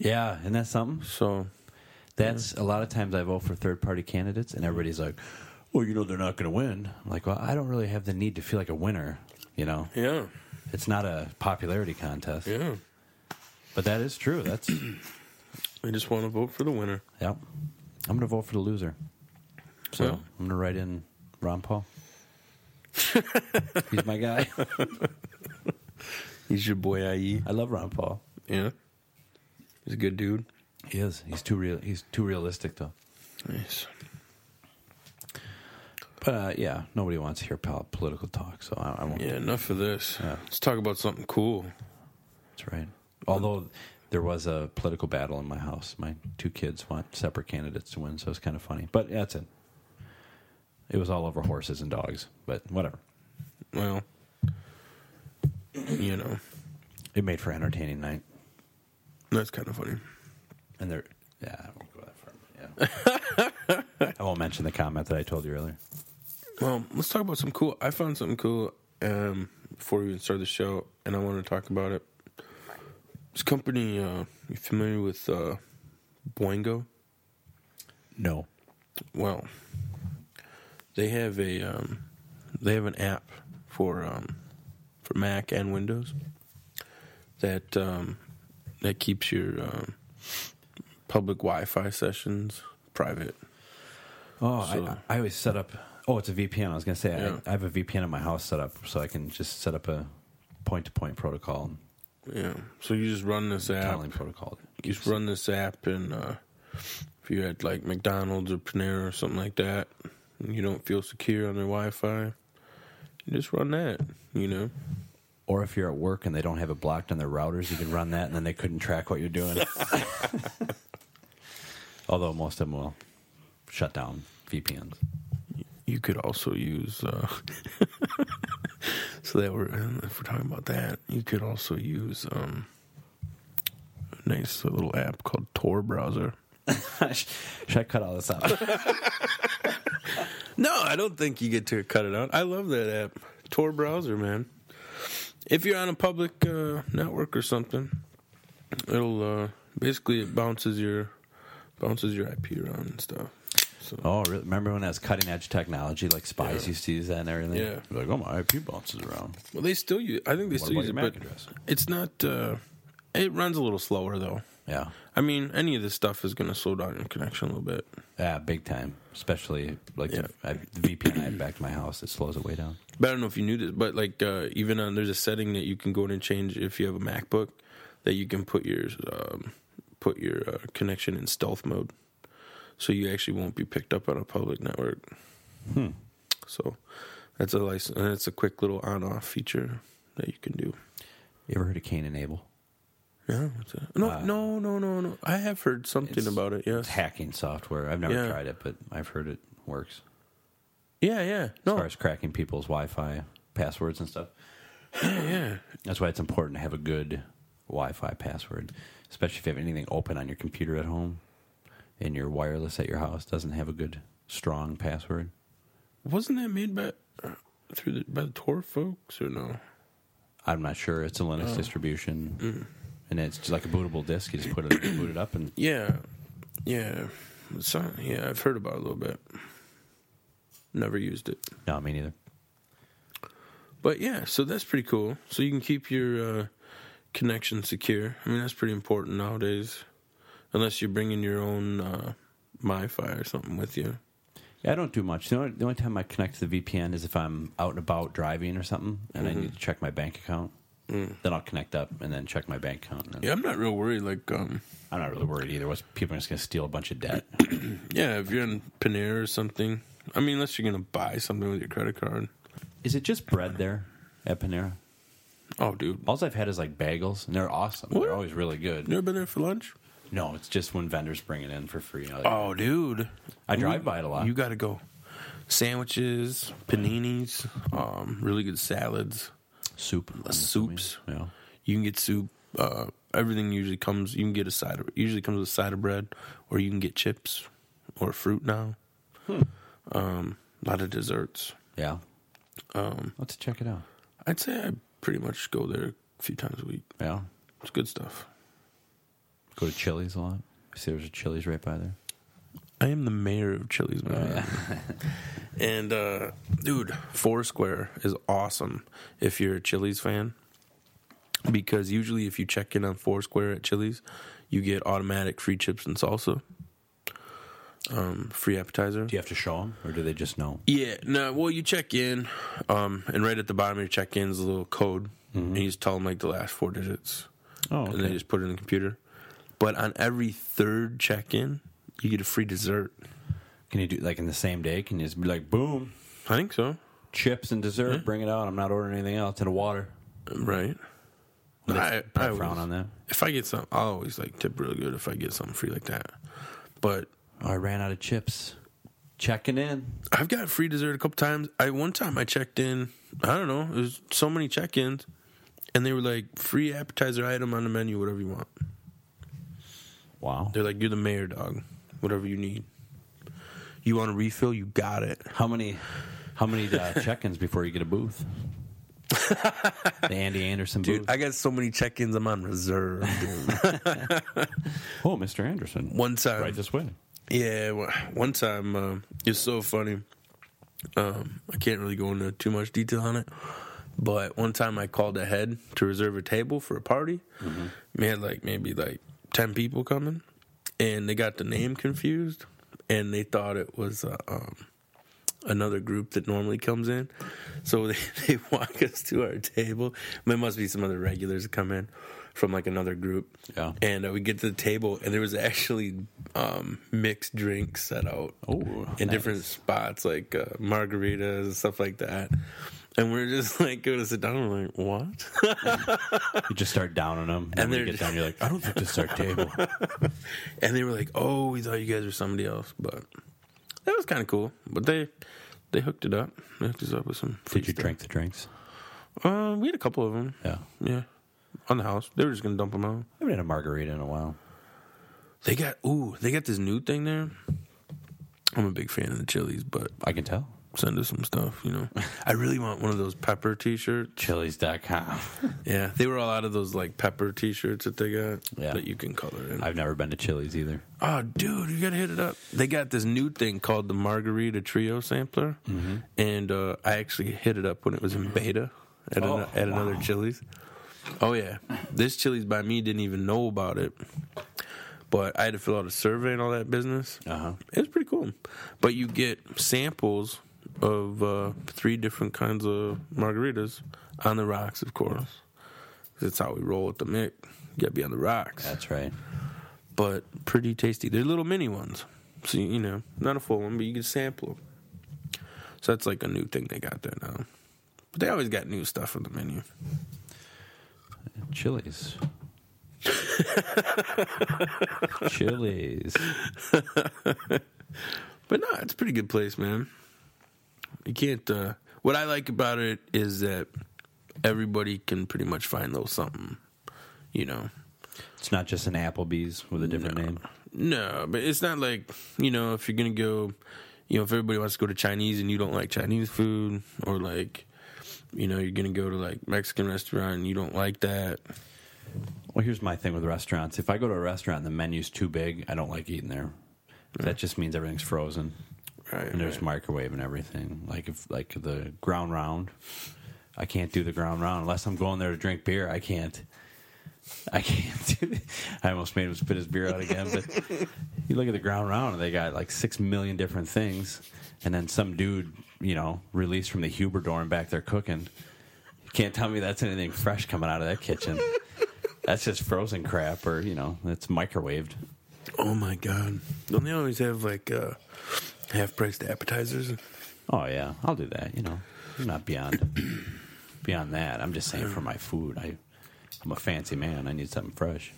Speaker 3: Yeah, isn't that something?
Speaker 1: So
Speaker 3: That's a lot of times I vote for third party candidates, and everybody's like, "Well, you know, they're not going to win." I'm like, well, I don't really have the need to feel like a winner. You know,
Speaker 1: yeah,
Speaker 3: it's not a popularity contest.
Speaker 1: yeah,
Speaker 3: But that is true. That's
Speaker 1: they just want to vote for the winner.
Speaker 3: yep. I'm going to vote for the loser. So
Speaker 1: Yeah.
Speaker 3: I'm going to write in Ron Paul. He's my guy.
Speaker 1: He's your boy, IE.
Speaker 3: I love Ron Paul.
Speaker 1: Yeah, he's a good dude.
Speaker 3: He is. He's too real. He's too realistic though.
Speaker 1: Nice.
Speaker 3: But uh, yeah, nobody wants to hear pol- political talk, so I, I won't.
Speaker 1: Yeah, enough of this.
Speaker 3: Yeah.
Speaker 1: Let's talk about something cool.
Speaker 3: That's right. Although there was a political battle in my house. My two kids want separate candidates to win, so it's kind of funny. But yeah, that's it. It was all over horses and dogs, but whatever.
Speaker 1: Well, you know,
Speaker 3: It made for an entertaining night.
Speaker 1: that's kind of funny.
Speaker 3: And there, yeah, I won't go that far. Yeah. I won't mention the comment that I told you earlier.
Speaker 1: Well, let's talk about some cool. I found something cool um, before we even started the show, and I want to talk about it. This company, uh, you familiar with uh, Boingo?
Speaker 3: No.
Speaker 1: Well, they have a um, they have an app for um, for Mac and Windows that um, that keeps your um, public Wi-Fi sessions private.
Speaker 3: Oh,
Speaker 1: So-
Speaker 3: I, I always set up. Oh, it's a VPN. I was going to say
Speaker 1: Yeah.
Speaker 3: I, I have a VPN at my house set up, so I can just set up a point-to-point protocol,
Speaker 1: Yeah, so you just run this app.
Speaker 3: tunneling protocol.
Speaker 1: you just run this app and uh, if you're at like McDonald's or Panera or something like that, and you don't feel secure on their Wi-Fi, you just run that. You know,
Speaker 3: Or if you're at work and they don't have it blocked on their routers, you can run that, and then they couldn't track what you're doing. Although most of them will shut down VPNs.
Speaker 1: you could also use. Uh, so that we're if we're talking about that, you could also use um, a nice little app called Tor browser.
Speaker 3: Should I cut all this out?
Speaker 1: No, I don't think you get to cut it out. I love that app, Tor browser, man. If you're on a public uh, network or something, it'll uh, basically it bounces your bounces your IP around and stuff. So
Speaker 3: Oh, really? remember when that was cutting edge technology, like spies used to use that and everything?
Speaker 1: Yeah.
Speaker 3: Like, oh, my IP bounces around.
Speaker 1: well, they still use. I think they
Speaker 3: What
Speaker 1: still
Speaker 3: about
Speaker 1: use it,
Speaker 3: your MAC
Speaker 1: but
Speaker 3: address?
Speaker 1: it's not. Uh, it runs a little slower though.
Speaker 3: Yeah.
Speaker 1: I mean, any of this stuff is going to slow down your connection a little bit.
Speaker 3: Yeah, big time. Especially like
Speaker 1: Yeah.
Speaker 3: the, I, the VPN I have back to my house, it slows it way down.
Speaker 1: But I don't know if you knew this, but like uh, even on there's a setting that you can go in and change if you have a MacBook that you can put your um, put your uh, connection in stealth mode, so you actually won't be picked up on a public network. Hmm. So that's a license, and it's a quick little on-off feature that you can do.
Speaker 3: You ever heard of Cain and Abel?
Speaker 1: Yeah, that's it. no, no, no, no, no. I have heard something about it. Yes,
Speaker 3: It's hacking software. I've never
Speaker 1: Yeah.
Speaker 3: tried it, but I've heard it works.
Speaker 1: yeah, yeah.
Speaker 3: As
Speaker 1: No,
Speaker 3: far as cracking people's Wi Fi. passwords and stuff. yeah. That's why it's important to have a good Wi Fi password, especially if you have anything open on your computer at home and your wireless at your house doesn't have a good, strong password.
Speaker 1: Wasn't that made by uh, through the, by the Tor folks or no?
Speaker 3: I'm not sure. It's a Linux distribution. And it's just like a bootable disk. You just put it, boot it up, and
Speaker 1: Yeah, yeah, it's not- yeah. I've heard about it a little bit. Never used it,
Speaker 3: no, me neither.
Speaker 1: but yeah. So that's pretty cool. So you can keep your uh, connection secure. I mean, that's pretty important nowadays, unless you're bringing your own uh, Fi or something with you.
Speaker 3: Yeah, I don't do much. The only, the only time I connect to the VPN is if I'm out and about driving or something, and I need to check my bank account. Then I'll connect up and then check my bank account. And then-
Speaker 1: Yeah, I'm not real worried. Like, um,
Speaker 3: I'm not really worried either. What's people are just going to steal a bunch of debt?
Speaker 1: yeah, if you're in Panera or something. I mean, unless you're gonna buy something with your credit card.
Speaker 3: is it just bread there at Panera?
Speaker 1: Oh, dude,
Speaker 3: All I've had is like bagels, and they're awesome.
Speaker 1: What?
Speaker 3: They're always really good.
Speaker 1: you ever been there for lunch?
Speaker 3: No, it's just when vendors bring it in for free. Like,
Speaker 1: Oh, dude.
Speaker 3: I drive by it a lot.
Speaker 1: You got to go. Sandwiches, paninis, um, really good salads.
Speaker 3: soup, I'm assuming.
Speaker 1: soups.
Speaker 3: Yeah.
Speaker 1: You can get soup. Uh, everything usually comes. You can get a side. Of, usually comes with a side of bread, or you can get chips or fruit now.
Speaker 3: Hmm.
Speaker 1: Um, a lot of desserts.
Speaker 3: Yeah. Um, Let's check it out.
Speaker 1: I'd say I pretty much go there a few times a week.
Speaker 3: Yeah.
Speaker 1: It's good stuff.
Speaker 3: Go to Chili's a lot. See, there's a Chili's right by there.
Speaker 1: I am the mayor of Chili's, man. and uh, dude, Foursquare is awesome if you're a Chili's fan, because usually if you check in on Foursquare at Chili's, you get automatic free chips and salsa, um, free appetizer.
Speaker 3: Do you have to show them, or do they just know?
Speaker 1: Yeah, no. Well, you check in, um, and right at the bottom of your check-in is a little code, and you just tell them like the last four digits,
Speaker 3: Oh,
Speaker 1: and they just put it in the computer. But on every third check-in, you get a free dessert.
Speaker 3: Can you do like in the same day? Can you just be like, boom,
Speaker 1: I think so.
Speaker 3: chips and dessert, bring it out. I'm not ordering anything else and a water.
Speaker 1: Right.
Speaker 3: Would they
Speaker 1: I-
Speaker 3: probably
Speaker 1: I
Speaker 3: frown
Speaker 1: always-
Speaker 3: on that.
Speaker 1: If I get some, I always like tip really good if I get something free like that. But
Speaker 3: Oh, I ran out of chips. Checking in.
Speaker 1: I've got free dessert a couple times. I one time I checked in. I don't know. There's so many check-ins, and they were like free appetizer item on the menu, whatever you want.
Speaker 3: Wow.
Speaker 1: They're like, you're the mayor, dog. Whatever you need. You want a refill? You got it.
Speaker 3: How many? How many uh, check-ins before you get a booth? the Andy Anderson booth.
Speaker 1: Dude, I got so many check-ins. I'm on reserve. dude.
Speaker 3: oh, Mr. Anderson.
Speaker 1: one time,
Speaker 3: Right this way.
Speaker 1: Yeah, w- one time uh, it's so funny. Um, I can't really go into too much detail on it, but one time I called ahead to reserve a table for a party. We had like maybe like ten people coming, and they got the name confused, and they thought it was uh, um, another group that normally comes in. So they, they walk us to our table. There must be some other regulars that come in from like another group.
Speaker 3: Yeah.
Speaker 1: And uh, we get to the table, and there was actually um, mixed drinks set out
Speaker 3: Oh, nice.
Speaker 1: in different spots, like uh, margaritas and stuff like that. And we are just like going to sit down, and we're like, what?
Speaker 3: You just start downing them, and,
Speaker 1: And
Speaker 3: then
Speaker 1: they're
Speaker 3: you get
Speaker 1: just-
Speaker 3: down. You're like, I don't think this is our table.
Speaker 1: And they were like, "Oh, we thought you guys were somebody else," but that was kind of cool. But they they hooked it up. They hooked us up with some. free
Speaker 3: Did you
Speaker 1: stuff.
Speaker 3: drink the drinks?
Speaker 1: Uh, we had a couple of them.
Speaker 3: Yeah.
Speaker 1: Yeah, on the house. They were just gonna dump them out.
Speaker 3: I haven't had a margarita in a while.
Speaker 1: They got ooh, they got this new thing there. I'm a big fan of the Chili's, but
Speaker 3: I can tell.
Speaker 1: send us some stuff. You know, I really want one of those pepper T-shirts.
Speaker 3: Chili's.com.
Speaker 1: Yeah, they were all out of those like pepper T-shirts that they got
Speaker 3: Yeah.
Speaker 1: that you can color in.
Speaker 3: I've never been to Chili's either.
Speaker 1: Oh, dude, you gotta hit it up. They got this new thing called the Margarita Trio Sampler,
Speaker 3: Mm-hmm.
Speaker 1: and uh, I actually hit it up when it was in beta at,
Speaker 3: Oh,
Speaker 1: an, at another
Speaker 3: wow.
Speaker 1: Chili's. Oh yeah, this Chili's by me didn't even know about it, but I had to fill out a survey and all that business.
Speaker 3: Uh-huh.
Speaker 1: It was pretty cool, but you get samples of uh, three different kinds of margaritas on the rocks, of course. 'Cause That's how we roll with the Mick. You gotta be on the rocks
Speaker 3: That's right.
Speaker 1: but pretty tasty. They're little mini ones, so you know, not a full one, but you can sample them. So that's like a new thing they got there now. But they always got new stuff on the menu.
Speaker 3: Chili's. Chili's.
Speaker 1: But no, it's a pretty good place, man. You can't. uh what I like about it is that everybody can pretty much find a little something, you know.
Speaker 3: It's not just an Applebee's with a different name.
Speaker 1: No, but it's not like you know if you're gonna go, you know if everybody wants to go to Chinese and you don't like Chinese food, or like, you know you're gonna go to like Mexican restaurant and you don't like that.
Speaker 3: Well, here's my thing with restaurants. If I go to a restaurant and the menu's too big, I don't like eating there. That just means everything's frozen.
Speaker 1: Right,
Speaker 3: And there's
Speaker 1: right.
Speaker 3: microwave and everything. Like if like the ground round, I can't do the ground round unless I'm going there to drink beer. I can't. I can't. do it. I almost made him spit his beer out again. But you look at the ground round, and they got like six million different things, and then some dude, you know, released from the Huber dorm back there cooking. You can't tell me that's anything fresh coming out of that kitchen. That's just frozen crap, or you know, it's microwaved.
Speaker 1: Oh my god! Don't they always have like uh, half priced appetizers?
Speaker 3: Oh yeah, I'll do that. You know, I'm not beyond beyond that. I'm just saying for my food, I I'm a fancy man. I need something fresh.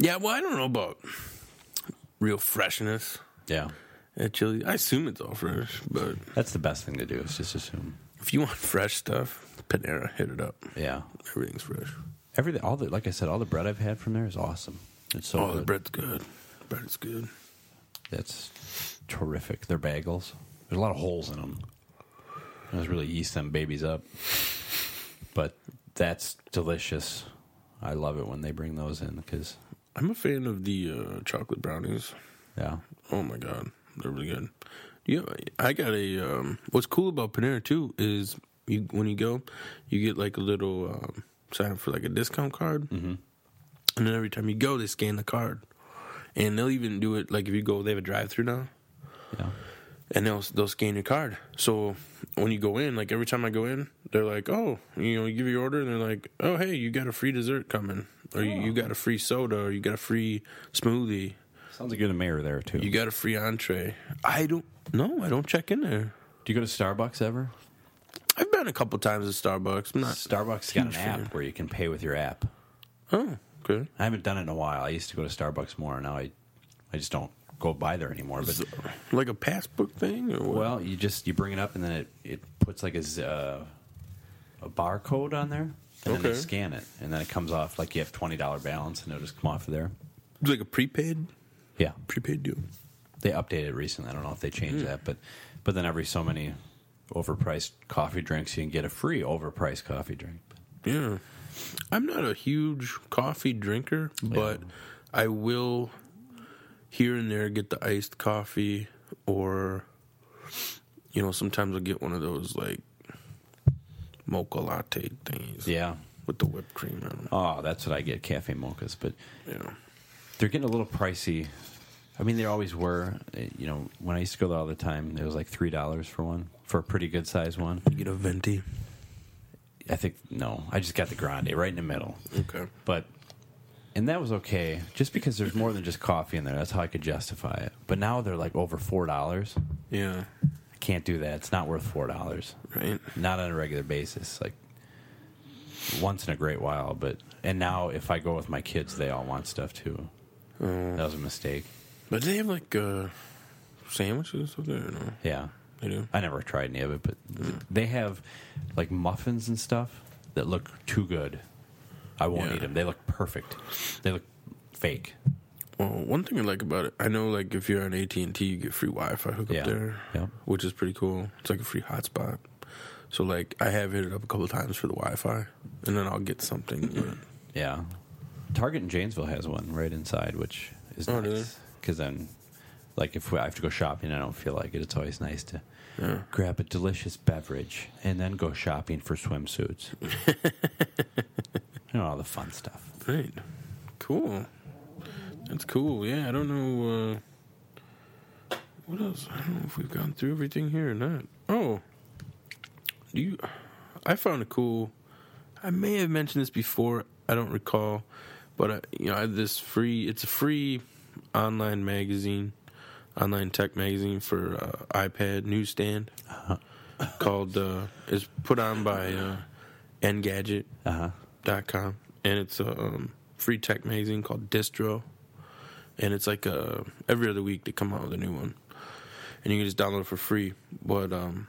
Speaker 1: Yeah, well I don't know about real freshness
Speaker 3: Yeah,
Speaker 1: at Chili's. I assume it's all fresh, but
Speaker 3: that's the best thing to do. Is just assume.
Speaker 1: if you want fresh stuff, Panera hit it up.
Speaker 3: Yeah,
Speaker 1: Everything's fresh.
Speaker 3: everything. All the like I said, all the bread I've had from there is awesome. It's so
Speaker 1: oh,
Speaker 3: good.
Speaker 1: the bread's good. Bread is good.
Speaker 3: That's terrific. They're bagels. There's a lot of holes in them. I was really yeast them babies up, but that's delicious. I love it when they bring those in because
Speaker 1: I'm a fan of the uh, chocolate brownies.
Speaker 3: yeah,
Speaker 1: Oh my god, they're really good. Yeah, I got a. Um, what's cool about Panera too is you when you go, you get like a little um, sign up for like a discount card, mm-hmm. and then every time you go, they scan the card, and they'll even do it like if you go, they have a drive through now,
Speaker 3: yeah.
Speaker 1: and they'll they'll scan your card. So when you go in, like every time I go in, they're like, oh, you know, you give your order, and they're like, oh, hey, you got a free dessert coming, or you you got a free soda, or you got a free smoothie.
Speaker 3: Sounds like you're the mayor there too.
Speaker 1: You got a free entree. I don't. No, I don't check in there.
Speaker 3: Do you go to Starbucks ever?
Speaker 1: I've been a couple times at Starbucks. I'm not.
Speaker 3: Starbucks got an
Speaker 1: huge fan.
Speaker 3: app where you can pay with your app.
Speaker 1: Oh, okay.
Speaker 3: I haven't done it in a while. I used to go to Starbucks more. Now I, I just don't go by there anymore. But
Speaker 1: Like a passbook thing, or what?
Speaker 3: well, you just you bring it up and then it it puts like a z- uh, a barcode on there, and then they
Speaker 1: Okay.
Speaker 3: scan it, and then it comes off like you have twenty dollar balance, and it'll just come off of there.
Speaker 1: It's like a prepaid,
Speaker 3: Yeah,
Speaker 1: prepaid deal.
Speaker 3: they updated it recently. I don't know if they changed that, but but then every so many overpriced coffee drinks, you can get a free overpriced coffee drink.
Speaker 1: Yeah. I'm not a huge coffee drinker, but I will here and there get the iced coffee, or you know, sometimes I'll get one of those like mocha latte things.
Speaker 3: Yeah.
Speaker 1: With the whipped cream on them.
Speaker 3: Oh, that's what I get cafe mochas, but
Speaker 1: Yeah.
Speaker 3: they're getting a little pricey. I mean, they always were. Uh, You know, when I used to go there all the time, it was like three dollars for one for a pretty good sized one.
Speaker 1: You get a venti.
Speaker 3: I think no, I just got the grande right in the middle,
Speaker 1: Okay.
Speaker 3: but and that was okay just because there's more than just coffee in there. That's how I could justify it. But now they're like over four dollars.
Speaker 1: Yeah.
Speaker 3: I can't do that. It's not worth four dollars.
Speaker 1: Right.
Speaker 3: not on a regular basis like once in a great while but and now if i go with my kids they all want stuff too that was a mistake
Speaker 1: But do they have like uh, sandwiches over there? No,
Speaker 3: yeah
Speaker 1: they do.
Speaker 3: i never tried any of it but th- they have like muffins and stuff that look too good i won't
Speaker 1: Yeah.
Speaker 3: eat them they look perfect they look fake
Speaker 1: Well, one thing I like about it, I know like if you're on AT and T, you get free Wi-Fi hookup
Speaker 3: Yeah.
Speaker 1: there,
Speaker 3: Yeah.
Speaker 1: which is pretty cool. It's like a free hotspot. So like I have hit it up a couple times for the Wi-Fi, and then I'll get something. but-
Speaker 3: yeah target in janesville has one right inside which is
Speaker 1: Oh, do
Speaker 3: nice because then like if we, i have to go shopping i don't feel like it it's always nice to
Speaker 1: yeah.
Speaker 3: grab a delicious beverage, and then go shopping for swimsuits. you know, all the fun stuff.
Speaker 1: Great. Cool. That's cool. Yeah, I don't know. Uh, what else? I don't know if we've gone through everything here or not. Oh, do you? I found a cool. I may have mentioned this before. I don't recall, but I, you know, I have this free. It's a free online magazine, online tech magazine for uh, iPad newsstand. Called uh, is put on by uh, Engadget
Speaker 3: Uh huh.
Speaker 1: dot com, and it's a um, free tech magazine called Distro, and it's like uh every other week they come out with a new one, and you can just download it for free. But um,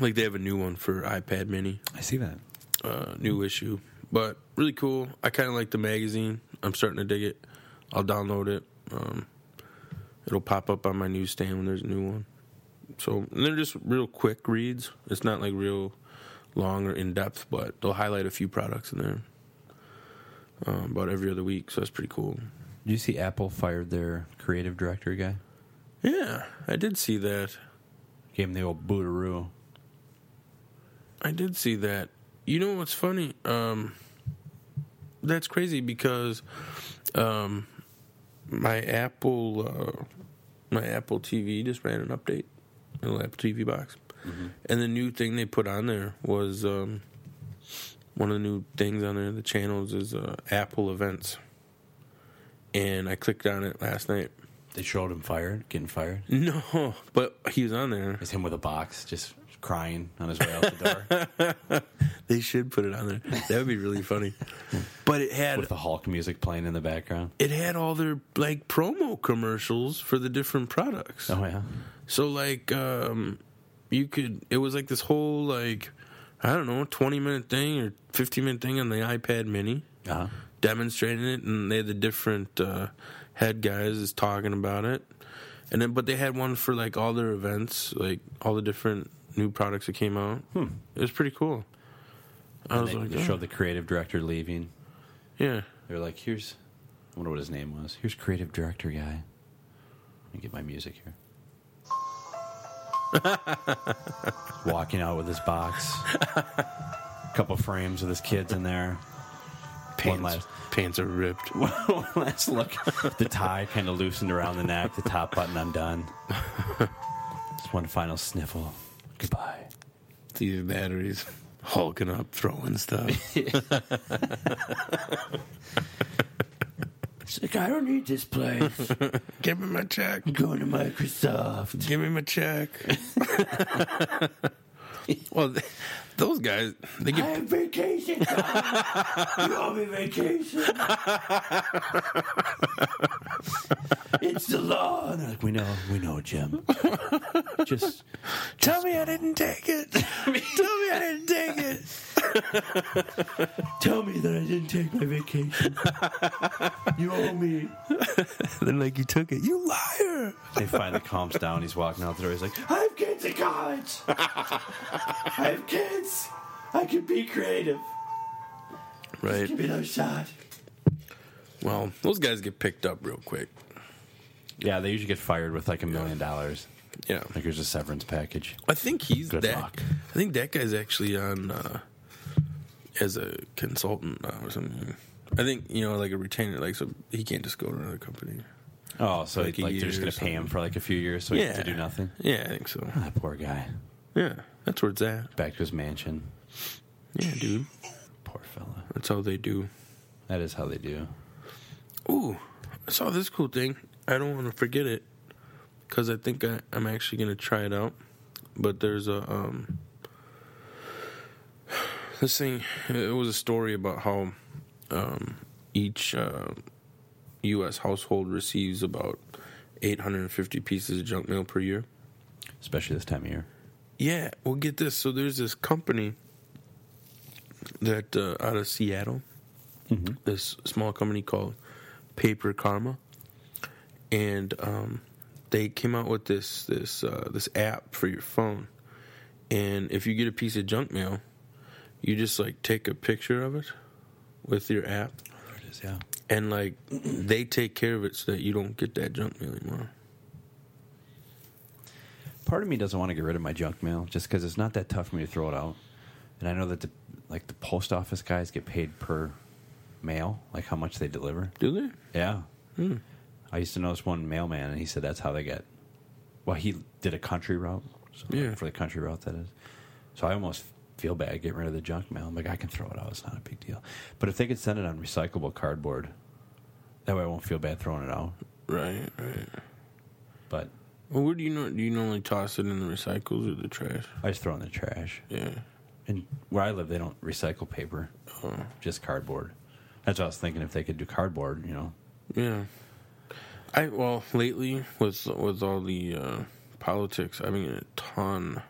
Speaker 1: like they have a new one for iPad Mini,
Speaker 3: I see that.
Speaker 1: uh, new issue, but really cool. I kind of like the magazine. I'm starting to dig it. I'll download it. Um, it'll pop up on my newsstand when there's a new one. So and they're just real quick reads. It's not like real long or in depth, but they'll highlight a few products in there um, about every other week. So that's pretty cool.
Speaker 3: Did you see Apple fired their creative director guy?
Speaker 1: Yeah, I did see that.
Speaker 3: Gave him the old bootaroo.
Speaker 1: I did see that. You know what's funny? Um, that's crazy because um, my Apple uh, my Apple TV just ran an update, my little Apple TV box, and the new thing they put on there was um, one of the new things on there. The channels is uh, Apple Events, and I clicked on it last night.
Speaker 3: They showed him fired, getting fired.
Speaker 1: No, but he was on there.
Speaker 3: It's him with a box, just crying on his way out the door
Speaker 1: They should put it on there. That would be really funny. But it had
Speaker 3: with the Hulk music playing in the background.
Speaker 1: it had all their like promo commercials for the different products.
Speaker 3: Oh yeah,
Speaker 1: So like um you could it was like this whole like I don't know, 20 minute thing or 15 minute thing on the iPad mini
Speaker 3: uh-huh.
Speaker 1: demonstrating it and they had the different uh head guys is talking about it. And then but they had one for like all their events, like all the different new products that came out. It was pretty cool.
Speaker 3: Hmm.
Speaker 1: I
Speaker 3: And
Speaker 1: was
Speaker 3: they,
Speaker 1: like,
Speaker 3: they
Speaker 1: "Oh,
Speaker 3: showed the creative director leaving.
Speaker 1: yeah.
Speaker 3: They were like, "Here's, I wonder what his name was. Here's creative director guy. Let me get my music here." Walking out with his box, couple frames of his kids in there.
Speaker 1: Pants,
Speaker 3: last-
Speaker 1: pants are ripped.
Speaker 3: One last look. The tie kind of loosened around the neck. The top button undone. Just one final sniffle. Goodbye.
Speaker 1: these batteries hulking up, throwing stuff.
Speaker 3: It's like I don't need this place.
Speaker 1: Give me my check.
Speaker 3: Going to Microsoft.
Speaker 1: Give me my check. well, th- those guys, they get
Speaker 3: vacation. you owe me vacation. it's the law. And they're like, we know, we know, Jim. Just
Speaker 1: tell me I didn't take it. tell me I didn't take it.
Speaker 3: tell me that I didn't take my vacation. you owe me.
Speaker 1: They're like, you took it. You liar.
Speaker 3: He finally calms down. He's walking out the door. He's like, I have kids at college. I have kids. I can be creative.
Speaker 1: Right.
Speaker 3: Give me another shot.
Speaker 1: Well, those guys get picked up real quick.
Speaker 3: Yeah, they usually get fired with like a million dollars.
Speaker 1: Yeah.
Speaker 3: Like here's a severance package.
Speaker 1: I think he's
Speaker 3: Good
Speaker 1: that.
Speaker 3: luck.
Speaker 1: I think that guy's actually on uh, as a consultant now or something. I think you know, like a retainer, like so he can't just go to another company.
Speaker 3: Oh, so
Speaker 1: Like
Speaker 3: like,
Speaker 1: a
Speaker 3: they're
Speaker 1: year
Speaker 3: just
Speaker 1: or
Speaker 3: gonna pay him
Speaker 1: something.
Speaker 3: for like a few years so he gets to do nothing.
Speaker 1: Yeah, I think so.
Speaker 3: That Ah, poor guy.
Speaker 1: Yeah, that's where it's at.
Speaker 3: Back to his mansion.
Speaker 1: Yeah, dude.
Speaker 3: Poor fella.
Speaker 1: That's how they do.
Speaker 3: That is how they do.
Speaker 1: Ooh, I saw this cool thing. I don't want to forget it because I think I, I'm actually gonna try it out. But there's a um, this thing. It was a story about how um, each uh, U.S. household receives about 850 pieces of junk mail per year.
Speaker 3: Especially this time of year.
Speaker 1: Yeah, well, get this. So there's this company that uh, out of Seattle, this small company called Paper Karma, and um, they came out with this this uh, this app for your phone. And if you get a piece of junk mail, you just like take a picture of it with your app,
Speaker 3: There it is, yeah.
Speaker 1: and like they take care of it so that you don't get that junk mail anymore.
Speaker 3: Part of me doesn't want to get rid of my junk mail just because it's not that tough for me to throw it out. And I know that the like the post office guys get paid per mail, like how much they deliver.
Speaker 1: Do they?
Speaker 3: Yeah.
Speaker 1: Hmm.
Speaker 3: I used to know this one mailman, and he said that's how they get. Well, he did a country route. So
Speaker 1: Yeah.
Speaker 3: For the country route, that is. So I almost feel bad getting rid of the junk mail. I'm like, I can throw it out. It's not a big deal. But if they could send it on recyclable cardboard, that way I won't feel bad throwing it out.
Speaker 1: Right, right.
Speaker 3: But
Speaker 1: Well, where do you know? Do you normally toss it in the recycles or the trash?
Speaker 3: I just throw it in the trash.
Speaker 1: Yeah.
Speaker 3: And where I live, they don't recycle paper,
Speaker 1: Oh.
Speaker 3: just cardboard. That's what I was thinking. If they could do cardboard, you know,
Speaker 1: Yeah. I well lately with with all the uh, politics, I've been getting a ton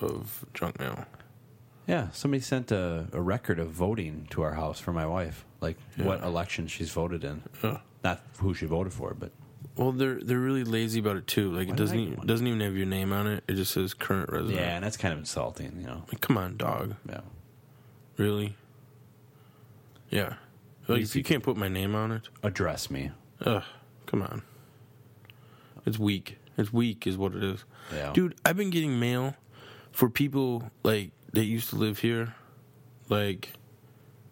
Speaker 1: of junk mail.
Speaker 3: Yeah, somebody sent a, a record of voting to our house for my wife, like what election she's voted in. Not who she voted for, but
Speaker 1: Well, they're they're really lazy about it too. Like
Speaker 3: did
Speaker 1: it doesn't
Speaker 3: I
Speaker 1: even,
Speaker 3: get one?
Speaker 1: doesn't even have your name on it. It just says current resident.
Speaker 3: yeah, and that's kind of insulting, you know.
Speaker 1: Like, come on, dog.
Speaker 3: Yeah.
Speaker 1: Really? Yeah. Like if you can't put my name on it,
Speaker 3: Address me.
Speaker 1: ugh, come on. It's weak. It's weak is what it is.
Speaker 3: Yeah.
Speaker 1: Dude, I've been getting mail for people like that used to live here. Like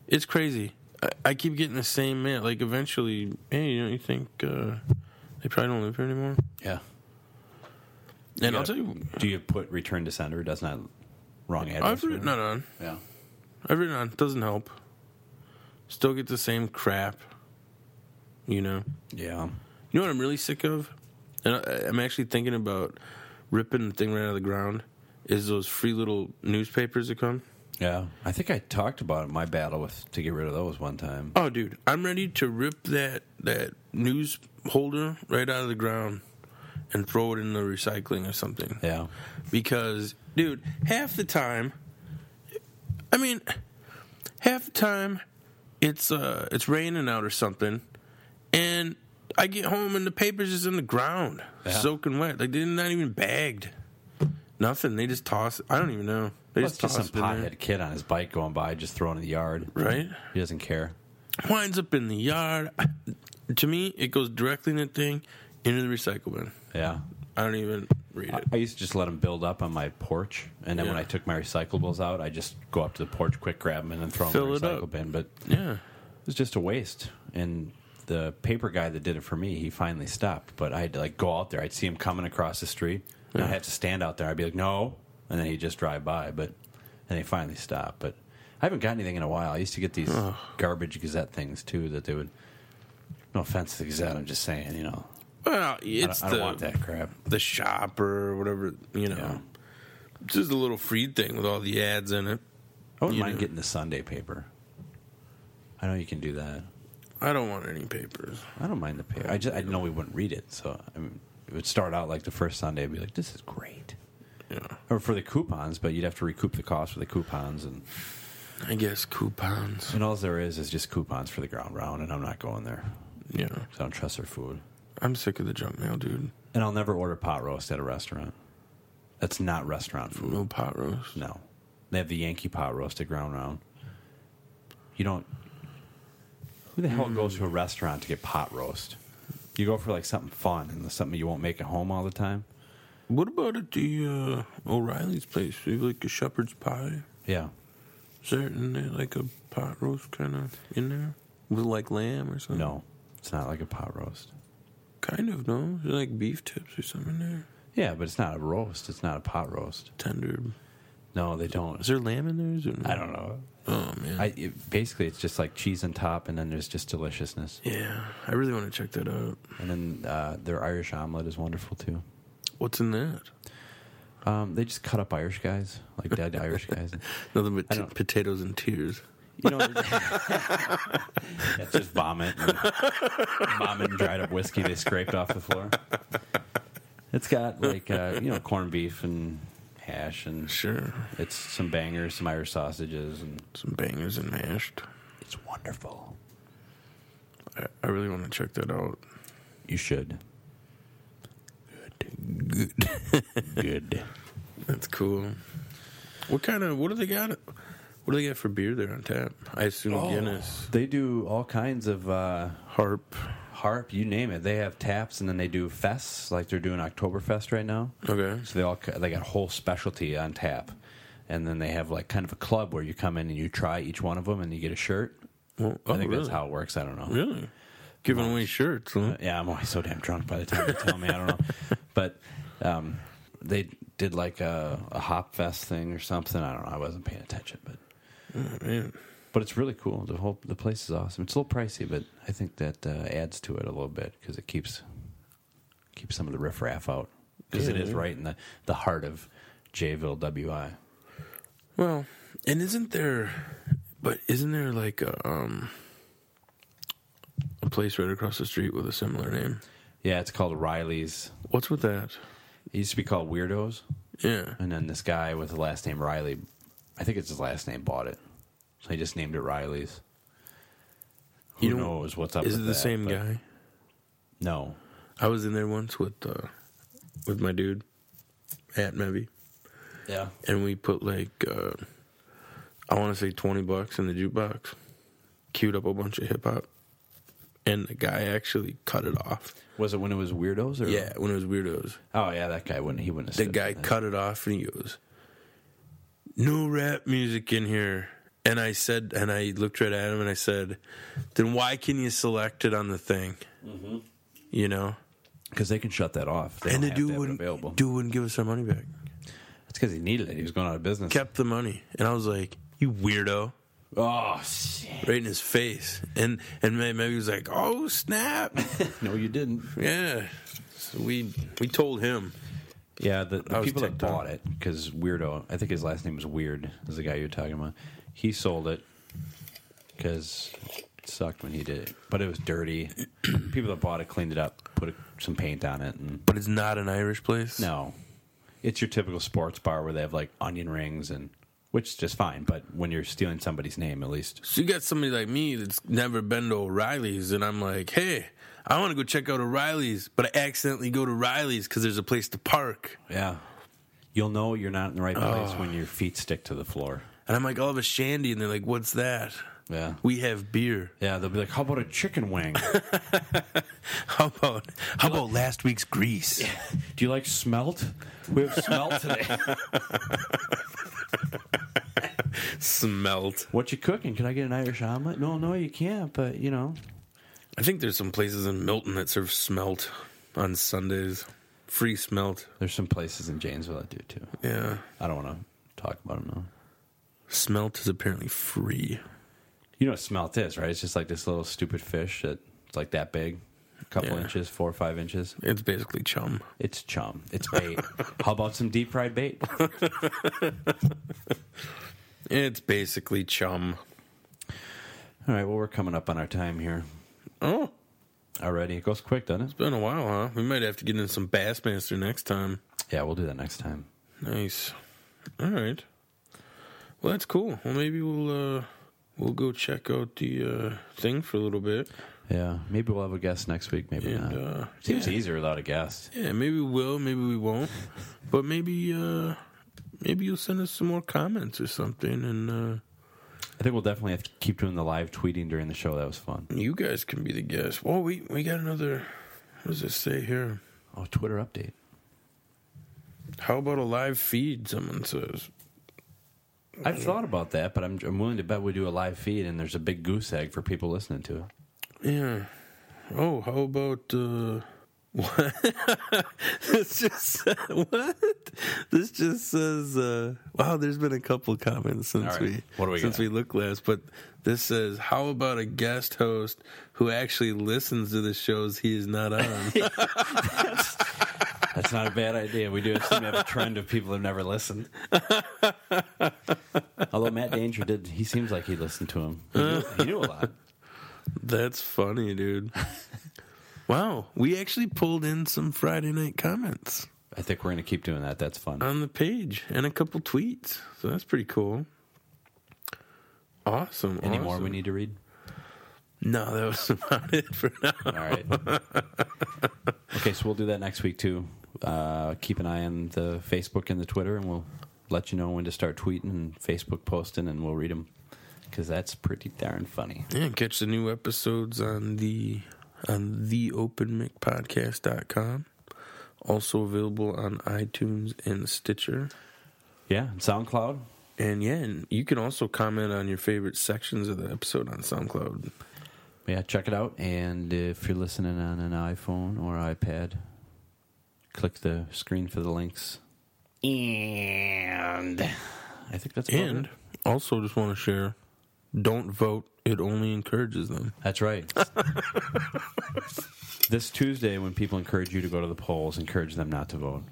Speaker 1: it's crazy. I, I keep getting the same mail. Like eventually, hey, you know, you think uh, they probably don't live here anymore?
Speaker 3: Yeah.
Speaker 1: And I'll tell you,
Speaker 3: Do you put return to sender? Does not wrong address.
Speaker 1: I've written it on.
Speaker 3: Yeah.
Speaker 1: I've written on. Doesn't help. Still get the same crap. You know.
Speaker 3: Yeah.
Speaker 1: You know what I'm really sick of, and I, I'm actually thinking about ripping the thing right out of the ground. Is those free little newspapers that come?
Speaker 3: Yeah. I think I talked about my battle with to get rid of those one time.
Speaker 1: Oh, dude, I'm ready to rip that that news holder right out of the ground and throw it in the recycling or something.
Speaker 3: Yeah.
Speaker 1: Because, dude, half the time, I mean, half the time, it's uh, it's raining out or something, and I get home and the paper's just in the ground,
Speaker 3: Yeah.
Speaker 1: soaking wet. Like they're not even bagged, nothing. They just toss. I don't even know. They
Speaker 3: It's just some
Speaker 1: toss it in there.
Speaker 3: pothead kid on his bike going by, just throwing it in the yard.
Speaker 1: right?
Speaker 3: He doesn't care.
Speaker 1: winds up in the yard. To me, it goes directly in the thing into the recycle bin.
Speaker 3: Yeah.
Speaker 1: I don't even read it.
Speaker 3: I used to just let them build up on my porch, and then when
Speaker 1: Yeah.
Speaker 3: I took my recyclables out, I just go up to the porch, quick grab them, and then throw them in
Speaker 1: Fill
Speaker 3: the
Speaker 1: it up.
Speaker 3: recycle bin. But it
Speaker 1: Yeah,
Speaker 3: was just a waste. And the paper guy that did it for me, he finally stopped. But I had to like go out there. I'd see him coming across the street, and I'd have to stand out there. I'd be like, "No," and then he'd just drive by. But and he finally stopped. But I haven't got anything in a while. I used to get these garbage Gazette things too that they would. No offense to the Gazette, I'm just saying, you know,
Speaker 1: well,
Speaker 3: I
Speaker 1: it's
Speaker 3: don't, I don't
Speaker 1: the
Speaker 3: want that crap.
Speaker 1: the shop or whatever you know.
Speaker 3: Yeah.
Speaker 1: It's just a little free thing with all the ads in it.
Speaker 3: I wouldn't
Speaker 1: You
Speaker 3: mind
Speaker 1: know.
Speaker 3: getting the Sunday paper. I know you can do that.
Speaker 1: I don't want any papers.
Speaker 3: I don't mind the paper. I just I know we wouldn't read it, so I mean, it would start out like the first Sunday. I'd be like, "This is great,"
Speaker 1: Yeah,
Speaker 3: or for the coupons, but you'd have to recoup the cost for the coupons, and
Speaker 1: I guess coupons.
Speaker 3: and all there is is just coupons for the ground round, and I'm not going there.
Speaker 1: Yeah,
Speaker 3: 'cause I don't trust their food,
Speaker 1: I'm sick of the junk mail, dude.
Speaker 3: and I'll never order pot roast at a restaurant. That's not restaurant food.
Speaker 1: No pot roast.
Speaker 3: No, they have the Yankee pot roast at ground round. You don't. Who the hell goes to a restaurant to get pot roast? You go for like something fun and something you won't make at home all the time.
Speaker 1: What about at the uh, O'Reilly's place? They have like a shepherd's pie.
Speaker 3: Yeah.
Speaker 1: Is there in there like a pot roast kind of in there with like lamb or something?
Speaker 3: No, it's not like a pot roast.
Speaker 1: Kind of, no? There's like beef tips or something in there.
Speaker 3: Yeah, but it's not a roast. It's not a pot roast.
Speaker 1: Tender.
Speaker 3: No, they don't.
Speaker 1: Is there lamb in there? Is there no?
Speaker 3: I don't know.
Speaker 1: Oh, man.
Speaker 3: I it, basically it's just like cheese on top, and then there's just deliciousness.
Speaker 1: yeah, I really want to check that out.
Speaker 3: And then uh, their Irish omelet is wonderful too.
Speaker 1: What's in that?
Speaker 3: Um, they just cut up Irish guys, like dead Irish guys.
Speaker 1: Nothing but
Speaker 3: I
Speaker 1: t-
Speaker 3: don't-
Speaker 1: potatoes and tears.
Speaker 3: You know, that's just vomit, and vomit and dried up whiskey they scraped off the floor. It's got like uh, you know corned beef and hash and
Speaker 1: Sure.
Speaker 3: It's some bangers, some Irish sausages, and
Speaker 1: Some bangers and mashed.
Speaker 3: it's wonderful.
Speaker 1: I, I really want to check that out.
Speaker 3: You should.
Speaker 1: Good.
Speaker 3: Good.
Speaker 1: That's cool. What kind of, what do they got? What do they got for beer there on tap? I assume
Speaker 3: Oh.
Speaker 1: Guinness,
Speaker 3: They do all kinds of uh,
Speaker 1: Harp.
Speaker 3: harp, you name it. They have taps, and then they do fests, like they're doing Oktoberfest right now.
Speaker 1: Okay.
Speaker 3: So they all they got a whole specialty on tap, and then they have like kind of a club where you come in and you try each one of them, and you get a shirt.
Speaker 1: Well, oh,
Speaker 3: I think
Speaker 1: really?
Speaker 3: that's how it works. I don't know.
Speaker 1: Really? Giving away shirts, huh?
Speaker 3: Yeah, I'm always so damn drunk by the time they tell me. I don't know, but um, they did like a, a hop fest thing or something. I don't know. I wasn't paying attention, but
Speaker 1: man.
Speaker 3: but it's really cool. The whole the place is awesome. It's a little pricey, but I think that uh, adds to it a little bit because it keeps keeps some of the riffraff out because it is right in the, the heart of Jayville, WI.
Speaker 1: Well, and isn't there, but isn't there like a um a place right across the street with a similar name?
Speaker 3: Yeah, it's called Riley's.
Speaker 1: What's with that?
Speaker 3: It used to be called Weirdos,
Speaker 1: Yeah.
Speaker 3: and then this guy with the last name Riley, I think it's his last name, bought it, so he just named it Riley's. Who
Speaker 1: You don't-
Speaker 3: knows what's up?
Speaker 1: Is it
Speaker 3: with
Speaker 1: the
Speaker 3: that,
Speaker 1: same
Speaker 3: but-
Speaker 1: guy?
Speaker 3: No,
Speaker 1: I was in there once with uh, with my dude at Mevy,
Speaker 3: yeah,
Speaker 1: and we put like uh, I want to say twenty bucks in the jukebox, queued up a bunch of hip hop, and the guy actually cut it off.
Speaker 3: was it when it was Weirdos? Or?
Speaker 1: Yeah, when it was weirdos,
Speaker 3: Oh yeah, that guy wouldn't. He wouldn't. Have
Speaker 1: the
Speaker 3: said
Speaker 1: guy
Speaker 3: that.
Speaker 1: cut it off and he goes, "No rap music in here." And I said, and I looked right at him and I said, "Then why can you select it on the thing?" You know,
Speaker 3: because they can shut that off. Mm-hmm. They
Speaker 1: and the
Speaker 3: don't have to
Speaker 1: dude
Speaker 3: have it available.
Speaker 1: wouldn't, dude wouldn't give us our money back.
Speaker 3: That's because he needed it. He was going out of business.
Speaker 1: kept the money, and I was like, "You weirdo!"
Speaker 3: oh shit!
Speaker 1: Right in his face, and and may- maybe he was like, "Oh snap!"
Speaker 3: No, you didn't.
Speaker 1: yeah, so we we told him.
Speaker 3: Yeah, the, the
Speaker 1: I was
Speaker 3: people that
Speaker 1: ticked off.
Speaker 3: bought it because weirdo. I think his last name was Weird. Is the guy you're talking about? He sold it because it sucked when he did it, but it was dirty. people that bought it cleaned it up, put some paint on it, and
Speaker 1: But it's not an Irish place.
Speaker 3: no, it's your typical sports bar where they have like onion rings and. Which is just fine, but when you're stealing somebody's name, at least
Speaker 1: So you got somebody like me that's never been to O'Reilly's, and I'm like, "Hey, I want to go check out O'Reilly's," but I accidentally go to O'Reilly's because there's a place to park,
Speaker 3: Yeah. You'll know you're not in the right place when your feet stick to the floor.
Speaker 1: and I'm like, "I'll have a shandy," and they're like, "What's that?"
Speaker 3: Yeah.
Speaker 1: We have beer.
Speaker 3: Yeah, they'll be like, how about a chicken wing?
Speaker 1: How about how about last week's grease?
Speaker 3: Do you like smelt? We have smelt today.
Speaker 1: Smelt.
Speaker 3: what you cooking? Can I get an Irish omelet? No, no, you can't, but you know.
Speaker 1: I think there's some places in Milton that serve smelt on Sundays. Free smelt.
Speaker 3: There's some places in Janesville that do too.
Speaker 1: Yeah.
Speaker 3: I don't want to talk about them though.
Speaker 1: Smelt is apparently free.
Speaker 3: You know what smelt is, right? It's just like this little stupid fish that it's like that big, a couple
Speaker 1: Yeah.
Speaker 3: inches, four or five inches.
Speaker 1: It's basically chum.
Speaker 3: It's chum. It's bait. how about some deep fried bait?
Speaker 1: It's basically chum.
Speaker 3: All right, well, we're coming up on our time here
Speaker 1: Oh,
Speaker 3: already. It goes quick, doesn't it?
Speaker 1: been a while, huh? We might have to get in some Bassmaster next time.
Speaker 3: Yeah, we'll do that next time.
Speaker 1: Nice. All right. Well, that's cool. Well, maybe we'll uh we'll go check out the uh thing for a little bit.
Speaker 3: Yeah, maybe we'll have a guest next week. Maybe
Speaker 1: And,
Speaker 3: not.
Speaker 1: uh,
Speaker 3: Seems easier without a guest.
Speaker 1: Yeah, maybe we will, maybe we won't. But maybe uh maybe you'll send us some more comments or something and uh,
Speaker 3: I think we'll definitely have to keep doing the live tweeting during the show. That was fun.
Speaker 1: uh you guys can be the guests. Well we we got another what does it say here?
Speaker 3: Oh, Twitter update.
Speaker 1: How about a live feed, someone says.
Speaker 3: I've thought about that, but I'm, I'm willing to bet we do a live feed and there's a big goose egg for people listening to it.
Speaker 1: Yeah. Oh, how about uh what? this just what? This just says uh wow, there's been a couple comments since
Speaker 3: All right.
Speaker 1: we
Speaker 3: What do we
Speaker 1: since
Speaker 3: got?
Speaker 1: we looked last, but this says how about a guest host who actually listens to the shows he is not on?
Speaker 3: That's not a bad idea. We do seem to have a trend of people who've never listened. Although Matt Danger did, he seems like he listened to him. He knew, he knew a lot.
Speaker 1: That's funny, dude. wow, we actually pulled in some Friday night comments
Speaker 3: I think we're going to keep doing that. That's fun.
Speaker 1: on the page and a couple tweets. So that's pretty cool. Awesome.
Speaker 3: Any more
Speaker 1: awesome.
Speaker 3: we need to read?
Speaker 1: No, that was about it for now.
Speaker 3: All right. okay, so we'll do that next week too. Uh, keep an eye on the Facebook and the Twitter, and we'll let you know when to start tweeting and Facebook posting, and we'll read them because that's pretty darn funny.
Speaker 1: Yeah, catch the new episodes on the on theopenmicpodcast.com. Also available on iTunes and Stitcher.
Speaker 3: Yeah, and SoundCloud.
Speaker 1: And yeah, and you can also comment on your favorite sections of the episode on SoundCloud.
Speaker 3: Yeah, check it out. And if you're listening on an iPhone or iPad, click the screen for the links. And I think that's about
Speaker 1: And
Speaker 3: it.
Speaker 1: also just want to share, don't vote. It only encourages them.
Speaker 3: That's right. this Tuesday, when people encourage you to go to the polls, encourage them not to vote.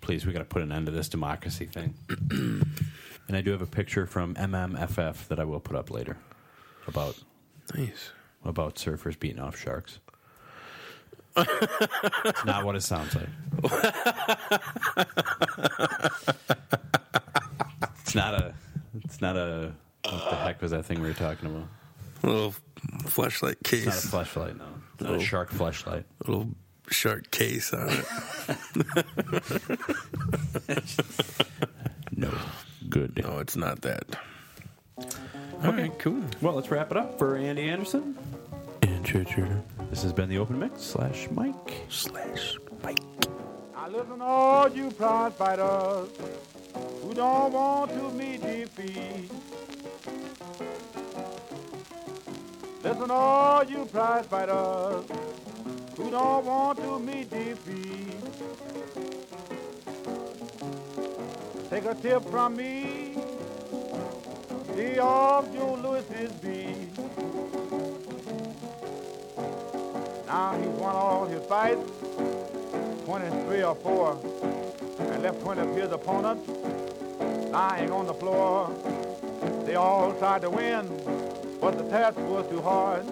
Speaker 3: Please, we got to put an end to this democracy thing. and I do have a picture from MMFF that I will put up later about
Speaker 1: Nice.
Speaker 3: about surfers beating off sharks. Not what it sounds like. it's not a. It's not a. What the heck was that thing we were talking about?
Speaker 1: little flashlight
Speaker 3: It's not a
Speaker 1: case,
Speaker 3: flashlight. No, it's not a shark flashlight.
Speaker 1: little shark case on it.
Speaker 3: No, good.
Speaker 1: No, it's not that. All right, cool.
Speaker 3: Well, let's wrap it up for Andy Anderson.
Speaker 1: And Churcher
Speaker 3: This has been the Open Mix slash Mike.
Speaker 1: slash Mike.
Speaker 7: I listen to all you prize fighters who don't want to meet defeat. Listen to all you prize fighters who don't want to meet defeat. Take a tip from me, stay off Joe Lewis's beat. Now he's won all his fights. 23 or 4 and left 20 of his opponents lying on the floor. They all tried to win, but the task was too hard.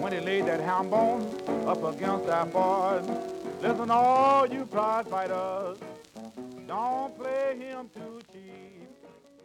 Speaker 7: When he laid that ham bone up against that board, listen, all you prize fighters, don't play him too cheap.